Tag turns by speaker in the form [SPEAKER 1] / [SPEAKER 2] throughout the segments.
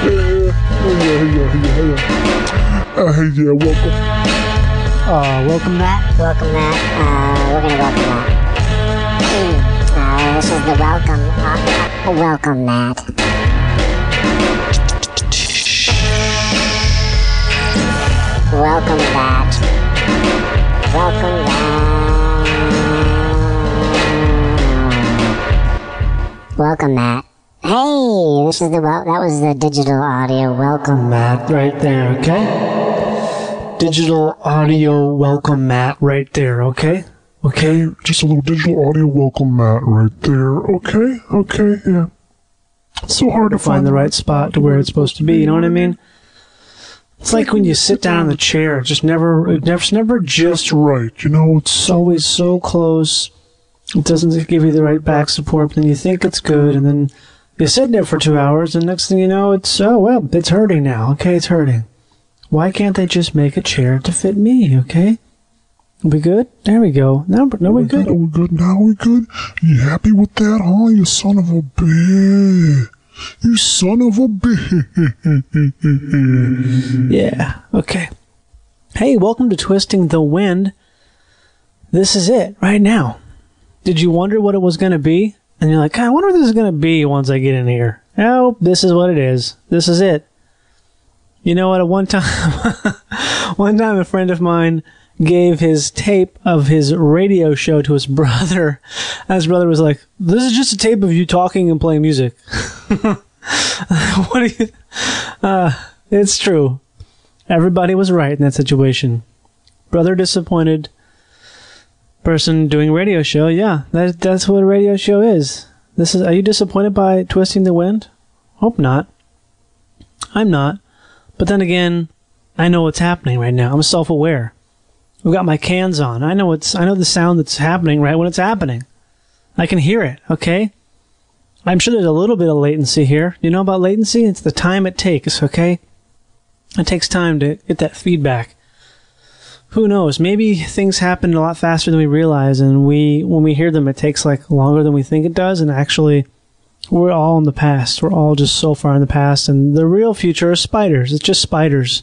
[SPEAKER 1] Hey, yeah, yeah, yeah. Uh, hey, yeah, welcome.
[SPEAKER 2] Uh, welcome back.
[SPEAKER 3] Welcome back. Uh, we're gonna welcome that. Mm. Uh, this is the welcome. Uh, uh, welcome that. Welcome that. Welcome that. Welcome that. Hey, this is the well. That was the digital audio. Welcome that.
[SPEAKER 2] Mat right there, okay? Digital audio welcome mat right there, okay? Okay?
[SPEAKER 1] Just a little digital audio welcome mat right there. Okay, okay, yeah. It's so hard to
[SPEAKER 2] Find the right spot to where it's supposed to be, you know what I mean? It's like when you sit down in the chair, it just never, it never, it's never just
[SPEAKER 1] It's right, you know. It's
[SPEAKER 2] it's always so close. It doesn't give you the right back support, but then you think it's good, and then you sit there for two hours, and next thing you know, it's oh well, it's hurting now. Okay, it's hurting. Why can't they just make a chair to fit me? Okay, we good? There we go. Now, now we
[SPEAKER 1] good. Are
[SPEAKER 2] good.
[SPEAKER 1] we good now? we good? You happy with that, huh? You son of a bitch. You son of a bitch.
[SPEAKER 2] Yeah. Okay. Hey, welcome to Twisting the Wind. This is it right now. Did you wonder what it was going to be? And you're like, "God, I wonder what this is going to be once I get in here. No, this is what it is. This is it. You know what? At one time, one time, a friend of mine gave his tape of his radio show to his brother, and his brother was like, "This is just a tape of you talking and playing music." what do you? Uh, it's true. Everybody was right in that situation. Brother disappointed. Person doing radio show. Yeah, that, that's what a radio show is. This is. Are you disappointed by twisting the wind? Hope not. I'm not. But then again, I know what's happening right now. I'm self-aware. I've got my cans on. I know what's. I know the sound that's happening right when it's happening. I can hear it. Okay. I'm sure there's a little bit of latency here. You know about latency? It's the time it takes. Okay. It takes time to get that feedback. Who knows? Maybe things happen a lot faster than we realize, and we when we hear them, it takes like longer than we think it does. And actually, we're all in the past. We're all just so far in the past, and the real future is spiders. It's just spiders.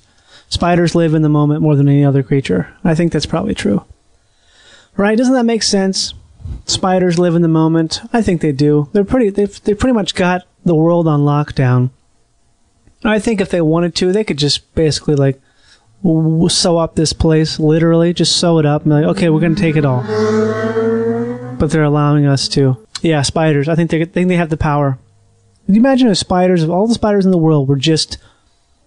[SPEAKER 2] Spiders live in the moment more than any other creature. I think that's probably true. Right? Doesn't that make sense? Spiders live in the moment. I think they do. They're pretty. They've they pretty much got the world on lockdown. I think if they wanted to, they could just basically like w- sew up this place, literally, just sew it up and be like, okay, we're gonna take it all. But they're allowing us to. Yeah, spiders. I think they I think they have the power. Can you imagine if spiders, if all the spiders in the world were just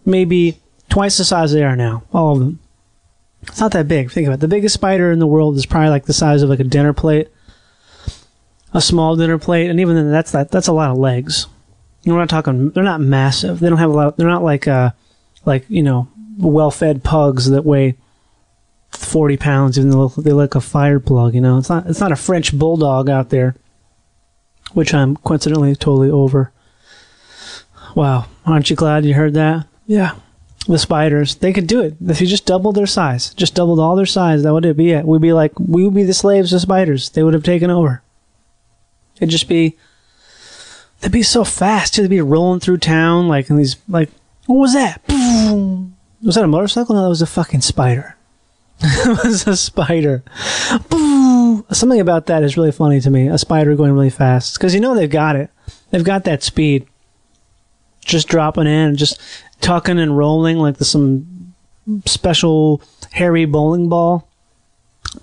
[SPEAKER 2] maybe twice the size they are now, all of them. It's not that big. Think about it. The biggest spider in the world is probably like the size of like a dinner plate, a small dinner plate, and even then, that's that. That's a lot of legs. We're not talking. They're not massive. They don't have a lot. They're not like uh, like you know, well-fed pugs that weigh forty pounds. Even though they look like a fire plug, you know, it's not. It's not a French bulldog out there, which I'm coincidentally totally over. Wow, aren't you glad you heard that? Yeah, the spiders. They could do it if you just doubled their size. Just doubled all their size. That would be it. We'd be like we would be the slaves to spiders. They would have taken over. It'd just be they'd be so fast too. They'd be rolling through town like in these like what was that? Boom. Was that a motorcycle? No, that was a fucking spider. it was a spider. Boo! Something about that is really funny to me. A spider going really fast because you know they've got it. They've got that speed. Just dropping in, just tucking and rolling like there's some special hairy bowling ball.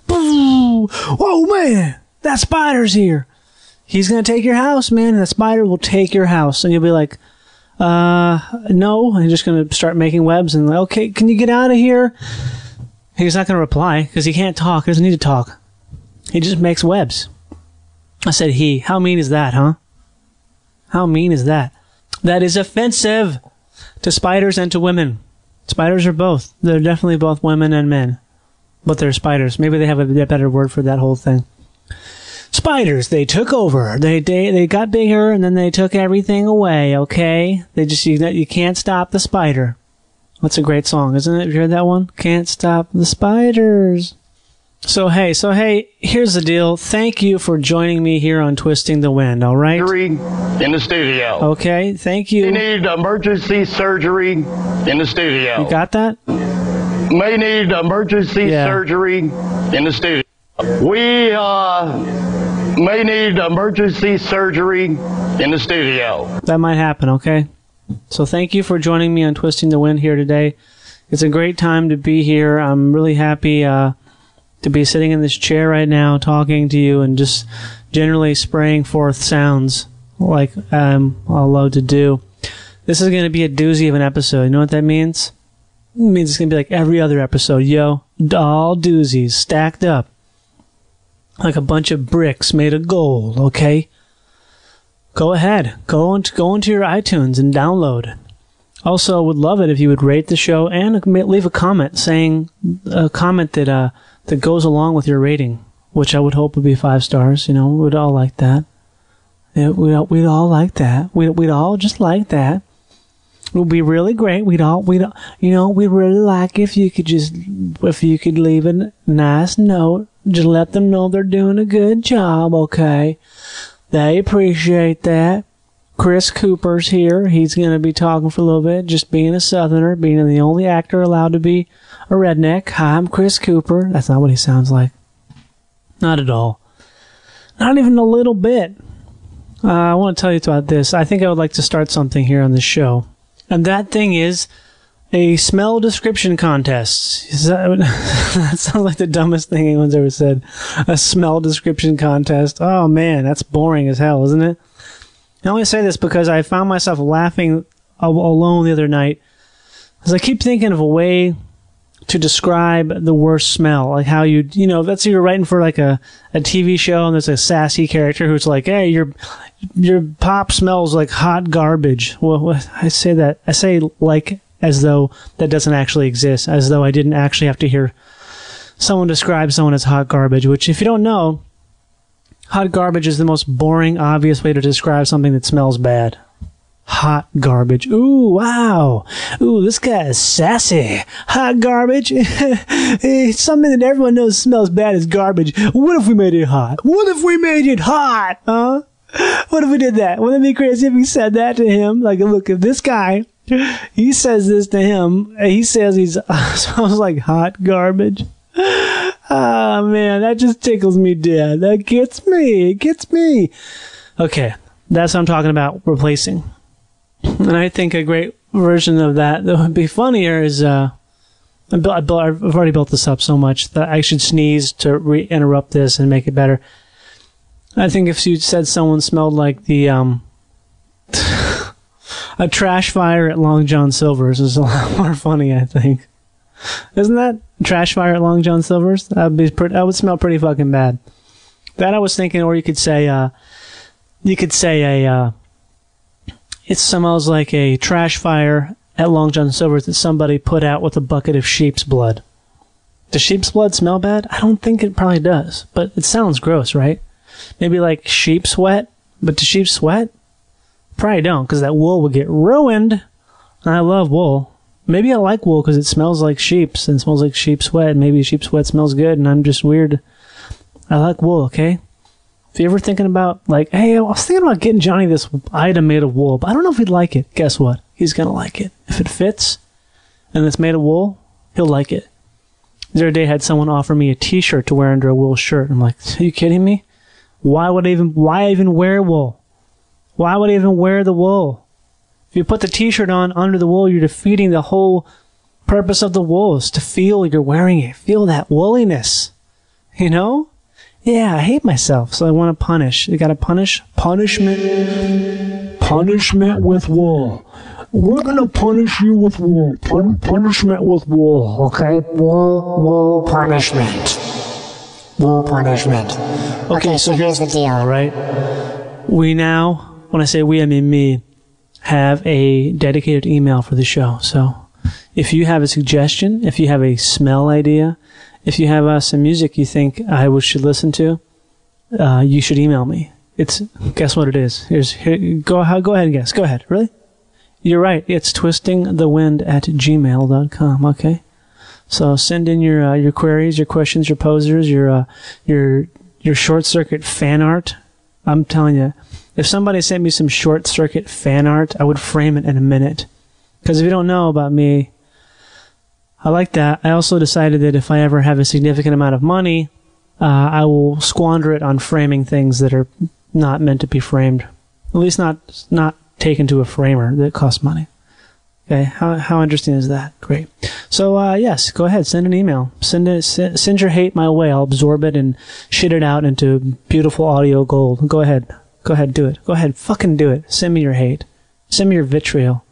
[SPEAKER 2] Boo! Oh man, that spider's here. He's gonna take your house, man. That spider will take your house, and you'll be like, uh, no. I'm just gonna start making webs, and like, okay, can you get out of here? He's not gonna reply because he can't talk. He doesn't need to talk. He just makes webs. I said, he. How mean is that, huh? How mean is that? That is offensive to spiders and to women. Spiders are both. They're definitely both women and men. But they're spiders. Maybe they have a better word for that whole thing. Spiders, they took over. They they, they got bigger and then they took everything away, okay? They just you, you can't stop the spider. That's a great song, isn't it? Have you heard that one? Can't stop the spiders. So hey, so hey, here's the deal. Thank you for joining me here on Twisting the Wind, all right?
[SPEAKER 4] surgery in the studio.
[SPEAKER 2] Okay, thank
[SPEAKER 4] May
[SPEAKER 2] you.
[SPEAKER 4] need emergency surgery in the studio.
[SPEAKER 2] You got that?
[SPEAKER 4] May need emergency
[SPEAKER 2] Yeah.
[SPEAKER 4] surgery in the studio. We uh, may need emergency surgery in the studio.
[SPEAKER 2] that might happen, okay? So thank you for joining me on Twisting the Wind here today. It's a great time to be here. I'm really happy uh, to be sitting in this chair right now, talking to you, and just generally spraying forth sounds like um, I love to do. This is going to be a doozy of an episode. You know what that means? It means it's going to be like every other episode. Yo, all doozies stacked up like a bunch of bricks made of gold, okay? go ahead go into go into your itunes and download also would love it if you would rate the show and ma- leave a comment saying a comment that uh that goes along with your rating which i would hope would be five stars you know we'd all like that yeah, we'd, all- we'd all like that we'd, we'd all just like that it would be really great we'd all we'd all- you know we'd really like if you could just if you could leave a nice note just let them know they're doing a good job okay they appreciate that. Chris Cooper's here. He's going to be talking for a little bit, just being a southerner, being the only actor allowed to be a redneck. Hi, I'm Chris Cooper. That's not what he sounds like. Not at all. Not even a little bit. Uh, I want to tell you about this. I think I would like to start something here on this show. And that thing is a smell description contest. Is that, that sounds like the dumbest thing anyone's ever said. A smell description contest. Oh man, that's boring as hell, isn't it? I only say this because I found myself laughing al- alone the other night. As I keep thinking of a way to describe the worst smell, like how you, you know, let's say you're writing for like a, a TV show and there's a sassy character who's like, hey, your your pop smells like hot garbage. Well, what- I say that I say like as though that doesn't actually exist, as though I didn't actually have to hear someone describe someone as hot garbage. Which, if you don't know, hot garbage is the most boring, obvious way to describe something that smells bad. Hot garbage. Ooh, wow. Ooh, this guy is sassy. Hot garbage. it's something that everyone knows smells bad is garbage. What if we made it hot? What if we made it hot? Huh? What if we did that? Wouldn't it be crazy if we said that to him? Like, look, if this guy, he says this to him, and he says he's smells like hot garbage. Ah, man, that just tickles me dead. That gets me. It gets me. Okay, that's what I'm talking about replacing. And I think a great version of that that would be funnier is uh, I built, I built, I've already built this up so much that I should sneeze to re- interrupt this and make it better. I think if you said someone smelled like the um a trash fire at Long John Silver's is a lot more funny, I think. Isn't that trash fire at Long John Silver's? That'd be pretty, that would smell pretty fucking bad. That I was thinking, or you could say, uh, you could say a, uh, it smells like a trash fire at Long John Silver's that somebody put out with a bucket of sheep's blood. Does sheep's blood smell bad? I don't think it probably does, but it sounds gross, right? maybe like sheep sweat. But do sheep sweat? Probably don't, because that wool would get ruined. And I love wool. Maybe I like wool because it smells like sheep's and smells like sheep sweat. and Maybe sheep sweat smells good, and I'm just weird. I like wool. Okay. If you're ever thinking about like, hey, I was thinking about getting Johnny this item made of wool, but I don't know if he'd like it. Guess what? He's gonna like it if it fits, and it's made of wool. He'll like it. The other day, I had someone offer me a T-shirt to wear under a wool shirt. I'm like, are you kidding me? Why would I even? Why even wear wool? Why would I even wear the wool? If you put the T-shirt on under the wool, you're defeating the whole purpose of the wool is to feel you're wearing it. Feel that wooliness. You know? Yeah, I hate myself, so I want to punish. You got to punish punishment.
[SPEAKER 1] Punishment with wool. We're gonna punish you with wool. Pun- punishment with wool, okay?
[SPEAKER 3] Wool, wool punishment. Wool punishment. Okay, so here's the deal.
[SPEAKER 2] All right. We now, when I say we, I mean me, have a dedicated email for the show. So if you have a suggestion, if you have a smell idea, if you have uh, some music you think I would- should listen to, uh, you should email me. It's guess what it is. Here's here, go ahead- go ahead and guess. Go ahead. Really? You're right. It's twistingthewind at gmail.com. Okay. So send in your uh, your queries, your questions, your posers, your uh, your your short circuit fan art. I'm telling you, if somebody sent me some short circuit fan art, I would frame it in a minute. Because if you don't know about me, I like that. I also decided that if I ever have a significant amount of money, uh, I will squander it on framing things that are not meant to be framed. At least not not taken to a framer that costs money. Okay, how, how interesting is that? Great. So uh, yes, go ahead, send an email. Send it, send, send your hate my way. I'll absorb it and shit it out into beautiful audio gold. Go ahead, go ahead, do it. Go ahead, fucking do it. Send me your hate. Send me your vitriol.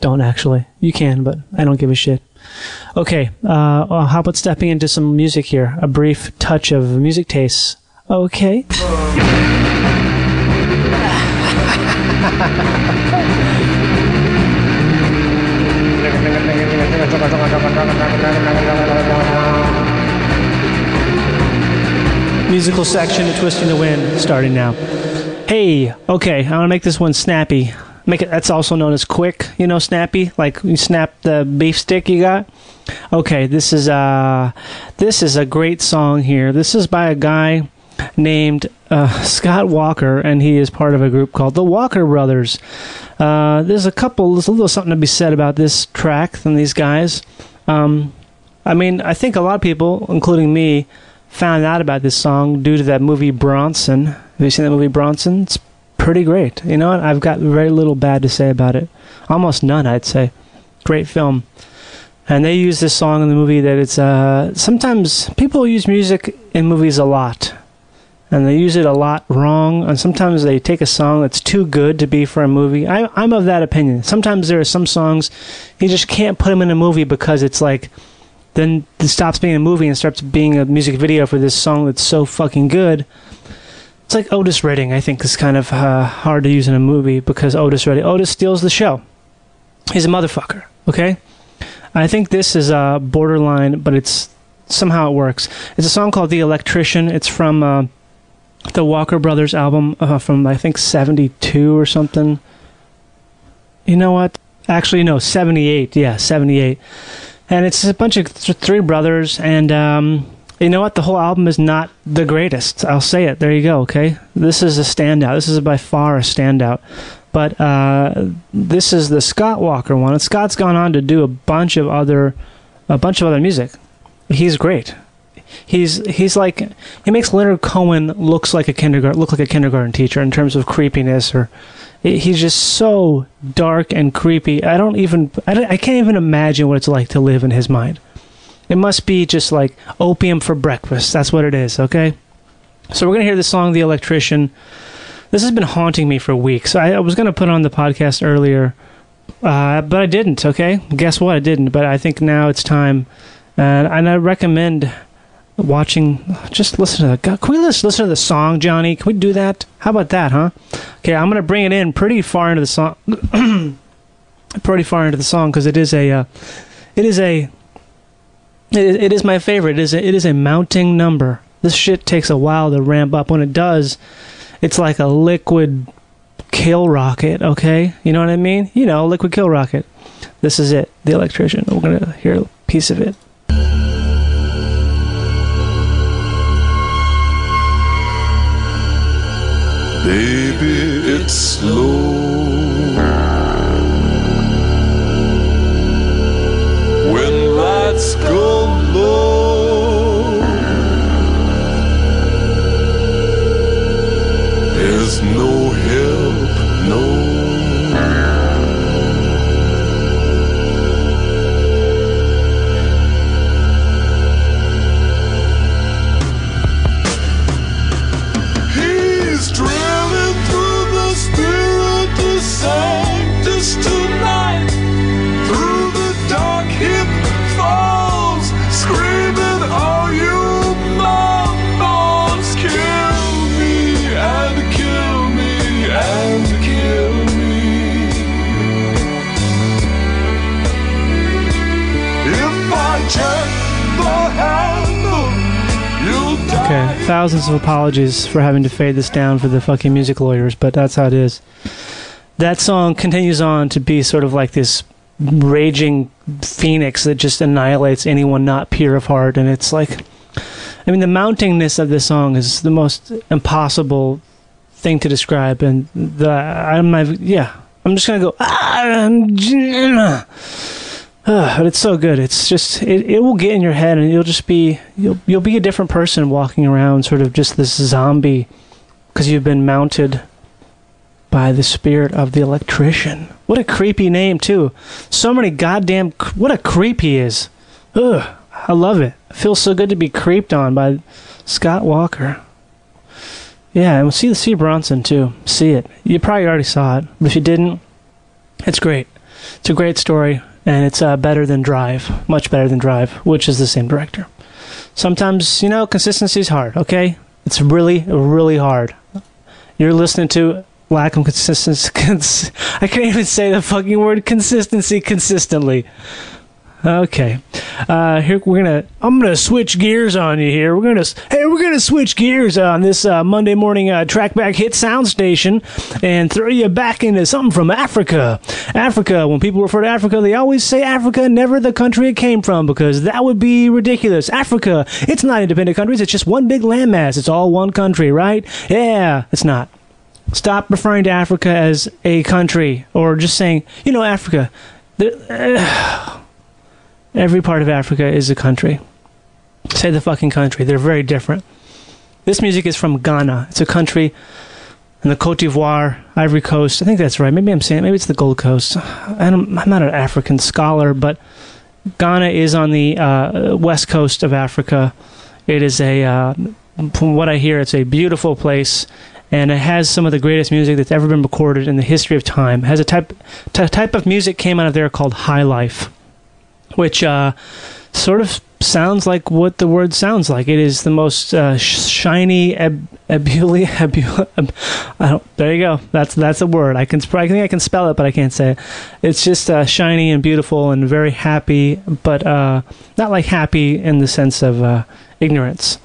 [SPEAKER 2] Don't actually. You can, but I don't give a shit. Okay, uh, well, how about stepping into some music here? A brief touch of music tastes. Okay. Musical section of Twisting the Wind starting now. Hey, okay, I want to make this one snappy. Make it. That's also known as quick. You know, snappy. Like you snap the beef stick you got. Okay, this is uh this is a great song here. This is by a guy named uh, Scott Walker, and he is part of a group called the Walker Brothers. Uh, there's a couple. There's a little something to be said about this track than these guys. Um, I mean, I think a lot of people, including me, found out about this song due to that movie Bronson. Have you seen that movie Bronson? It's pretty great. You know what? I've got very little bad to say about it. Almost none, I'd say. Great film. And they use this song in the movie that it's uh sometimes people use music in movies a lot. And they use it a lot wrong, and sometimes they take a song that's too good to be for a movie. I, I'm of that opinion. Sometimes there are some songs you just can't put them in a movie because it's like then it stops being a movie and starts being a music video for this song that's so fucking good. It's like Otis Redding, I think, is kind of uh, hard to use in a movie because Otis Redding, Otis steals the show. He's a motherfucker, okay? I think this is uh, borderline, but it's somehow it works. It's a song called "The Electrician." It's from uh, the Walker Brothers album uh, from I think '72 or something. You know what? Actually, no, '78. Yeah, '78 and it's a bunch of th- three brothers and um, you know what the whole album is not the greatest i'll say it there you go okay this is a standout this is by far a standout but uh, this is the scott walker one and scott's gone on to do a bunch of other a bunch of other music he's great he's he's like he makes leonard cohen looks like a kindergarten look like a kindergarten teacher in terms of creepiness or it- he's just so dark and creepy. I don't even I, don't- I can't even imagine what it's like to live in his mind. It must be just like opium for breakfast. That's what it is, okay? So we're going to hear the song The Electrician. This has been haunting me for weeks. I, I was going to put on the podcast earlier, uh, but I didn't, okay? Guess what? I didn't, but I think now it's time. And, and I recommend watching. Just listen to the. God, can we listen, listen to the song, Johnny? Can we do that? How about that, huh? Okay, I'm gonna bring it in pretty far into the song, pretty far into the song because it is a, uh, it is a, it, it is my favorite. It is a, it is a mounting number. This shit takes a while to ramp up. When it does, it's like a liquid kill rocket. Okay, you know what I mean? You know, liquid kill rocket. This is it. The electrician. We're gonna hear a piece of it.
[SPEAKER 5] Baby, it's slow. When lights go low.
[SPEAKER 2] thousands of apologies for having to fade this down for the fucking music lawyers, but that's how it is. That song continues on to be sort of like this raging phoenix that just annihilates anyone not pure of heart, and it's like, I mean, the mountingness of this song is the most impossible thing to describe, and the I'm not, yeah, I'm just gonna go ah. Ah, but it's so good. It's just it, it will get in your head, and you'll just be you'll you'll be a different person walking around, sort of just this zombie, because you've been mounted by the spirit of the electrician. What a creepy name too. So many goddamn cr- what a creep he is. Ugh, I love it. It feels so good to be creeped on by Scott Walker. Yeah, and we'll see the see Bronson too. See it. You probably already saw it, but if you didn't, it's great. It's a great story, and it's uh, better than Drive, much better than Drive, which is the same director. Sometimes, you know, consistency is hard, okay? It's really, really hard. You're listening to lack of consistency. Cons- I can't even say the fucking word consistency consistently. Okay, uh, here we're gonna. I'm gonna switch gears on you here. We're gonna. s- Hey, we're gonna switch gears on this uh, Monday morning uh, trackback hit sound station, and throw you back into something from Africa. Africa. When people refer to Africa, they always say Africa, never the country it came from, because that would be ridiculous. Africa. It's not independent countries. It's just one big landmass. It's all one country, right? Yeah, it's not stop referring to Africa as a country or just saying, you know, Africa. The- every part of Africa is a country. Say the fucking country. They're very different. This music is from Ghana. It's a country in the Cote d'Ivoire, Ivory Coast. I think that's right. Maybe I'm saying maybe it's the Gold Coast. I don't, I'm not an African scholar, but Ghana is on the uh, west coast of Africa. It is a, uh, from what I hear, it's a beautiful place, and it has some of the greatest music that's ever been recorded in the history of time. It has a type t- type of music came out of there called high life, which uh, sort of sounds like what the word sounds like. It is the most uh, sh- shiny eb- ebuli- ebu- eb- I don't, there you go. That's that's a word. I can sp- I think I can spell it, but I can't say it. It's just uh, shiny and beautiful and very happy, but uh, not like happy in the sense of uh, ignorance.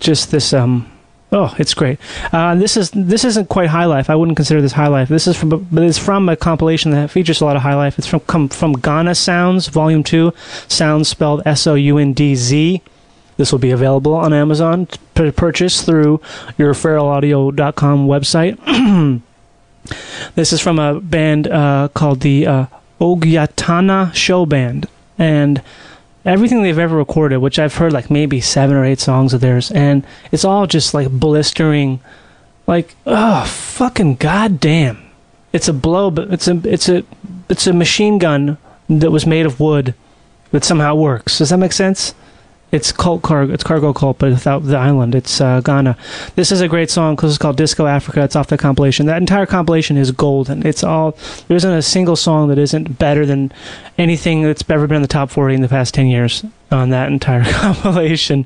[SPEAKER 2] Just this. Um, oh, it's great. Uh, this is this isn't quite high life. I wouldn't consider this high life. This is from but it's from a compilation that features a lot of high life. It's from come from Ghana Sounds Volume Two, Sounds spelled S O U N D Z. This will be available on Amazon to purchase through your feralaudio.com website. This is from a band uh, called the uh, Ogyatana Show Band, and everything they've ever recorded, which I've heard like maybe seven or eight songs of theirs, and it's all just like blistering, like oh fucking goddamn! It's a blow, but it's a it's a it's a machine gun that was made of wood that somehow works. Does that make sense? It's cult cargo. It's cargo cult, but without the island. It's uh, Ghana. This is a great song because it's called Disco Africa. It's off the compilation. That entire compilation is golden. It's all. There isn't a single song that isn't better than anything that's ever been in the top forty in the past ten years on that entire compilation.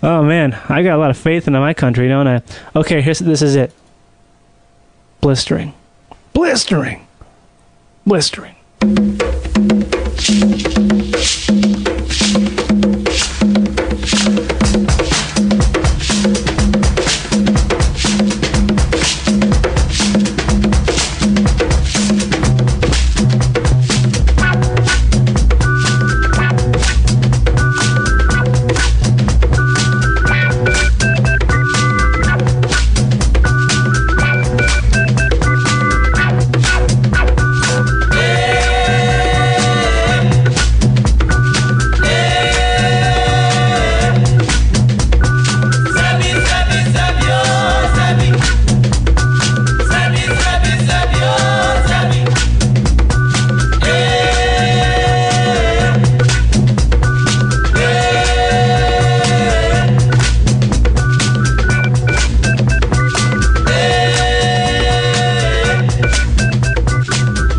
[SPEAKER 2] Oh man, I got a lot of faith in my country, don't I? Okay, here's this is it. Blistering, blistering, blistering.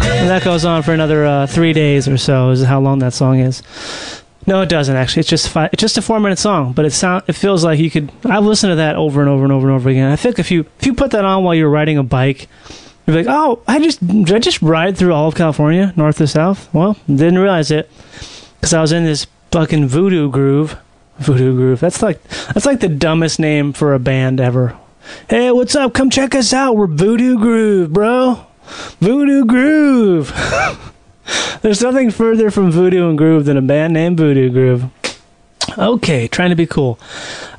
[SPEAKER 2] And that goes on for another uh, three days or so. Is how long that song is. No, it doesn't actually. It's just five, it's just a four minute song, but it sound it feels like you could. I've listened to that over and over and over and over again. I think if you if you put that on while you're riding a bike, you're like, oh, I just did I just ride through all of California, north to south. Well, didn't realize it because I was in this fucking voodoo groove Voodoo Groove. That's like that's like the dumbest name for a band ever. Hey, what's up? Come check us out. We're Voodoo Groove, bro. Voodoo Groove. There's nothing further from voodoo and groove than a band named Voodoo Groove. Okay, trying to be cool.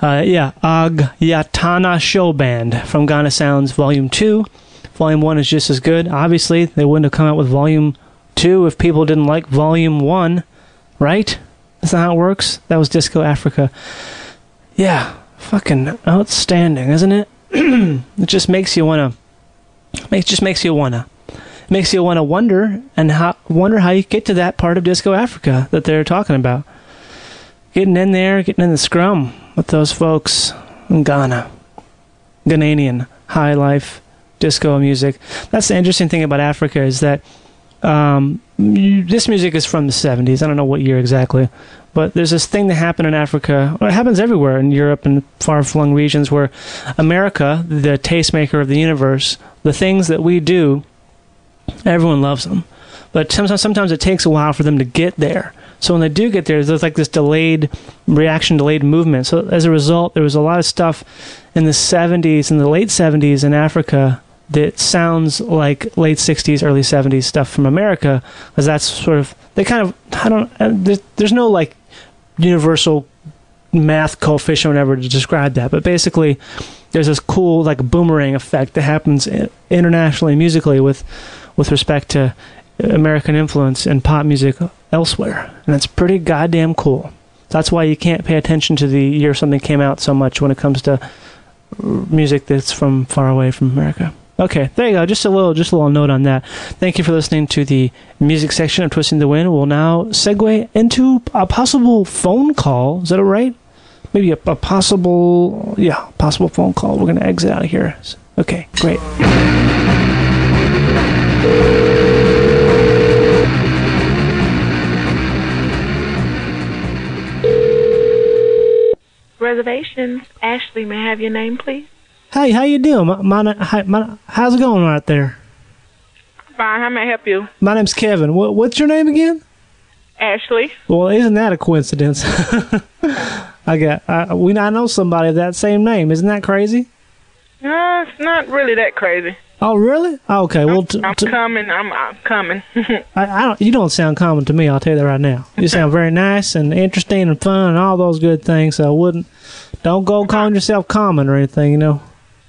[SPEAKER 2] Uh, yeah, Agyatana Show Band from Ghana Sounds Volume 2. Volume 1 is just as good. Obviously, they wouldn't have come out with Volume 2 if people didn't like Volume 1, right? That's not how it works. That was Disco Africa. Yeah, fucking outstanding, isn't it? it just makes you wanna. It just makes you wanna makes you want to wonder and how, wonder how you get to that part of Disco Africa that they're talking about. Getting in there, getting in the scrum with those folks in Ghana, Ghanaian high life disco music. That's the interesting thing about Africa is that um, you, this music is from the 70s. I don't know what year exactly, but there's this thing that happened in Africa. Well, it happens everywhere in Europe and far flung regions where America, the tastemaker of the universe, the things that we do everyone loves them. But sometimes, sometimes it takes a while for them to get there. So when they do get there, there's like this delayed reaction, delayed movement. So as a result, there was a lot of stuff in the 70s, in the late 70s in Africa that sounds like late 60s, early 70s stuff from America, because that's sort of they kind of I don't uh, there's, there's no like universal math coefficient or whatever to describe that, but basically there's this cool like boomerang effect that happens i- internationally musically with with respect to American influence and pop music elsewhere, and it's pretty goddamn cool. That's why you can't pay attention to the year something came out so much when it comes to uh, music that's from far away from America. Okay, there you go. Just a little, just a little note on that. Thank you for listening to the music section of Twisting the Wind. We'll now segue into a possible phone call. Is that all right? Maybe a, a possible, yeah, possible phone call. We're gonna exit out of here. Okay, great.
[SPEAKER 6] Reservations. Ashley, may I have your name, please?
[SPEAKER 2] Hey, how you doing? My, my, hi, my, how's it going right there?
[SPEAKER 6] Fine. How may I help you?
[SPEAKER 2] My name's Kevin. What, what's your name again?
[SPEAKER 6] Ashley.
[SPEAKER 2] Well, isn't that a coincidence? I got I, we I know somebody of that same name. Isn't that crazy?
[SPEAKER 6] No, it's not really that crazy.
[SPEAKER 2] Oh, really? Okay. Well, t-
[SPEAKER 6] I'm
[SPEAKER 2] t-
[SPEAKER 6] coming. I'm, I'm coming.
[SPEAKER 2] I, I don't. You don't sound common to me. I'll tell you that right now. You sound very nice and interesting and fun and all those good things. So I wouldn't. Don't go calling yourself common or anything. You know.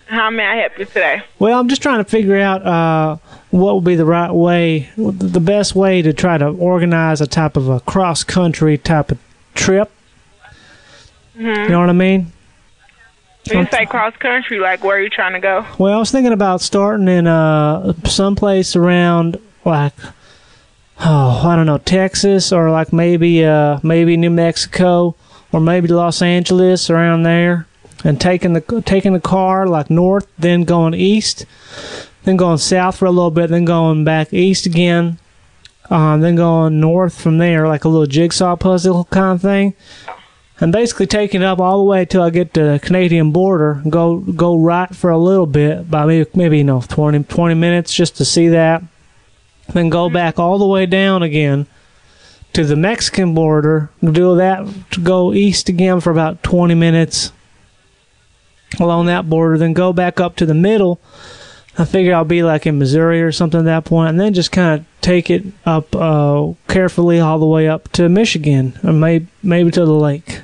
[SPEAKER 6] how may I help you today?
[SPEAKER 2] Well, I'm just trying to figure out uh, what would be the right way, the best way to try to organize a type of a cross country type of trip. You know what I mean?
[SPEAKER 6] When you say cross country, like where are you trying to go?
[SPEAKER 2] Well, I was thinking about starting in uh, someplace around like oh, I don't know, Texas or like maybe uh, maybe New Mexico or maybe Los Angeles around there, and taking the taking the car like north, then going east, then going south for a little bit, then going back east again. Um, then going north from there, like a little jigsaw puzzle kind of thing and basically taking it up all the way till I get to the Canadian border. Go go right for a little bit, by maybe, maybe you know 20, 20 minutes just to see that. Then go back all the way down again to the Mexican border. Do that to go east again for about twenty minutes along that border. Then go back up to the middle. I figure I'll be like in Missouri or something at that point, and then just kind of take it up uh, carefully all the way up to Michigan, or maybe maybe to the lake.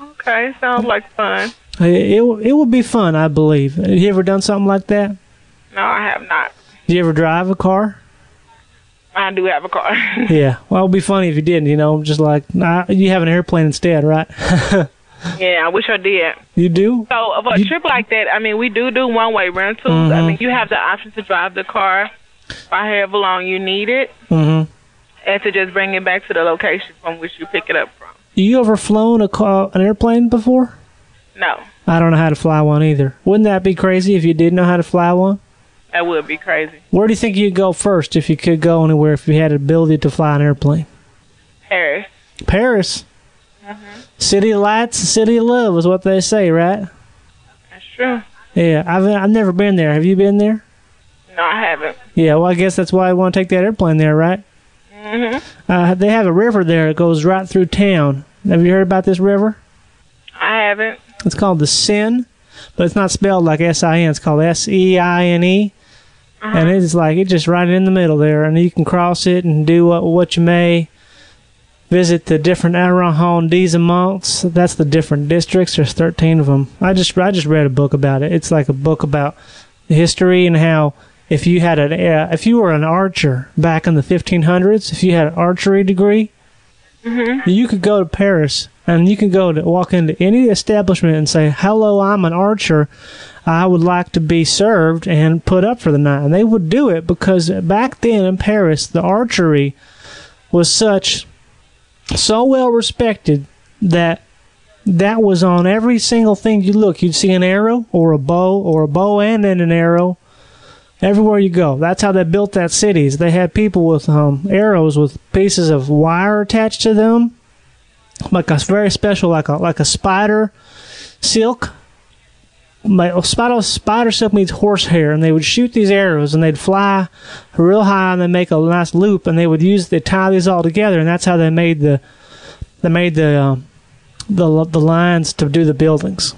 [SPEAKER 6] Okay, sounds like fun.
[SPEAKER 2] It, it it would be fun, I believe. Have you ever done something like that?
[SPEAKER 6] No, I have not.
[SPEAKER 2] Do you ever drive a car?
[SPEAKER 6] I do have a car.
[SPEAKER 2] Yeah. Well, it would be funny if you didn't. You know, just like nah, you have an airplane instead, right?
[SPEAKER 6] yeah, I wish I did.
[SPEAKER 2] you do.
[SPEAKER 6] So for a trip like that, I mean, we do do one way rentals. I mean, you have the option to drive the car for however long you need it,
[SPEAKER 2] Mm-hmm.
[SPEAKER 6] and to just bring it back to the location from which you pick it up from.
[SPEAKER 2] You ever flown a car, an airplane before?
[SPEAKER 6] No,
[SPEAKER 2] I don't know how to fly one either. Wouldn't that be crazy if you did know how to fly one?
[SPEAKER 6] that would be crazy.
[SPEAKER 2] Where do you think you'd go first if you could go anywhere if you had the ability to fly an airplane?
[SPEAKER 6] Paris.
[SPEAKER 2] Paris. City of lights, city of love is what they say, right?
[SPEAKER 6] That's true.
[SPEAKER 2] Yeah, I've I've never been there. Have you been there?
[SPEAKER 6] No, I haven't.
[SPEAKER 2] Yeah, well, I guess that's why I want to take that airplane there, right? Mm-hmm. Uh, they have a river there that goes right through town, Have you heard about this river?
[SPEAKER 6] I haven't.
[SPEAKER 2] It's called the Sin, but it's not spelled like S I N. It's called S E I N E, and it's like it's just right in the middle there, and you can cross it and do what what you may. Visit the different arrondis and months. That's the different districts. There's 13 of them. I just I just read a book about it. It's like a book about history and how if you had an uh, if you were an archer back in the 1500s, if you had an archery degree, you could go to Paris and you could go to walk into any establishment and say, "Hello, I'm an archer. I would like to be served and put up for the night." And they would do it because back then in Paris, the archery was such so well respected that that was on every single thing you look. You'd see an arrow or a bow or a bow and then an arrow everywhere you go. That's how they built that city. is They had people with um, arrows with pieces of wire attached to them, like a very special, like a like a spider silk. My oh, spider spider silk means horsehair, and they would shoot these arrows, and they'd fly real high, and they make a nice loop, and they would use they tie these all together, and that's how they made the they made the um, the the lines to do the buildings.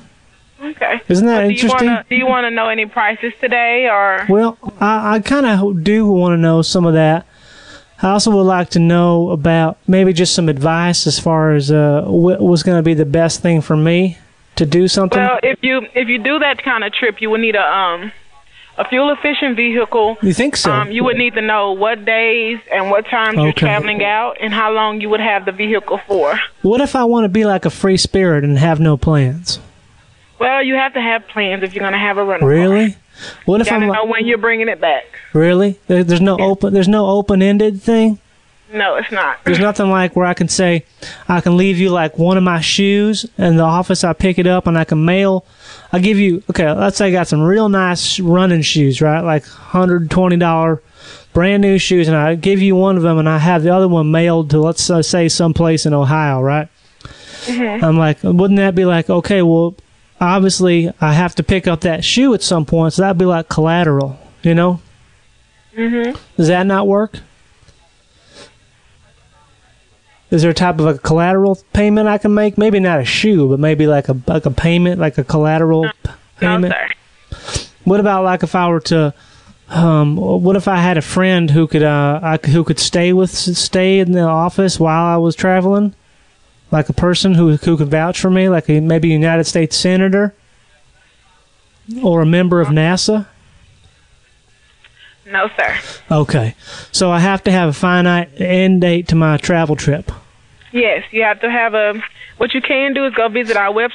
[SPEAKER 6] Okay.
[SPEAKER 2] Isn't that
[SPEAKER 6] Well,
[SPEAKER 2] interesting?
[SPEAKER 6] Do you wanna- do you want to know any prices today, or
[SPEAKER 2] Well, I, I kind of do want to know some of that. I also would like to know about maybe just some advice as far as uh, what was going to be the best thing for me to do something.
[SPEAKER 6] well, if you if you do that kind of trip, you would need a um a fuel efficient vehicle.
[SPEAKER 2] you think so?
[SPEAKER 6] Um, you would need to know what days and what times you're
[SPEAKER 2] Okay.
[SPEAKER 6] traveling out, and how long you would have the vehicle for.
[SPEAKER 2] what if I want to be like a free spirit and have no plans?
[SPEAKER 6] Well, you have to have plans if you're going to have a rental. car.
[SPEAKER 2] Really? What
[SPEAKER 6] You
[SPEAKER 2] if
[SPEAKER 6] gotta
[SPEAKER 2] I'm
[SPEAKER 6] know
[SPEAKER 2] like,
[SPEAKER 6] when you're bringing it back.
[SPEAKER 2] really? There, there's no open. There's no open-ended thing.
[SPEAKER 6] No, it's not.
[SPEAKER 2] There's nothing like where I can say, I can leave you like one of my shoes in the office. I pick it up and I can mail. I give you, okay, let's say I got some real nice running shoes, right? Like $120 brand new shoes. And I give you one of them and I have the other one mailed to, let's uh, say, someplace in Ohio, right? I'm like, wouldn't that be like, okay, well, obviously I have to pick up that shoe at some point. So that'd be like collateral, you know? Mm-hmm. Does that not work? Is there a type of a collateral payment I can make? Maybe not a shoe, but maybe like a like a payment, like a collateral p-
[SPEAKER 6] No,
[SPEAKER 2] payment.
[SPEAKER 6] sir.
[SPEAKER 2] What about like if I were to, um, what if I had a friend who could uh I, c- who could stay with stay in the office while I was traveling, like a person who who could vouch for me, like a, maybe a United States senator or a member of NASA.
[SPEAKER 6] No, sir.
[SPEAKER 2] Okay, so I have to have a finite end date to my travel trip.
[SPEAKER 6] Yes, you have to have a. What you can do is go visit our website.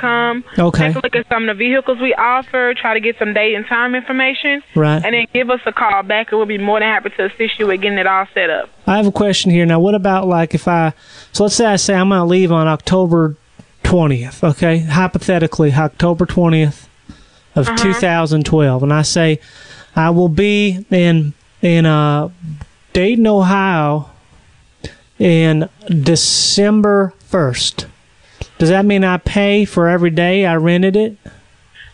[SPEAKER 6] Come
[SPEAKER 2] Okay.
[SPEAKER 6] take a look at some of the vehicles we offer. Try to get some date and time information,
[SPEAKER 2] Right.
[SPEAKER 6] and then give us a call back, and we'll be more than happy to assist you with getting it all set up.
[SPEAKER 2] I have a question here. Now, what about like if I, so let's say I say I'm going to leave on October 20th, okay? Hypothetically, October 20th of 2012. And I say I will be in, in, uh, Dayton, Ohio in December 1st. Does that mean I pay for every day I rented it?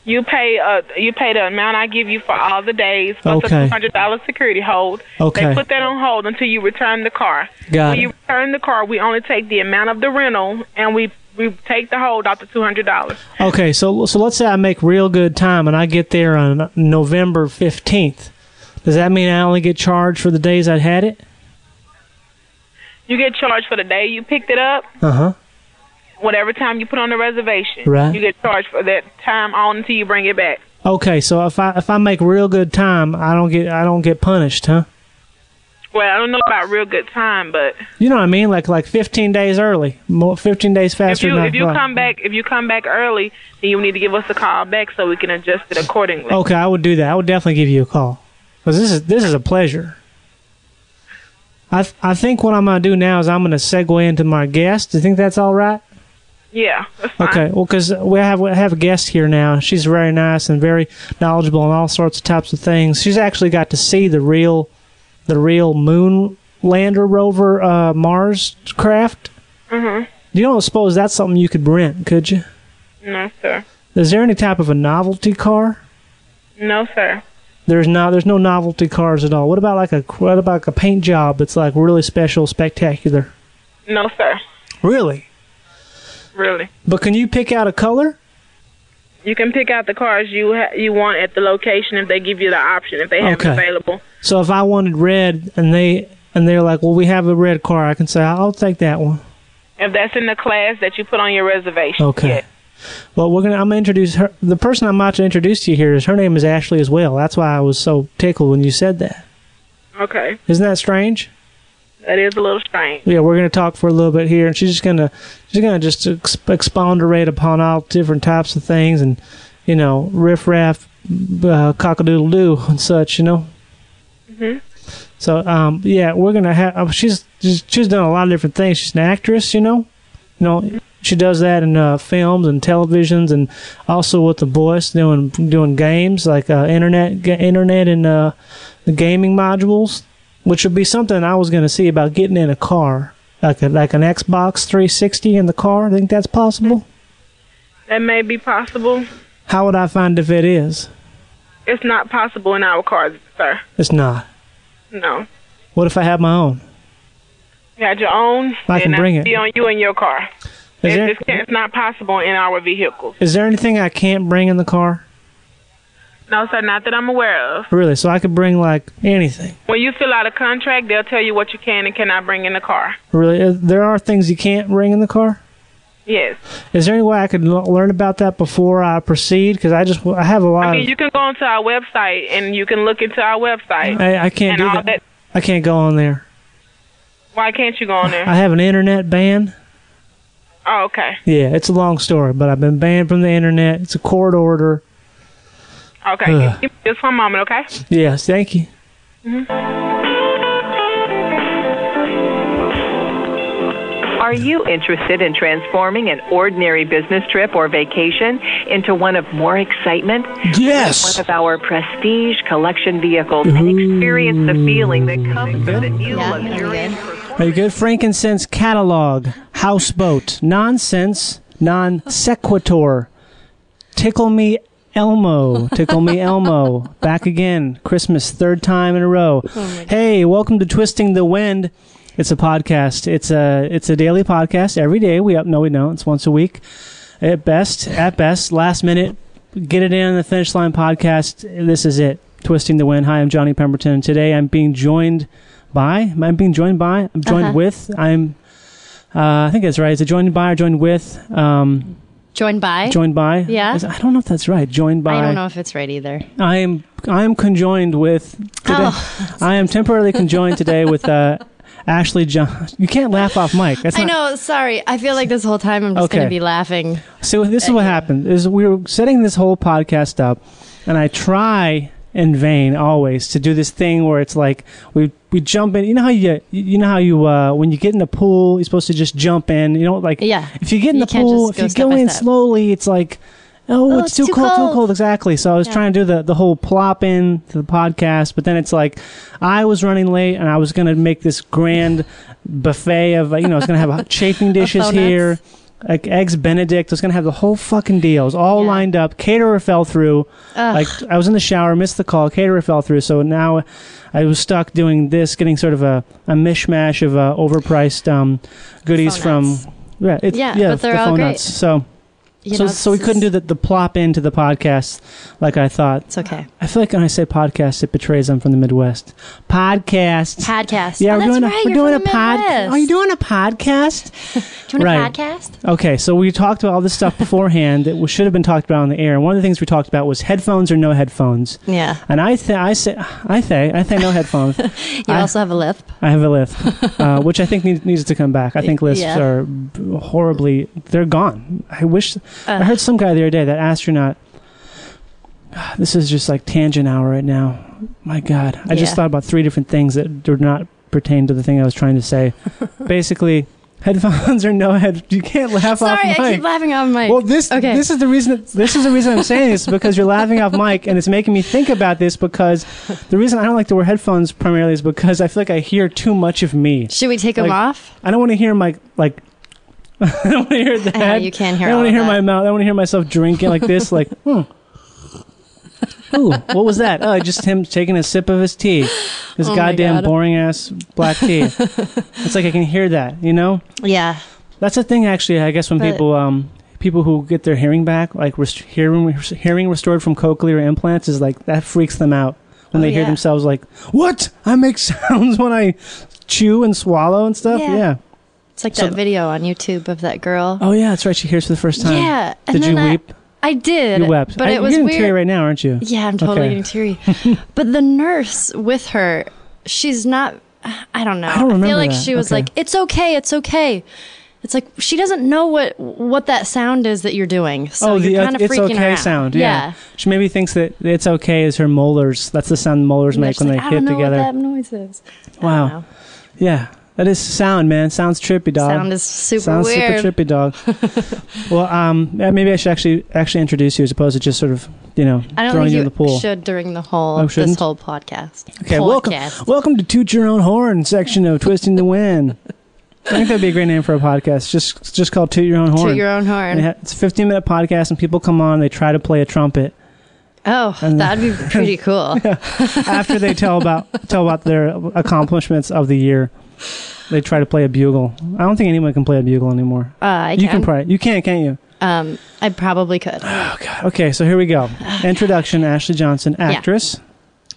[SPEAKER 6] You pay uh you pay the amount I give you for all the days plus
[SPEAKER 2] Okay.
[SPEAKER 6] a two hundred dollar security hold.
[SPEAKER 2] Okay.
[SPEAKER 6] They put that on hold until you return the car.
[SPEAKER 2] Got
[SPEAKER 6] when
[SPEAKER 2] it.
[SPEAKER 6] you return the car, we only take the amount of the rental and we we take the hold off the two hundred dollars.
[SPEAKER 2] Okay, so so let's say I make real good time and I get there on November fifteenth. Does that mean I only get charged for the days I had it?
[SPEAKER 6] You get charged for the day you picked it up,
[SPEAKER 2] Uh huh.
[SPEAKER 6] whatever time you put on the reservation.
[SPEAKER 2] Right.
[SPEAKER 6] You get charged for that time on until you bring it back.
[SPEAKER 2] Okay, so if I if I make real good time, I don't get I don't get punished, huh?
[SPEAKER 6] Well, I don't know about real good time, but
[SPEAKER 2] You know what I mean? Like like fifteen days early, more, fifteen days
[SPEAKER 6] if
[SPEAKER 2] faster.
[SPEAKER 6] you
[SPEAKER 2] than I
[SPEAKER 6] if you
[SPEAKER 2] thought.
[SPEAKER 6] come back if you come back early, then you need to give us a call back so we can adjust it accordingly.
[SPEAKER 2] Okay, I would do that. I would definitely give you a call because this is this is a pleasure. I th- I think what I'm gonna do now is I'm gonna segue into my guest. Do you think that's all right?
[SPEAKER 6] Yeah. that's fine.
[SPEAKER 2] Okay, well, because we have we have a guest here now. She's very nice and very knowledgeable on all sorts of types of things. She's actually got to see the real, the real moon lander rover uh, Mars craft. Mm-hmm. You don't suppose that's something you could rent, could you?
[SPEAKER 6] No, sir.
[SPEAKER 2] Is there any type of a novelty car?
[SPEAKER 6] No, sir.
[SPEAKER 2] There's not. There's no novelty cars at all. What about like a what about like a paint job that's like really special, spectacular?
[SPEAKER 6] No, sir.
[SPEAKER 2] Really?
[SPEAKER 6] Really,
[SPEAKER 2] But can you pick out a color?
[SPEAKER 6] you can pick out the cars you ha- you want at the location if they give you the option if they have
[SPEAKER 2] Okay.
[SPEAKER 6] it available.
[SPEAKER 2] So if I wanted red and they and they're like, well, we have a red car, I can say I'll take that one.
[SPEAKER 6] If that's in the class that you put on your reservation.
[SPEAKER 2] Okay.
[SPEAKER 6] yes.
[SPEAKER 2] Well, we're gonna. I'm gonna introduce her. The person I'm about to introduce to you here is her name is Ashley as well. That's why I was so tickled when you said that. Oh.
[SPEAKER 6] Okay.
[SPEAKER 2] Isn't that strange?
[SPEAKER 6] That is a little strange.
[SPEAKER 2] Yeah, we're gonna talk for a little bit here, and she's just gonna she's gonna just ex- exponderate upon all different types of things, and you know, riff raff, uh, cockadoodle doo, and such. You know. Mm-hmm. So, um, yeah, we're gonna have. Uh, she's, she's she's done a lot of different things. She's an actress, you know. You know, she does that in uh, films and televisions, and also with the voice doing doing games like uh, internet ga- internet and uh, the gaming modules, which would be something I was going to see about getting in a car, like a, like an Xbox 360 in the car. Think that's possible?
[SPEAKER 6] That may be possible.
[SPEAKER 2] How would I find if it is?
[SPEAKER 6] It's not possible in our cars, sir.
[SPEAKER 2] It's not.
[SPEAKER 6] No.
[SPEAKER 2] What if I have my own?
[SPEAKER 6] You had your own.
[SPEAKER 2] I can
[SPEAKER 6] and
[SPEAKER 2] bring
[SPEAKER 6] that'd
[SPEAKER 2] it.
[SPEAKER 6] Be on you and your car.
[SPEAKER 2] Is
[SPEAKER 6] It-
[SPEAKER 2] there
[SPEAKER 6] it's, can't- it's not possible in our vehicles.
[SPEAKER 2] is there anything I can't bring in the car?
[SPEAKER 6] No, sir. Not that I'm aware of.
[SPEAKER 2] Really? So I could bring like anything.
[SPEAKER 6] When you fill out a contract, they'll tell you what you can and cannot bring in the car.
[SPEAKER 2] Really? Uh, There are things you can't bring in the car.
[SPEAKER 6] Yes.
[SPEAKER 2] Is there any way I could l- learn about that before I proceed? Because I just I have a lot.
[SPEAKER 6] I mean,
[SPEAKER 2] of,
[SPEAKER 6] you can go onto our website and you can look into our website.
[SPEAKER 2] I, I can't
[SPEAKER 6] and
[SPEAKER 2] do
[SPEAKER 6] all
[SPEAKER 2] that.
[SPEAKER 6] that.
[SPEAKER 2] I can't go on there.
[SPEAKER 6] Why can't you go on there?
[SPEAKER 2] I have an internet ban.
[SPEAKER 6] oh, okay.
[SPEAKER 2] Yeah, it's a long story, but I've been banned from the internet. It's a court order.
[SPEAKER 6] Okay.
[SPEAKER 2] Ugh.
[SPEAKER 6] Give me just one moment, okay?
[SPEAKER 2] Yes, thank you.
[SPEAKER 7] Are you interested in transforming an ordinary business trip or vacation into one of more excitement?
[SPEAKER 2] Yes.
[SPEAKER 7] One of our prestige collection vehicles and experience the feeling that comes with the new luxurious
[SPEAKER 2] A good frankincense catalog, houseboat, nonsense, non sequitur, tickle me Elmo, tickle me Elmo. Back again, Christmas, third time in a row. hey, welcome to Twisting the Wind. It's a podcast. It's a it's a daily podcast. Every day we up. No, we don't. It's once a week, at best. At best, last minute. Get it in on the finish line podcast. This is it. Twisting the wind. Hi, I'm Johnny Pemberton. Today I'm being joined by. I'm being joined by. I'm joined
[SPEAKER 8] Uh-huh.
[SPEAKER 2] with. I'm. Uh, I think that's right. Is it joined by or joined with? Um,
[SPEAKER 8] Joined by.
[SPEAKER 2] joined by.
[SPEAKER 8] Yeah.
[SPEAKER 2] Is- I don't know if that's right. Joined by.
[SPEAKER 8] I don't know if it's right either.
[SPEAKER 2] I am I am conjoined with today.
[SPEAKER 8] Oh.
[SPEAKER 2] I am temporarily conjoined today with uh, Ashley John. You can't laugh off mic. That's
[SPEAKER 8] I
[SPEAKER 2] not-
[SPEAKER 8] know. Sorry. I feel like this whole time I'm just
[SPEAKER 2] Okay.
[SPEAKER 8] going to be laughing.
[SPEAKER 2] So this is what happened: is we were setting this whole podcast up, and I try in vain always to do this thing where it's like we we jump in. You know how you you know how you uh, when you get in the pool, you're supposed to just jump in. You know, like
[SPEAKER 8] Yeah.
[SPEAKER 2] if you get in
[SPEAKER 8] You
[SPEAKER 2] the
[SPEAKER 8] can't
[SPEAKER 2] pool,
[SPEAKER 8] just
[SPEAKER 2] if you
[SPEAKER 8] go step
[SPEAKER 2] go
[SPEAKER 8] by
[SPEAKER 2] in
[SPEAKER 8] step.
[SPEAKER 2] slowly, it's like. Oh, it's, too, cold, too cold. Exactly. So I was
[SPEAKER 8] Yeah.
[SPEAKER 2] trying to do the, the whole plop in to the podcast, but then it's like I was running late and I was going to make this grand buffet of, uh, you know, I was going to have chafing dishes
[SPEAKER 8] donuts.
[SPEAKER 2] here, like eggs benedict i was gonna have the whole fucking deal it was all
[SPEAKER 8] Yeah.
[SPEAKER 2] lined up caterer fell through like i was in the shower missed the call caterer fell through so now i was stuck doing this getting sort of a, a mishmash of uh, overpriced um, goodies
[SPEAKER 8] Phone
[SPEAKER 2] from
[SPEAKER 8] nuts.
[SPEAKER 2] yeah, it's,
[SPEAKER 8] Yeah,
[SPEAKER 2] yeah
[SPEAKER 8] but they're
[SPEAKER 2] the
[SPEAKER 8] all
[SPEAKER 2] phone
[SPEAKER 8] great.
[SPEAKER 2] nuts so
[SPEAKER 8] You
[SPEAKER 2] so,
[SPEAKER 8] know,
[SPEAKER 2] so we
[SPEAKER 8] this
[SPEAKER 2] couldn't do
[SPEAKER 8] is-
[SPEAKER 2] the, the plop into the podcast like i thought
[SPEAKER 8] It's okay.
[SPEAKER 2] i feel like when i say podcast it betrays i'm from the midwest podcast
[SPEAKER 8] Podcast.
[SPEAKER 2] yeah we're
[SPEAKER 8] Oh, that's
[SPEAKER 2] doing a,
[SPEAKER 8] right,
[SPEAKER 2] we're
[SPEAKER 8] you're
[SPEAKER 2] doing a
[SPEAKER 8] from the
[SPEAKER 2] pod
[SPEAKER 8] Midwest.
[SPEAKER 2] are you doing a podcast
[SPEAKER 8] Do you want
[SPEAKER 2] Right.
[SPEAKER 8] a podcast?
[SPEAKER 2] Okay, so we talked about all this stuff beforehand that we should have been talked about on the air. And one of the things we talked about was headphones or no headphones.
[SPEAKER 8] Yeah.
[SPEAKER 2] And I th- I say I say I say no headphones.
[SPEAKER 8] You
[SPEAKER 2] I-
[SPEAKER 8] also have a lisp.
[SPEAKER 2] I have a lisp, uh, which I think needs, needs to come back. I think lisps
[SPEAKER 8] Yeah.
[SPEAKER 2] are b- horribly they're gone. I wish I heard some guy the other day that astronaut. This is just like tangent hour right now. My God, I just
[SPEAKER 8] Yeah.
[SPEAKER 2] thought about three different things that do not pertain to the thing I was trying to say. Basically, headphones or no head. You can't laugh off
[SPEAKER 8] Sorry,
[SPEAKER 2] mic.
[SPEAKER 8] I keep laughing on my.
[SPEAKER 2] Well, this
[SPEAKER 8] Okay.
[SPEAKER 2] this is the reason this is the reason I'm saying this because you're laughing off mic and it's making me think about this because the reason I don't like to wear headphones primarily is because I feel like I hear too much of me.
[SPEAKER 8] Should we take them
[SPEAKER 2] like-
[SPEAKER 8] off?
[SPEAKER 2] I don't want to hear my like. I don't want to hear that.
[SPEAKER 8] know, you can't hear
[SPEAKER 2] I don't
[SPEAKER 8] all
[SPEAKER 2] want to
[SPEAKER 8] of
[SPEAKER 2] hear my
[SPEAKER 8] that.
[SPEAKER 2] mouth. I want to hear myself drinking like this. Like, hmm. Ooh, what was that? Oh, just him taking a sip of his tea. This
[SPEAKER 8] Oh my
[SPEAKER 2] goddamn
[SPEAKER 8] God.
[SPEAKER 2] boring ass black tea. it's like I can hear that, you know.
[SPEAKER 8] Yeah.
[SPEAKER 2] That's the thing, actually. I guess when
[SPEAKER 6] But-
[SPEAKER 2] people um, people who get their hearing back, like rest- hearing hearing restored from cochlear implants, is like that freaks them out when
[SPEAKER 6] Oh,
[SPEAKER 2] they hear
[SPEAKER 6] yeah.
[SPEAKER 2] themselves like, "What? I make sounds when I chew and swallow and stuff."
[SPEAKER 6] Yeah.
[SPEAKER 2] Yeah.
[SPEAKER 6] It's like
[SPEAKER 2] So
[SPEAKER 6] that video on YouTube of that girl.
[SPEAKER 2] Oh yeah, that's right. She hears for the first time.
[SPEAKER 6] Yeah. And
[SPEAKER 2] Did
[SPEAKER 6] then
[SPEAKER 2] you
[SPEAKER 6] I,
[SPEAKER 2] weep?
[SPEAKER 6] I did.
[SPEAKER 2] you wept.
[SPEAKER 6] But
[SPEAKER 2] I-
[SPEAKER 6] it was
[SPEAKER 2] you're getting
[SPEAKER 6] weird.
[SPEAKER 2] teary right now, aren't you?
[SPEAKER 6] Yeah, I'm totally
[SPEAKER 2] Okay.
[SPEAKER 6] getting teary. but the nurse with her, she's not. I don't know. I,
[SPEAKER 2] don't remember
[SPEAKER 6] feel like
[SPEAKER 2] that.
[SPEAKER 6] she was
[SPEAKER 2] Okay.
[SPEAKER 6] like, "It's okay, it's okay." It's like she doesn't know what what that sound is that you're doing. So
[SPEAKER 2] oh, the
[SPEAKER 6] you're
[SPEAKER 2] uh,
[SPEAKER 6] kind of
[SPEAKER 2] it's
[SPEAKER 6] freaking her
[SPEAKER 2] okay
[SPEAKER 6] out.
[SPEAKER 2] sound. Yeah. She maybe thinks that it's okay is her molars. That's the sound molars
[SPEAKER 6] And
[SPEAKER 2] make
[SPEAKER 6] she's
[SPEAKER 2] when
[SPEAKER 6] like,
[SPEAKER 2] they
[SPEAKER 6] I
[SPEAKER 2] hit
[SPEAKER 6] don't know
[SPEAKER 2] together.
[SPEAKER 6] What that noise is.
[SPEAKER 2] wow. Yeah. That is sound, man. Sounds trippy, dog.
[SPEAKER 6] Sound is super
[SPEAKER 2] Sounds
[SPEAKER 6] weird.
[SPEAKER 2] super trippy, dog. well, um, yeah, maybe I should actually actually introduce you as opposed to just sort of, you know,
[SPEAKER 6] I don't
[SPEAKER 2] throwing
[SPEAKER 6] think
[SPEAKER 2] you
[SPEAKER 6] you
[SPEAKER 2] in the pool.
[SPEAKER 6] should during the whole
[SPEAKER 2] Oh,
[SPEAKER 6] this
[SPEAKER 2] shouldn't?
[SPEAKER 6] whole podcast.
[SPEAKER 2] Okay, welcome,
[SPEAKER 6] podcast.
[SPEAKER 2] welcome to toot your own horn section of twisting the wind. I think that'd be a great name for a podcast. Just just called toot your own
[SPEAKER 6] Toot
[SPEAKER 2] horn.
[SPEAKER 6] Your Own Horn.
[SPEAKER 2] And it ha- It's a fifteen minute podcast, and people come on. They try to play a trumpet
[SPEAKER 6] Oh,
[SPEAKER 2] And-
[SPEAKER 6] that'd be pretty cool.
[SPEAKER 2] after they tell about tell about their accomplishments of the year. They try to play a bugle. I don't think anyone can play a bugle anymore.
[SPEAKER 6] Uh, I
[SPEAKER 2] you can
[SPEAKER 6] can.
[SPEAKER 2] play. You can, can't you?
[SPEAKER 6] Um, I probably could.
[SPEAKER 2] Okay, so here we go. Introduction: Ashley Johnson,
[SPEAKER 6] Yeah.
[SPEAKER 2] actress,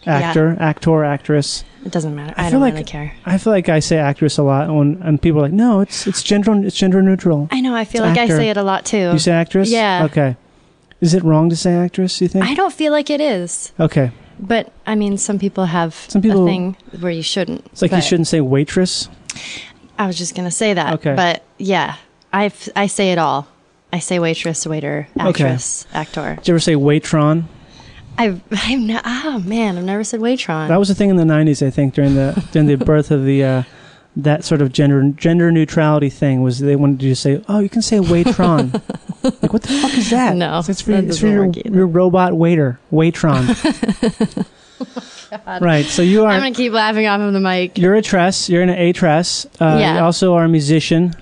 [SPEAKER 6] Yeah.
[SPEAKER 2] actor, actor, actress.
[SPEAKER 6] It doesn't matter.
[SPEAKER 2] I
[SPEAKER 6] I,
[SPEAKER 2] feel
[SPEAKER 6] don't
[SPEAKER 2] like-
[SPEAKER 6] really care.
[SPEAKER 2] I feel like I say actress a lot, when, and people are like, "No, it's it's gender it's gender neutral."
[SPEAKER 6] I know. I feel
[SPEAKER 2] It's
[SPEAKER 6] like
[SPEAKER 2] actor.
[SPEAKER 6] I say it a lot too.
[SPEAKER 2] You say actress?
[SPEAKER 6] Yeah.
[SPEAKER 2] Okay. Is it wrong to say actress? You think?
[SPEAKER 6] I don't feel like it is.
[SPEAKER 2] Okay.
[SPEAKER 6] But I mean, some people have some
[SPEAKER 2] people-
[SPEAKER 6] a thing where you shouldn't.
[SPEAKER 2] It's like you
[SPEAKER 6] but
[SPEAKER 2] shouldn't say waitress.
[SPEAKER 6] I was just gonna say that.
[SPEAKER 2] Okay.
[SPEAKER 6] But yeah, I I say it all. I say waitress, waiter,
[SPEAKER 2] Okay.
[SPEAKER 6] actress, actor.
[SPEAKER 2] Did you ever say waitron?
[SPEAKER 6] I've I've not. Oh man, I've never said waitron.
[SPEAKER 2] That was a thing in the '90s, I think, during the during the birth of the uh, that sort of gender gender neutrality thing. Was they wanted you to say, "Oh, you can say waitron." like, what the fuck is that? No, it's for,
[SPEAKER 6] that
[SPEAKER 2] it's for
[SPEAKER 6] doesn't
[SPEAKER 2] your,
[SPEAKER 6] work
[SPEAKER 2] your robot waiter, waitron. right. So you are
[SPEAKER 6] I'm gonna keep laughing off of the mic.
[SPEAKER 2] you're a tress. You're an a tress. Uh,
[SPEAKER 6] Yeah.
[SPEAKER 2] You also are a musician.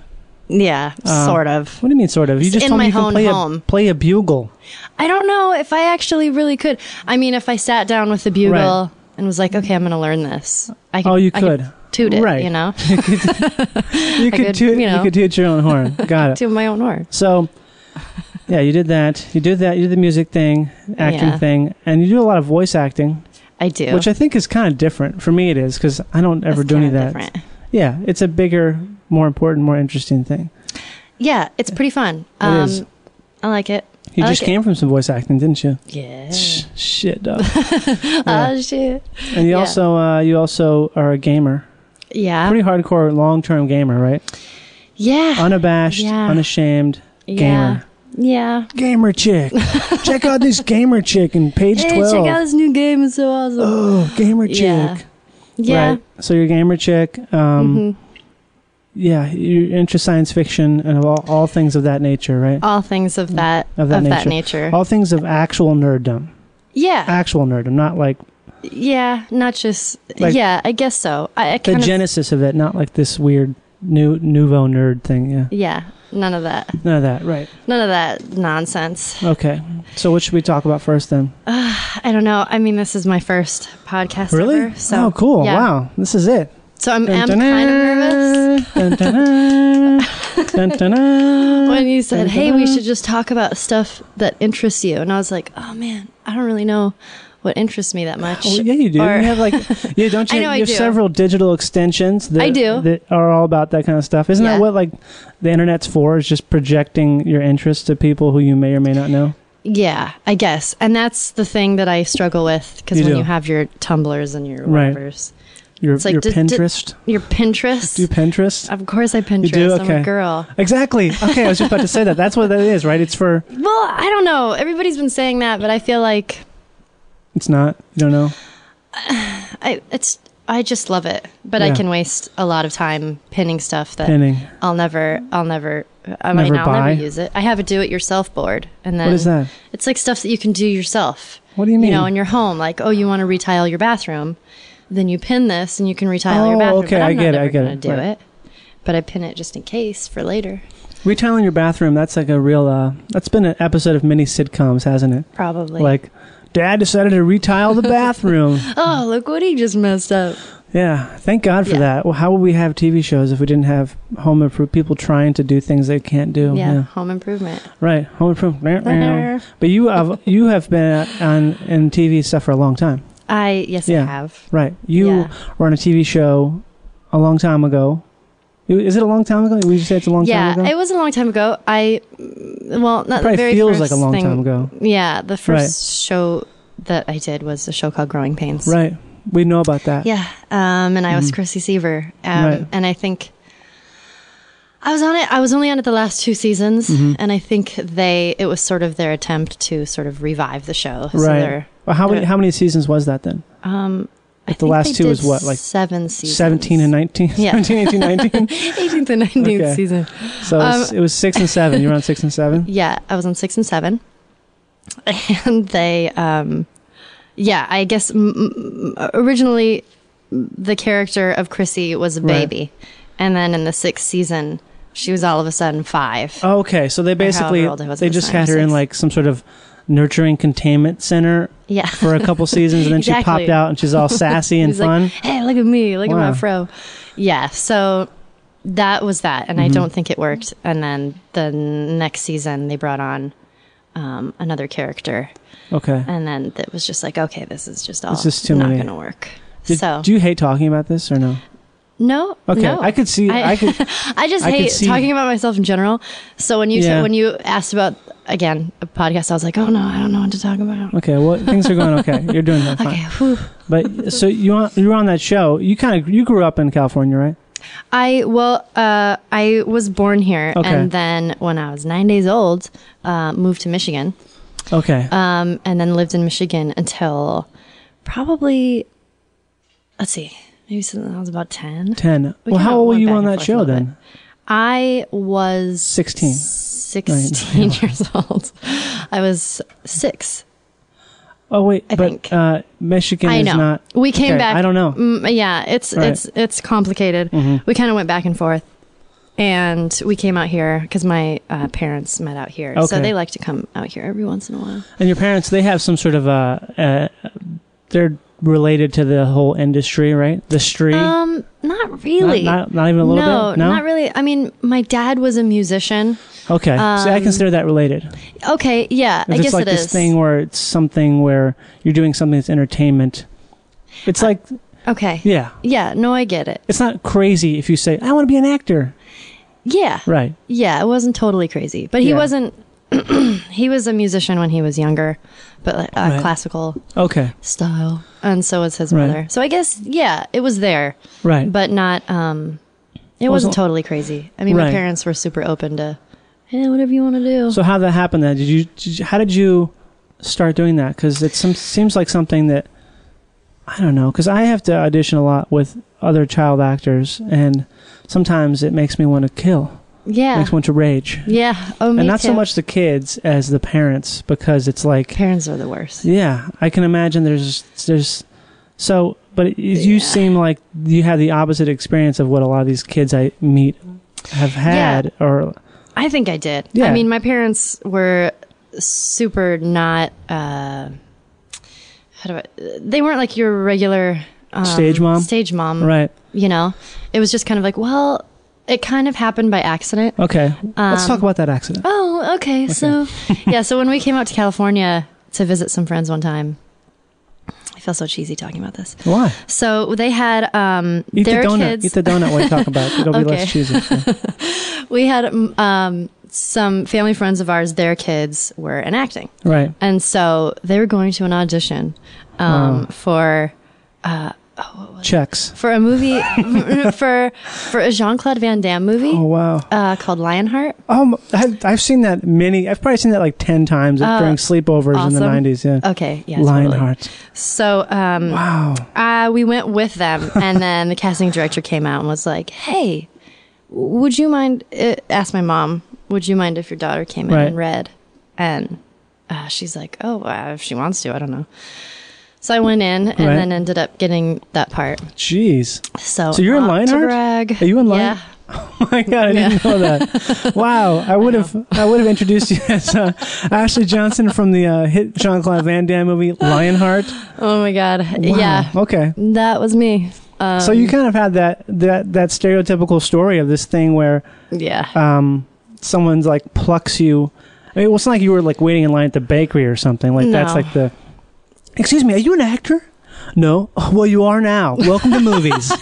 [SPEAKER 6] Yeah,
[SPEAKER 2] Um,
[SPEAKER 6] sort of.
[SPEAKER 2] What do you mean, sort of? You
[SPEAKER 6] It's
[SPEAKER 2] just
[SPEAKER 6] in
[SPEAKER 2] told me
[SPEAKER 6] my
[SPEAKER 2] you can
[SPEAKER 6] own
[SPEAKER 2] play a,
[SPEAKER 6] home.
[SPEAKER 2] play a bugle.
[SPEAKER 6] I don't know if I actually really could. I mean, if I sat down with the bugle
[SPEAKER 2] Right.
[SPEAKER 6] and was like, okay, I'm gonna learn this. I could,
[SPEAKER 2] Oh, you
[SPEAKER 6] I
[SPEAKER 2] could.
[SPEAKER 6] toot it.
[SPEAKER 2] Right.
[SPEAKER 6] You know,
[SPEAKER 2] You
[SPEAKER 6] I
[SPEAKER 2] could,
[SPEAKER 6] could,
[SPEAKER 2] toot,
[SPEAKER 6] you
[SPEAKER 2] you,
[SPEAKER 6] know.
[SPEAKER 2] could toot your own horn. Got it.
[SPEAKER 6] toot my own horn.
[SPEAKER 2] So, yeah, you did that. You did that. You did the music thing, acting
[SPEAKER 6] Yeah.
[SPEAKER 2] thing, and you do a lot of voice acting.
[SPEAKER 6] I do.
[SPEAKER 2] Which I think is kind of different. For me, it is because I don't ever do any of that. Yeah, it's a bigger, more important, more interesting thing.
[SPEAKER 6] Yeah, it's pretty fun.
[SPEAKER 2] It
[SPEAKER 6] Um,
[SPEAKER 2] is.
[SPEAKER 6] I like it.
[SPEAKER 2] You
[SPEAKER 6] I
[SPEAKER 2] just
[SPEAKER 6] like
[SPEAKER 2] came from some voice acting, didn't you?
[SPEAKER 6] It. Yeah.
[SPEAKER 2] Shit, dog.
[SPEAKER 6] Oh shit.
[SPEAKER 2] And you
[SPEAKER 6] Yeah. Ah.
[SPEAKER 2] also uh, you also are a gamer,
[SPEAKER 6] Yeah.
[SPEAKER 2] pretty hardcore, long term gamer, right?
[SPEAKER 6] yeah.
[SPEAKER 2] Unabashed,
[SPEAKER 6] Yeah.
[SPEAKER 2] unashamed
[SPEAKER 6] yeah.
[SPEAKER 2] gamer.
[SPEAKER 6] Yeah.
[SPEAKER 2] Gamer chick. check out this gamer chick in page
[SPEAKER 6] Hey,
[SPEAKER 2] twelve.
[SPEAKER 6] check out this new game. It's so awesome.
[SPEAKER 2] Oh, gamer chick.
[SPEAKER 6] Yeah. Yeah.
[SPEAKER 2] Right. So you're a gamer chick. Um,
[SPEAKER 6] Mhm.
[SPEAKER 2] Yeah, you're into science fiction and of all, all things of that nature, right?
[SPEAKER 6] All things of that
[SPEAKER 2] of that, nature.
[SPEAKER 6] nature.
[SPEAKER 2] All things of actual nerddom.
[SPEAKER 6] yeah.
[SPEAKER 2] Actual nerddom, not like
[SPEAKER 6] yeah. Not just.
[SPEAKER 2] Like-
[SPEAKER 6] yeah. I guess so. I, I
[SPEAKER 2] the
[SPEAKER 6] kind of.
[SPEAKER 2] genesis of it, not like this weird new nouveau nerd thing. Yeah.
[SPEAKER 6] yeah. None of that.
[SPEAKER 2] None of that, right.
[SPEAKER 6] None of that nonsense.
[SPEAKER 2] Okay. So what should we talk about first then?
[SPEAKER 6] Uh, I don't know. I mean, this is my first podcast
[SPEAKER 2] really?
[SPEAKER 6] ever. So,
[SPEAKER 2] oh, cool.
[SPEAKER 6] yeah.
[SPEAKER 2] Wow. This is it.
[SPEAKER 6] So I'm,
[SPEAKER 2] Dun,
[SPEAKER 6] I'm
[SPEAKER 2] dun,
[SPEAKER 6] kind of nervous.
[SPEAKER 2] Dun, dun, dun, dun, dun.
[SPEAKER 6] when you said,
[SPEAKER 2] Dun,
[SPEAKER 6] "Hey,
[SPEAKER 2] dun,
[SPEAKER 6] we
[SPEAKER 2] dun.
[SPEAKER 6] should just talk about stuff that interests you," and I was like, "Oh man, I don't really know what interests me that much."
[SPEAKER 2] Well, Oh, yeah, you do.
[SPEAKER 6] Or-
[SPEAKER 2] you have like, yeah, don't you?
[SPEAKER 6] I know I
[SPEAKER 2] you have
[SPEAKER 6] do.
[SPEAKER 2] several digital extensions. That,
[SPEAKER 6] I do.
[SPEAKER 2] That are all about that kind of stuff. Isn't
[SPEAKER 6] Yeah.
[SPEAKER 2] that what like the internet's for? Is just projecting your interests to people who you may or may not know.
[SPEAKER 6] yeah, I guess, and that's the thing that I struggle with because
[SPEAKER 2] You
[SPEAKER 6] when
[SPEAKER 2] do.
[SPEAKER 6] you have your tumblers and your
[SPEAKER 2] Right.
[SPEAKER 6] whatevers,
[SPEAKER 2] Your your
[SPEAKER 6] d- d-
[SPEAKER 2] Pinterest.
[SPEAKER 6] your Pinterest.
[SPEAKER 2] do you Pinterest?
[SPEAKER 6] of course, I Pinterest.
[SPEAKER 2] You do?
[SPEAKER 6] I'm
[SPEAKER 2] Okay.
[SPEAKER 6] a girl.
[SPEAKER 2] Exactly. Okay, I was just about to say that. That's what that is, right? It's for.
[SPEAKER 6] Well, I don't know. Everybody's been saying that, but I feel like
[SPEAKER 2] It's not. You don't know.
[SPEAKER 6] I it's I just love it, but I
[SPEAKER 2] Yeah.
[SPEAKER 6] can waste a lot of time pinning stuff that
[SPEAKER 2] Pinning.
[SPEAKER 6] I'll never I'll never uh, I
[SPEAKER 2] Never
[SPEAKER 6] might not I'll
[SPEAKER 2] buy?
[SPEAKER 6] never use it. I have a do it yourself board, and then
[SPEAKER 2] What is that?
[SPEAKER 6] It's like stuff that you can do yourself.
[SPEAKER 2] What do you mean?
[SPEAKER 6] You know, in your home, like oh, you want to retile your bathroom, then you pin this and you can retile your
[SPEAKER 2] Oh,
[SPEAKER 6] bathroom.
[SPEAKER 2] okay,
[SPEAKER 6] but I'm
[SPEAKER 2] I
[SPEAKER 6] not
[SPEAKER 2] get it, I
[SPEAKER 6] ever
[SPEAKER 2] get
[SPEAKER 6] gonna
[SPEAKER 2] it,
[SPEAKER 6] Do
[SPEAKER 2] right.
[SPEAKER 6] it, but I pin it just in case for later,
[SPEAKER 2] Retiling your bathroom. That's like a real. Uh, that's been an episode of many sitcoms, hasn't it?
[SPEAKER 6] probably.
[SPEAKER 2] Like, Dad decided to retile the bathroom.
[SPEAKER 6] oh, look what he just messed up.
[SPEAKER 2] Yeah, thank God for that. Well, how would we have TV shows if we didn't have home improvement people trying to do things they can't do?
[SPEAKER 6] yeah, home improvement.
[SPEAKER 2] Right, home improvement. but you have you have been on in TV stuff for a long time.
[SPEAKER 6] I yes, I have.
[SPEAKER 2] Right, you
[SPEAKER 6] Yeah.
[SPEAKER 2] were on a TV show a long time ago. You- Is it a long time ago? Would you say it's a long
[SPEAKER 6] yeah,
[SPEAKER 2] time ago?
[SPEAKER 6] it was a long time ago. I mm, well, not
[SPEAKER 2] Probably
[SPEAKER 6] the very
[SPEAKER 2] feels
[SPEAKER 6] first
[SPEAKER 2] like a long
[SPEAKER 6] thing-
[SPEAKER 2] time ago.
[SPEAKER 6] Yeah, the first
[SPEAKER 2] Right.
[SPEAKER 6] show that I did was a show called Growing Pains.
[SPEAKER 2] right. We know about that.
[SPEAKER 6] Yeah, um, and I was
[SPEAKER 2] Mhm.
[SPEAKER 6] Chrissy Seaver, um,
[SPEAKER 2] Right.
[SPEAKER 6] and I think I was on it. I was only on it the last two seasons,
[SPEAKER 2] Mhm.
[SPEAKER 6] and I think they it was sort of their attempt to sort of revive the show. So
[SPEAKER 2] right.
[SPEAKER 6] they're-
[SPEAKER 2] Well, how many
[SPEAKER 6] they're-
[SPEAKER 2] how many seasons was that then?
[SPEAKER 6] Um, I
[SPEAKER 2] Like the
[SPEAKER 6] think
[SPEAKER 2] last
[SPEAKER 6] they
[SPEAKER 2] two
[SPEAKER 6] did
[SPEAKER 2] is what, like
[SPEAKER 6] seven seasons,
[SPEAKER 2] 17 and 19
[SPEAKER 6] Yeah.
[SPEAKER 2] 17 18 19
[SPEAKER 6] 18th and 19th
[SPEAKER 2] Okay.
[SPEAKER 6] season.
[SPEAKER 2] so it was,
[SPEAKER 6] Um,
[SPEAKER 2] it was six and seven you were on six and seven
[SPEAKER 6] Yeah, I was on six and seven, and they, um, yeah, I guess m- m- originally the character of Chrissy was a
[SPEAKER 2] Right.
[SPEAKER 6] baby, and then in the sixth season, she was all of a sudden five.
[SPEAKER 2] Oh, okay so they
[SPEAKER 6] Or however
[SPEAKER 2] basically
[SPEAKER 6] old I was at
[SPEAKER 2] they
[SPEAKER 6] the
[SPEAKER 2] just
[SPEAKER 6] time,
[SPEAKER 2] had her in
[SPEAKER 6] six.
[SPEAKER 2] like some sort of nurturing containment center
[SPEAKER 6] Yeah.
[SPEAKER 2] for a couple seasons and then she
[SPEAKER 6] Exactly.
[SPEAKER 2] popped out and she's all sassy and
[SPEAKER 6] She's like,
[SPEAKER 2] fun
[SPEAKER 6] hey, look at me, look at
[SPEAKER 2] Wow.
[SPEAKER 6] my fro. Yeah, so that was that, and
[SPEAKER 2] Mhm.
[SPEAKER 6] I don't think it worked. And then the next season, they brought on um, another character.
[SPEAKER 2] okay
[SPEAKER 6] And then it was just like, okay, this is just all
[SPEAKER 2] it's just too
[SPEAKER 6] not
[SPEAKER 2] many
[SPEAKER 6] going to work.
[SPEAKER 2] Did-
[SPEAKER 6] so
[SPEAKER 2] do you hate talking about this or no
[SPEAKER 6] No.
[SPEAKER 2] Okay,
[SPEAKER 6] no.
[SPEAKER 2] I could see- I could-
[SPEAKER 6] I just
[SPEAKER 2] I could
[SPEAKER 6] hate
[SPEAKER 2] see-
[SPEAKER 6] talking about myself in general. So when you
[SPEAKER 2] Yeah.
[SPEAKER 6] when you asked about again a podcast, I was like, oh no, I don't know what to talk about.
[SPEAKER 2] okay well things are going okay you're doing fine
[SPEAKER 6] Okay, whew.
[SPEAKER 2] but so you on, you were on that show you kind of you grew up in California right
[SPEAKER 6] I well, uh, I was born here,
[SPEAKER 2] Okay.
[SPEAKER 6] and then when I was nine days old, uh, moved to Michigan,
[SPEAKER 2] okay
[SPEAKER 6] um, and then lived in Michigan until probably let's see, maybe since I was about ten.
[SPEAKER 2] 10
[SPEAKER 6] We
[SPEAKER 2] well
[SPEAKER 6] kinda
[SPEAKER 2] how old were
[SPEAKER 6] went
[SPEAKER 2] you
[SPEAKER 6] back
[SPEAKER 2] on
[SPEAKER 6] and
[SPEAKER 2] that
[SPEAKER 6] forth a
[SPEAKER 2] show
[SPEAKER 6] little
[SPEAKER 2] then
[SPEAKER 6] I was 16. 16 years old. I was six.
[SPEAKER 2] Oh wait, but uh, Michigan
[SPEAKER 6] I
[SPEAKER 2] is
[SPEAKER 6] know.
[SPEAKER 2] not.
[SPEAKER 6] we came
[SPEAKER 2] Okay,
[SPEAKER 6] back.
[SPEAKER 2] I don't know.
[SPEAKER 6] Mm, yeah, it's
[SPEAKER 2] Right.
[SPEAKER 6] it's it's complicated.
[SPEAKER 2] Mhm.
[SPEAKER 6] We kind of went back and forth, and we came out here because my uh, parents met out here, so
[SPEAKER 2] Okay.
[SPEAKER 6] they like to come out here every once in a while.
[SPEAKER 2] And your parents, they have some sort of uh, uh they're related to the whole industry, right? The street.
[SPEAKER 6] Um, not really.
[SPEAKER 2] Not- not- not even a little
[SPEAKER 6] no,
[SPEAKER 2] bit? No?
[SPEAKER 6] not really. I mean, my dad was a musician.
[SPEAKER 2] okay, so I
[SPEAKER 6] um,
[SPEAKER 2] consider that related.
[SPEAKER 6] Okay, yeah,
[SPEAKER 2] If
[SPEAKER 6] I
[SPEAKER 2] it's
[SPEAKER 6] guess
[SPEAKER 2] like
[SPEAKER 6] it
[SPEAKER 2] this
[SPEAKER 6] is.
[SPEAKER 2] thing where it's something where you're doing something that's entertainment. It's
[SPEAKER 6] Uh,
[SPEAKER 2] like
[SPEAKER 6] Okay.
[SPEAKER 2] yeah,
[SPEAKER 6] Yeah. No, I get it.
[SPEAKER 2] it's not crazy if you say I want to be an actor,
[SPEAKER 6] Yeah.
[SPEAKER 2] right?
[SPEAKER 6] Yeah, it wasn't totally crazy, but he
[SPEAKER 2] Yeah.
[SPEAKER 6] wasn't. he was a musician when he was younger, but like, uh,
[SPEAKER 2] Right.
[SPEAKER 6] classical
[SPEAKER 2] Okay,
[SPEAKER 6] style, and so was his
[SPEAKER 2] Right.
[SPEAKER 6] mother. So I guess yeah, it was there,
[SPEAKER 2] Right.
[SPEAKER 6] But not. um It
[SPEAKER 2] Wasn't-
[SPEAKER 6] wasn't, totally crazy. I mean, my
[SPEAKER 2] Right.
[SPEAKER 6] parents were super open to, hey, whatever you want to do.
[SPEAKER 2] So how that happened? Then did you, did you- How did you start doing that? Because it some, seems like something that I don't know. Because I have to audition a lot with other child actors, and sometimes it makes me want to kill.
[SPEAKER 6] Yeah.
[SPEAKER 2] makes me want to rage.
[SPEAKER 6] yeah. Oh, me
[SPEAKER 2] and not so
[SPEAKER 6] too.
[SPEAKER 2] much the kids as the parents, because it's like
[SPEAKER 6] parents are the worst.
[SPEAKER 2] Yeah, I can imagine. There's there's so, but it, you seem like you have the opposite experience of what a lot of these kids I meet have had, or
[SPEAKER 6] I think I did.
[SPEAKER 2] Yeah.
[SPEAKER 6] I mean, my parents were super not. Uh, how do I? They weren't like your regular um,
[SPEAKER 2] Stage mom?
[SPEAKER 6] Stage mom,
[SPEAKER 2] Right.
[SPEAKER 6] You know, it was just kind of like, well, it kind of happened by accident.
[SPEAKER 2] Okay, let's
[SPEAKER 6] Um,
[SPEAKER 2] talk about that accident.
[SPEAKER 6] Oh, okay. So, yeah. So when we came out to California to visit some friends one time, I feel so cheesy talking about this.
[SPEAKER 2] Why?
[SPEAKER 6] So they had um,
[SPEAKER 2] Eat the
[SPEAKER 6] their
[SPEAKER 2] donut.
[SPEAKER 6] kids.
[SPEAKER 2] Eat the donut while you talk about it. It'll be less cheesy.
[SPEAKER 6] we had um, um, some family friends of ours. Their kids were enacting,
[SPEAKER 2] Right.
[SPEAKER 6] and so they were going to an audition um,
[SPEAKER 2] Wow.
[SPEAKER 6] for uh,
[SPEAKER 2] Checks.
[SPEAKER 6] for a movie for for a Jean Claude Van Damme movie. Oh
[SPEAKER 2] wow!
[SPEAKER 6] Uh, called Lionheart.
[SPEAKER 2] Um, I've, I've seen that many. I've probably seen that like ten times
[SPEAKER 6] Oh,
[SPEAKER 2] during sleepovers in the
[SPEAKER 6] awesome.
[SPEAKER 2] nineties. Yeah. Oh,
[SPEAKER 6] Okay, yeah, totally.
[SPEAKER 2] Lionheart.
[SPEAKER 6] So um,
[SPEAKER 2] wow,
[SPEAKER 6] uh, we went with them, and then the casting director came out and was like, "Hey, would you mind?" Uh, asked my mom, "Would you mind if your daughter came in
[SPEAKER 2] Right.
[SPEAKER 6] and read?" And uh, she's like, "Oh, uh, if she wants to, I don't know." So I went in and
[SPEAKER 2] Right.
[SPEAKER 6] then ended up getting that part.
[SPEAKER 2] Jeez.
[SPEAKER 6] So,
[SPEAKER 2] so you're in
[SPEAKER 6] not to
[SPEAKER 2] Lionheart?
[SPEAKER 6] brag.
[SPEAKER 2] Are you in
[SPEAKER 6] Yeah.
[SPEAKER 2] Lionheart? Oh my god, I didn't know that. Wow, I would have I would have introduced you as uh, Ashley Johnson from the uh, hit Jean Claude Van Damme movie Lionheart.
[SPEAKER 6] Oh my god.
[SPEAKER 2] Wow.
[SPEAKER 6] Yeah.
[SPEAKER 2] Okay.
[SPEAKER 6] That was me. Um,
[SPEAKER 2] so you kind of had that that that stereotypical story of this thing where
[SPEAKER 6] yeah
[SPEAKER 2] um someone's like plucks you. I mean, it wasn't like you were like waiting in line at the bakery or something. Like that's
[SPEAKER 6] No.
[SPEAKER 2] like the. Excuse me, are you an actor? No. "Oh, well, you are now. Welcome to movies.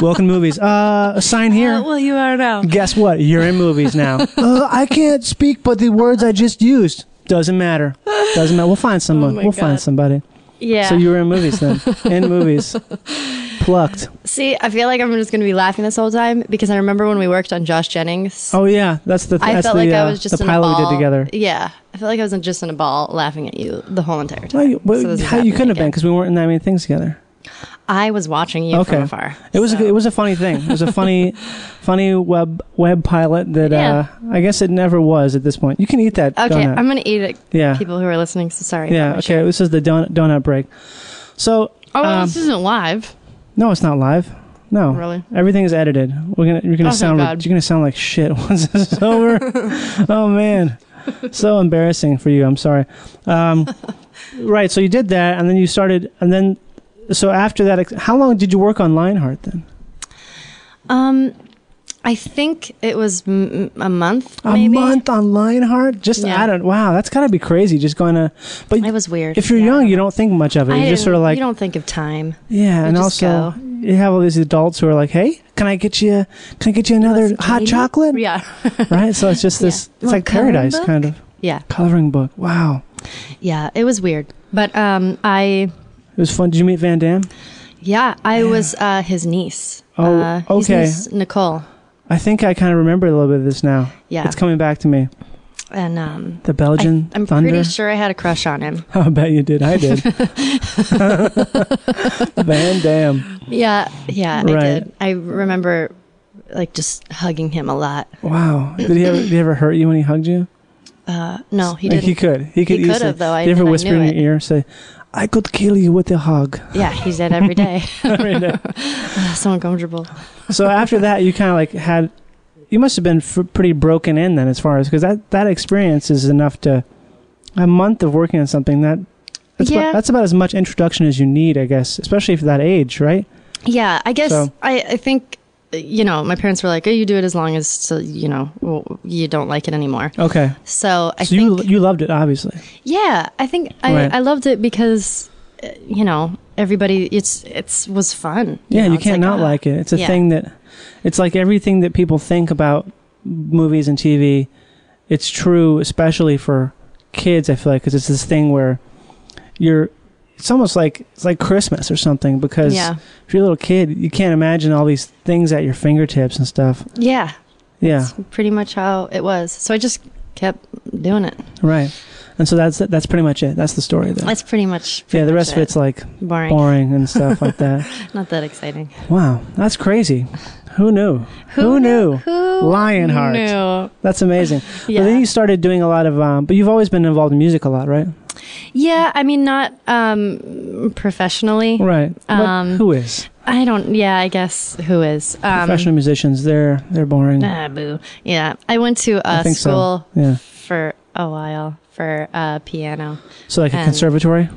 [SPEAKER 2] Welcome to movies. Uh, sign here.
[SPEAKER 6] well, you are now.
[SPEAKER 2] Guess what? You're in movies now. uh, I can't speak, but the words I just used doesn't matter. Doesn't matter. We'll find someone.
[SPEAKER 6] Oh my
[SPEAKER 2] we'll find
[SPEAKER 6] God.
[SPEAKER 2] somebody.
[SPEAKER 6] Yeah.
[SPEAKER 2] So you were in movies then. in movies. Plucked.
[SPEAKER 6] See, I feel like I'm just going to be laughing this whole time because I remember when we worked on Josh Jennings.
[SPEAKER 2] Oh yeah, that's the.
[SPEAKER 6] I
[SPEAKER 2] that's
[SPEAKER 6] felt
[SPEAKER 2] the,
[SPEAKER 6] like I
[SPEAKER 2] uh,
[SPEAKER 6] was just
[SPEAKER 2] the
[SPEAKER 6] in a
[SPEAKER 2] pilot
[SPEAKER 6] ball.
[SPEAKER 2] we did together.
[SPEAKER 6] Yeah, I felt like I was in- just in a ball laughing at you the whole entire time.
[SPEAKER 2] Well, you, well,
[SPEAKER 6] So this is
[SPEAKER 2] how, you
[SPEAKER 6] happening
[SPEAKER 2] couldn't have been because we weren't in that many things together.
[SPEAKER 6] again. I was watching you
[SPEAKER 2] okay.
[SPEAKER 6] from afar.
[SPEAKER 2] It was a, it was a funny thing. It was a funny funny web web pilot that
[SPEAKER 6] Yeah.
[SPEAKER 2] uh, I guess it never was at this point. You can eat that.
[SPEAKER 6] Okay,
[SPEAKER 2] donut.
[SPEAKER 6] I'm going to eat it.
[SPEAKER 2] Yeah.
[SPEAKER 6] People who are listening, so sorry.
[SPEAKER 2] yeah. Okay. This is the donut donut break. So.
[SPEAKER 6] Oh, well,
[SPEAKER 2] um,
[SPEAKER 6] this isn't live.
[SPEAKER 2] No, it's not live. No,
[SPEAKER 6] Really?
[SPEAKER 2] Everything is edited. We're gonna you're gonna
[SPEAKER 6] Oh, thank
[SPEAKER 2] sound
[SPEAKER 6] God.
[SPEAKER 2] you're gonna sound like shit once this is over. oh man, so embarrassing for you. I'm sorry. Um, right. So you did that, and then you started, and then so after that, ex- how long did you work on Lionheart then?
[SPEAKER 6] Um, I think it was m- m- a month.
[SPEAKER 2] A
[SPEAKER 6] maybe.
[SPEAKER 2] month on Lionheart? Just
[SPEAKER 6] Yeah.
[SPEAKER 2] I don't. Wow, that's gotta be crazy. Just going to. But
[SPEAKER 6] It was weird.
[SPEAKER 2] if you're young, you don't think much of it.
[SPEAKER 6] I
[SPEAKER 2] You're just
[SPEAKER 6] didn't-
[SPEAKER 2] sort of like
[SPEAKER 6] you don't think of time.
[SPEAKER 2] Yeah,
[SPEAKER 6] You
[SPEAKER 2] and
[SPEAKER 6] just
[SPEAKER 2] also
[SPEAKER 6] go.
[SPEAKER 2] you have all these adults who are like, "Hey, can I get you? Can I get you another hot chocolate?"
[SPEAKER 6] Yeah.
[SPEAKER 2] right. So it's just this. It's
[SPEAKER 6] Want
[SPEAKER 2] like
[SPEAKER 6] a coloring
[SPEAKER 2] paradise,
[SPEAKER 6] book?
[SPEAKER 2] kind of.
[SPEAKER 6] Yeah.
[SPEAKER 2] Coloring book. Wow,
[SPEAKER 6] Yeah, it was weird. But um, I,
[SPEAKER 2] it was fun. Did you meet Van Damme?
[SPEAKER 6] yeah, I was uh, his niece.
[SPEAKER 2] Oh,
[SPEAKER 6] uh, his
[SPEAKER 2] okay.
[SPEAKER 6] niece, Nicole.
[SPEAKER 2] I think I kind of remember a little bit of this now.
[SPEAKER 6] Yeah.
[SPEAKER 2] it's coming back to me.
[SPEAKER 6] And um,
[SPEAKER 2] The Belgian
[SPEAKER 6] I, am
[SPEAKER 2] Thunder.
[SPEAKER 6] pretty sure I had a crush on him.
[SPEAKER 2] I bet you did. I did. Van Damme.
[SPEAKER 6] Yeah, yeah, I
[SPEAKER 2] Right.
[SPEAKER 6] did. I remember like just hugging him a lot.
[SPEAKER 2] Wow. Did he ever? Did he ever hurt you when he hugged you?
[SPEAKER 6] Uh, no, he
[SPEAKER 2] Like,
[SPEAKER 6] didn't.
[SPEAKER 2] He could. He could.
[SPEAKER 6] He could
[SPEAKER 2] easily-
[SPEAKER 6] have, though. I-
[SPEAKER 2] Did he ever
[SPEAKER 6] I
[SPEAKER 2] whisper
[SPEAKER 6] knew
[SPEAKER 2] in
[SPEAKER 6] it.
[SPEAKER 2] your ear, say, "I could kill you with a hug"?
[SPEAKER 6] Yeah, he said every day. so uncomfortable.
[SPEAKER 2] so after that, you kind of like had, you must have been f- pretty broken in then, as far as because that that experience is enough to a month of working on something that that's,
[SPEAKER 6] Yeah.
[SPEAKER 2] about, that's about as much introduction as you need, I guess, especially for that age, right?
[SPEAKER 6] Yeah, I guess
[SPEAKER 2] So-
[SPEAKER 6] I, I think you know my parents were like, "Oh, you do it as long as so, you know w- you don't like it anymore."
[SPEAKER 2] Okay.
[SPEAKER 6] So I
[SPEAKER 2] so you you loved it, obviously.
[SPEAKER 6] Yeah, I think
[SPEAKER 2] Right.
[SPEAKER 6] I, I loved it because uh, you know everybody it's it's was fun.
[SPEAKER 2] yeah,
[SPEAKER 6] know,
[SPEAKER 2] you
[SPEAKER 6] it's
[SPEAKER 2] can't not
[SPEAKER 6] ah,
[SPEAKER 2] like it. It's a
[SPEAKER 6] yeah.
[SPEAKER 2] thing that, it's like everything that people think about movies and TV. It's true, especially for kids. I feel like because it's this thing where you're. It's almost like it's like Christmas or something because
[SPEAKER 6] Yeah.
[SPEAKER 2] if you're a little kid, you can't imagine all these things at your fingertips and stuff.
[SPEAKER 6] Yeah,
[SPEAKER 2] Yeah,
[SPEAKER 6] that's pretty much how it was. So I just kept doing it.
[SPEAKER 2] right. And so that's that's pretty much it. That's the story. Then.
[SPEAKER 6] That's pretty much.
[SPEAKER 2] yeah,
[SPEAKER 6] pretty
[SPEAKER 2] the
[SPEAKER 6] much
[SPEAKER 2] rest of
[SPEAKER 6] it.
[SPEAKER 2] it's like
[SPEAKER 6] boring.
[SPEAKER 2] boring and stuff like that.
[SPEAKER 6] Not that exciting.
[SPEAKER 2] Wow, that's crazy. Who knew? Who, knew? Lionheart.
[SPEAKER 6] knew?
[SPEAKER 2] That's amazing. But
[SPEAKER 6] Yeah.
[SPEAKER 2] then you started doing a lot of, um, but you've always been involved in music a lot, right?
[SPEAKER 6] Yeah, I mean not um professionally.
[SPEAKER 2] Right. But
[SPEAKER 6] Um,
[SPEAKER 2] who is?
[SPEAKER 6] I don't. Yeah, I guess who is um,
[SPEAKER 2] Professional musicians, they're they're boring.
[SPEAKER 6] Ah, boo. Yeah, I went to
[SPEAKER 2] I
[SPEAKER 6] uh,
[SPEAKER 2] think
[SPEAKER 6] school
[SPEAKER 2] so. Yeah.
[SPEAKER 6] for a while for uh, piano.
[SPEAKER 2] So like a
[SPEAKER 6] And-
[SPEAKER 2] conservatory?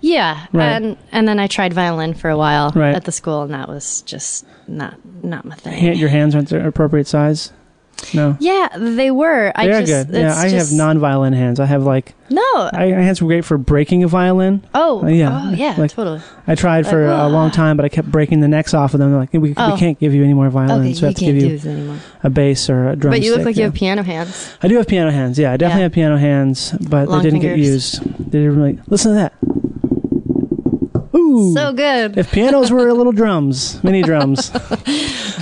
[SPEAKER 6] Yeah,
[SPEAKER 2] Right.
[SPEAKER 6] and and then I tried violin for a while
[SPEAKER 2] Right.
[SPEAKER 6] at the school, and that was just not not my thing.
[SPEAKER 2] Ha- your hands aren't the appropriate size? No.
[SPEAKER 6] Yeah, they were. I
[SPEAKER 2] they're
[SPEAKER 6] just,
[SPEAKER 2] good. Yeah,
[SPEAKER 6] it's
[SPEAKER 2] I
[SPEAKER 6] just-
[SPEAKER 2] have non-violin hands. I have like
[SPEAKER 6] No.
[SPEAKER 2] I, my hands were great for breaking a violin.
[SPEAKER 6] Oh,
[SPEAKER 2] Uh,
[SPEAKER 6] oh, yeah,
[SPEAKER 2] like,
[SPEAKER 6] totally.
[SPEAKER 2] I tried for
[SPEAKER 6] Like,
[SPEAKER 2] a long time, but I kept breaking the necks off of them. They're like, we,
[SPEAKER 6] Oh.
[SPEAKER 2] we can't give you any more violin,
[SPEAKER 6] Okay,
[SPEAKER 2] so we
[SPEAKER 6] you
[SPEAKER 2] have to
[SPEAKER 6] can't
[SPEAKER 2] give
[SPEAKER 6] do
[SPEAKER 2] you
[SPEAKER 6] this anymore.
[SPEAKER 2] a bass or a drum.
[SPEAKER 6] But you look
[SPEAKER 2] stick,
[SPEAKER 6] like
[SPEAKER 2] yeah.
[SPEAKER 6] you have piano hands.
[SPEAKER 2] I do have piano hands. Yeah, I definitely
[SPEAKER 6] Yeah.
[SPEAKER 2] have piano hands, but
[SPEAKER 6] Long
[SPEAKER 2] they didn't get
[SPEAKER 6] fingers.
[SPEAKER 2] used. They didn't really listen to that. Ooh,
[SPEAKER 6] So good.
[SPEAKER 2] if pianos were little drums, mini drums.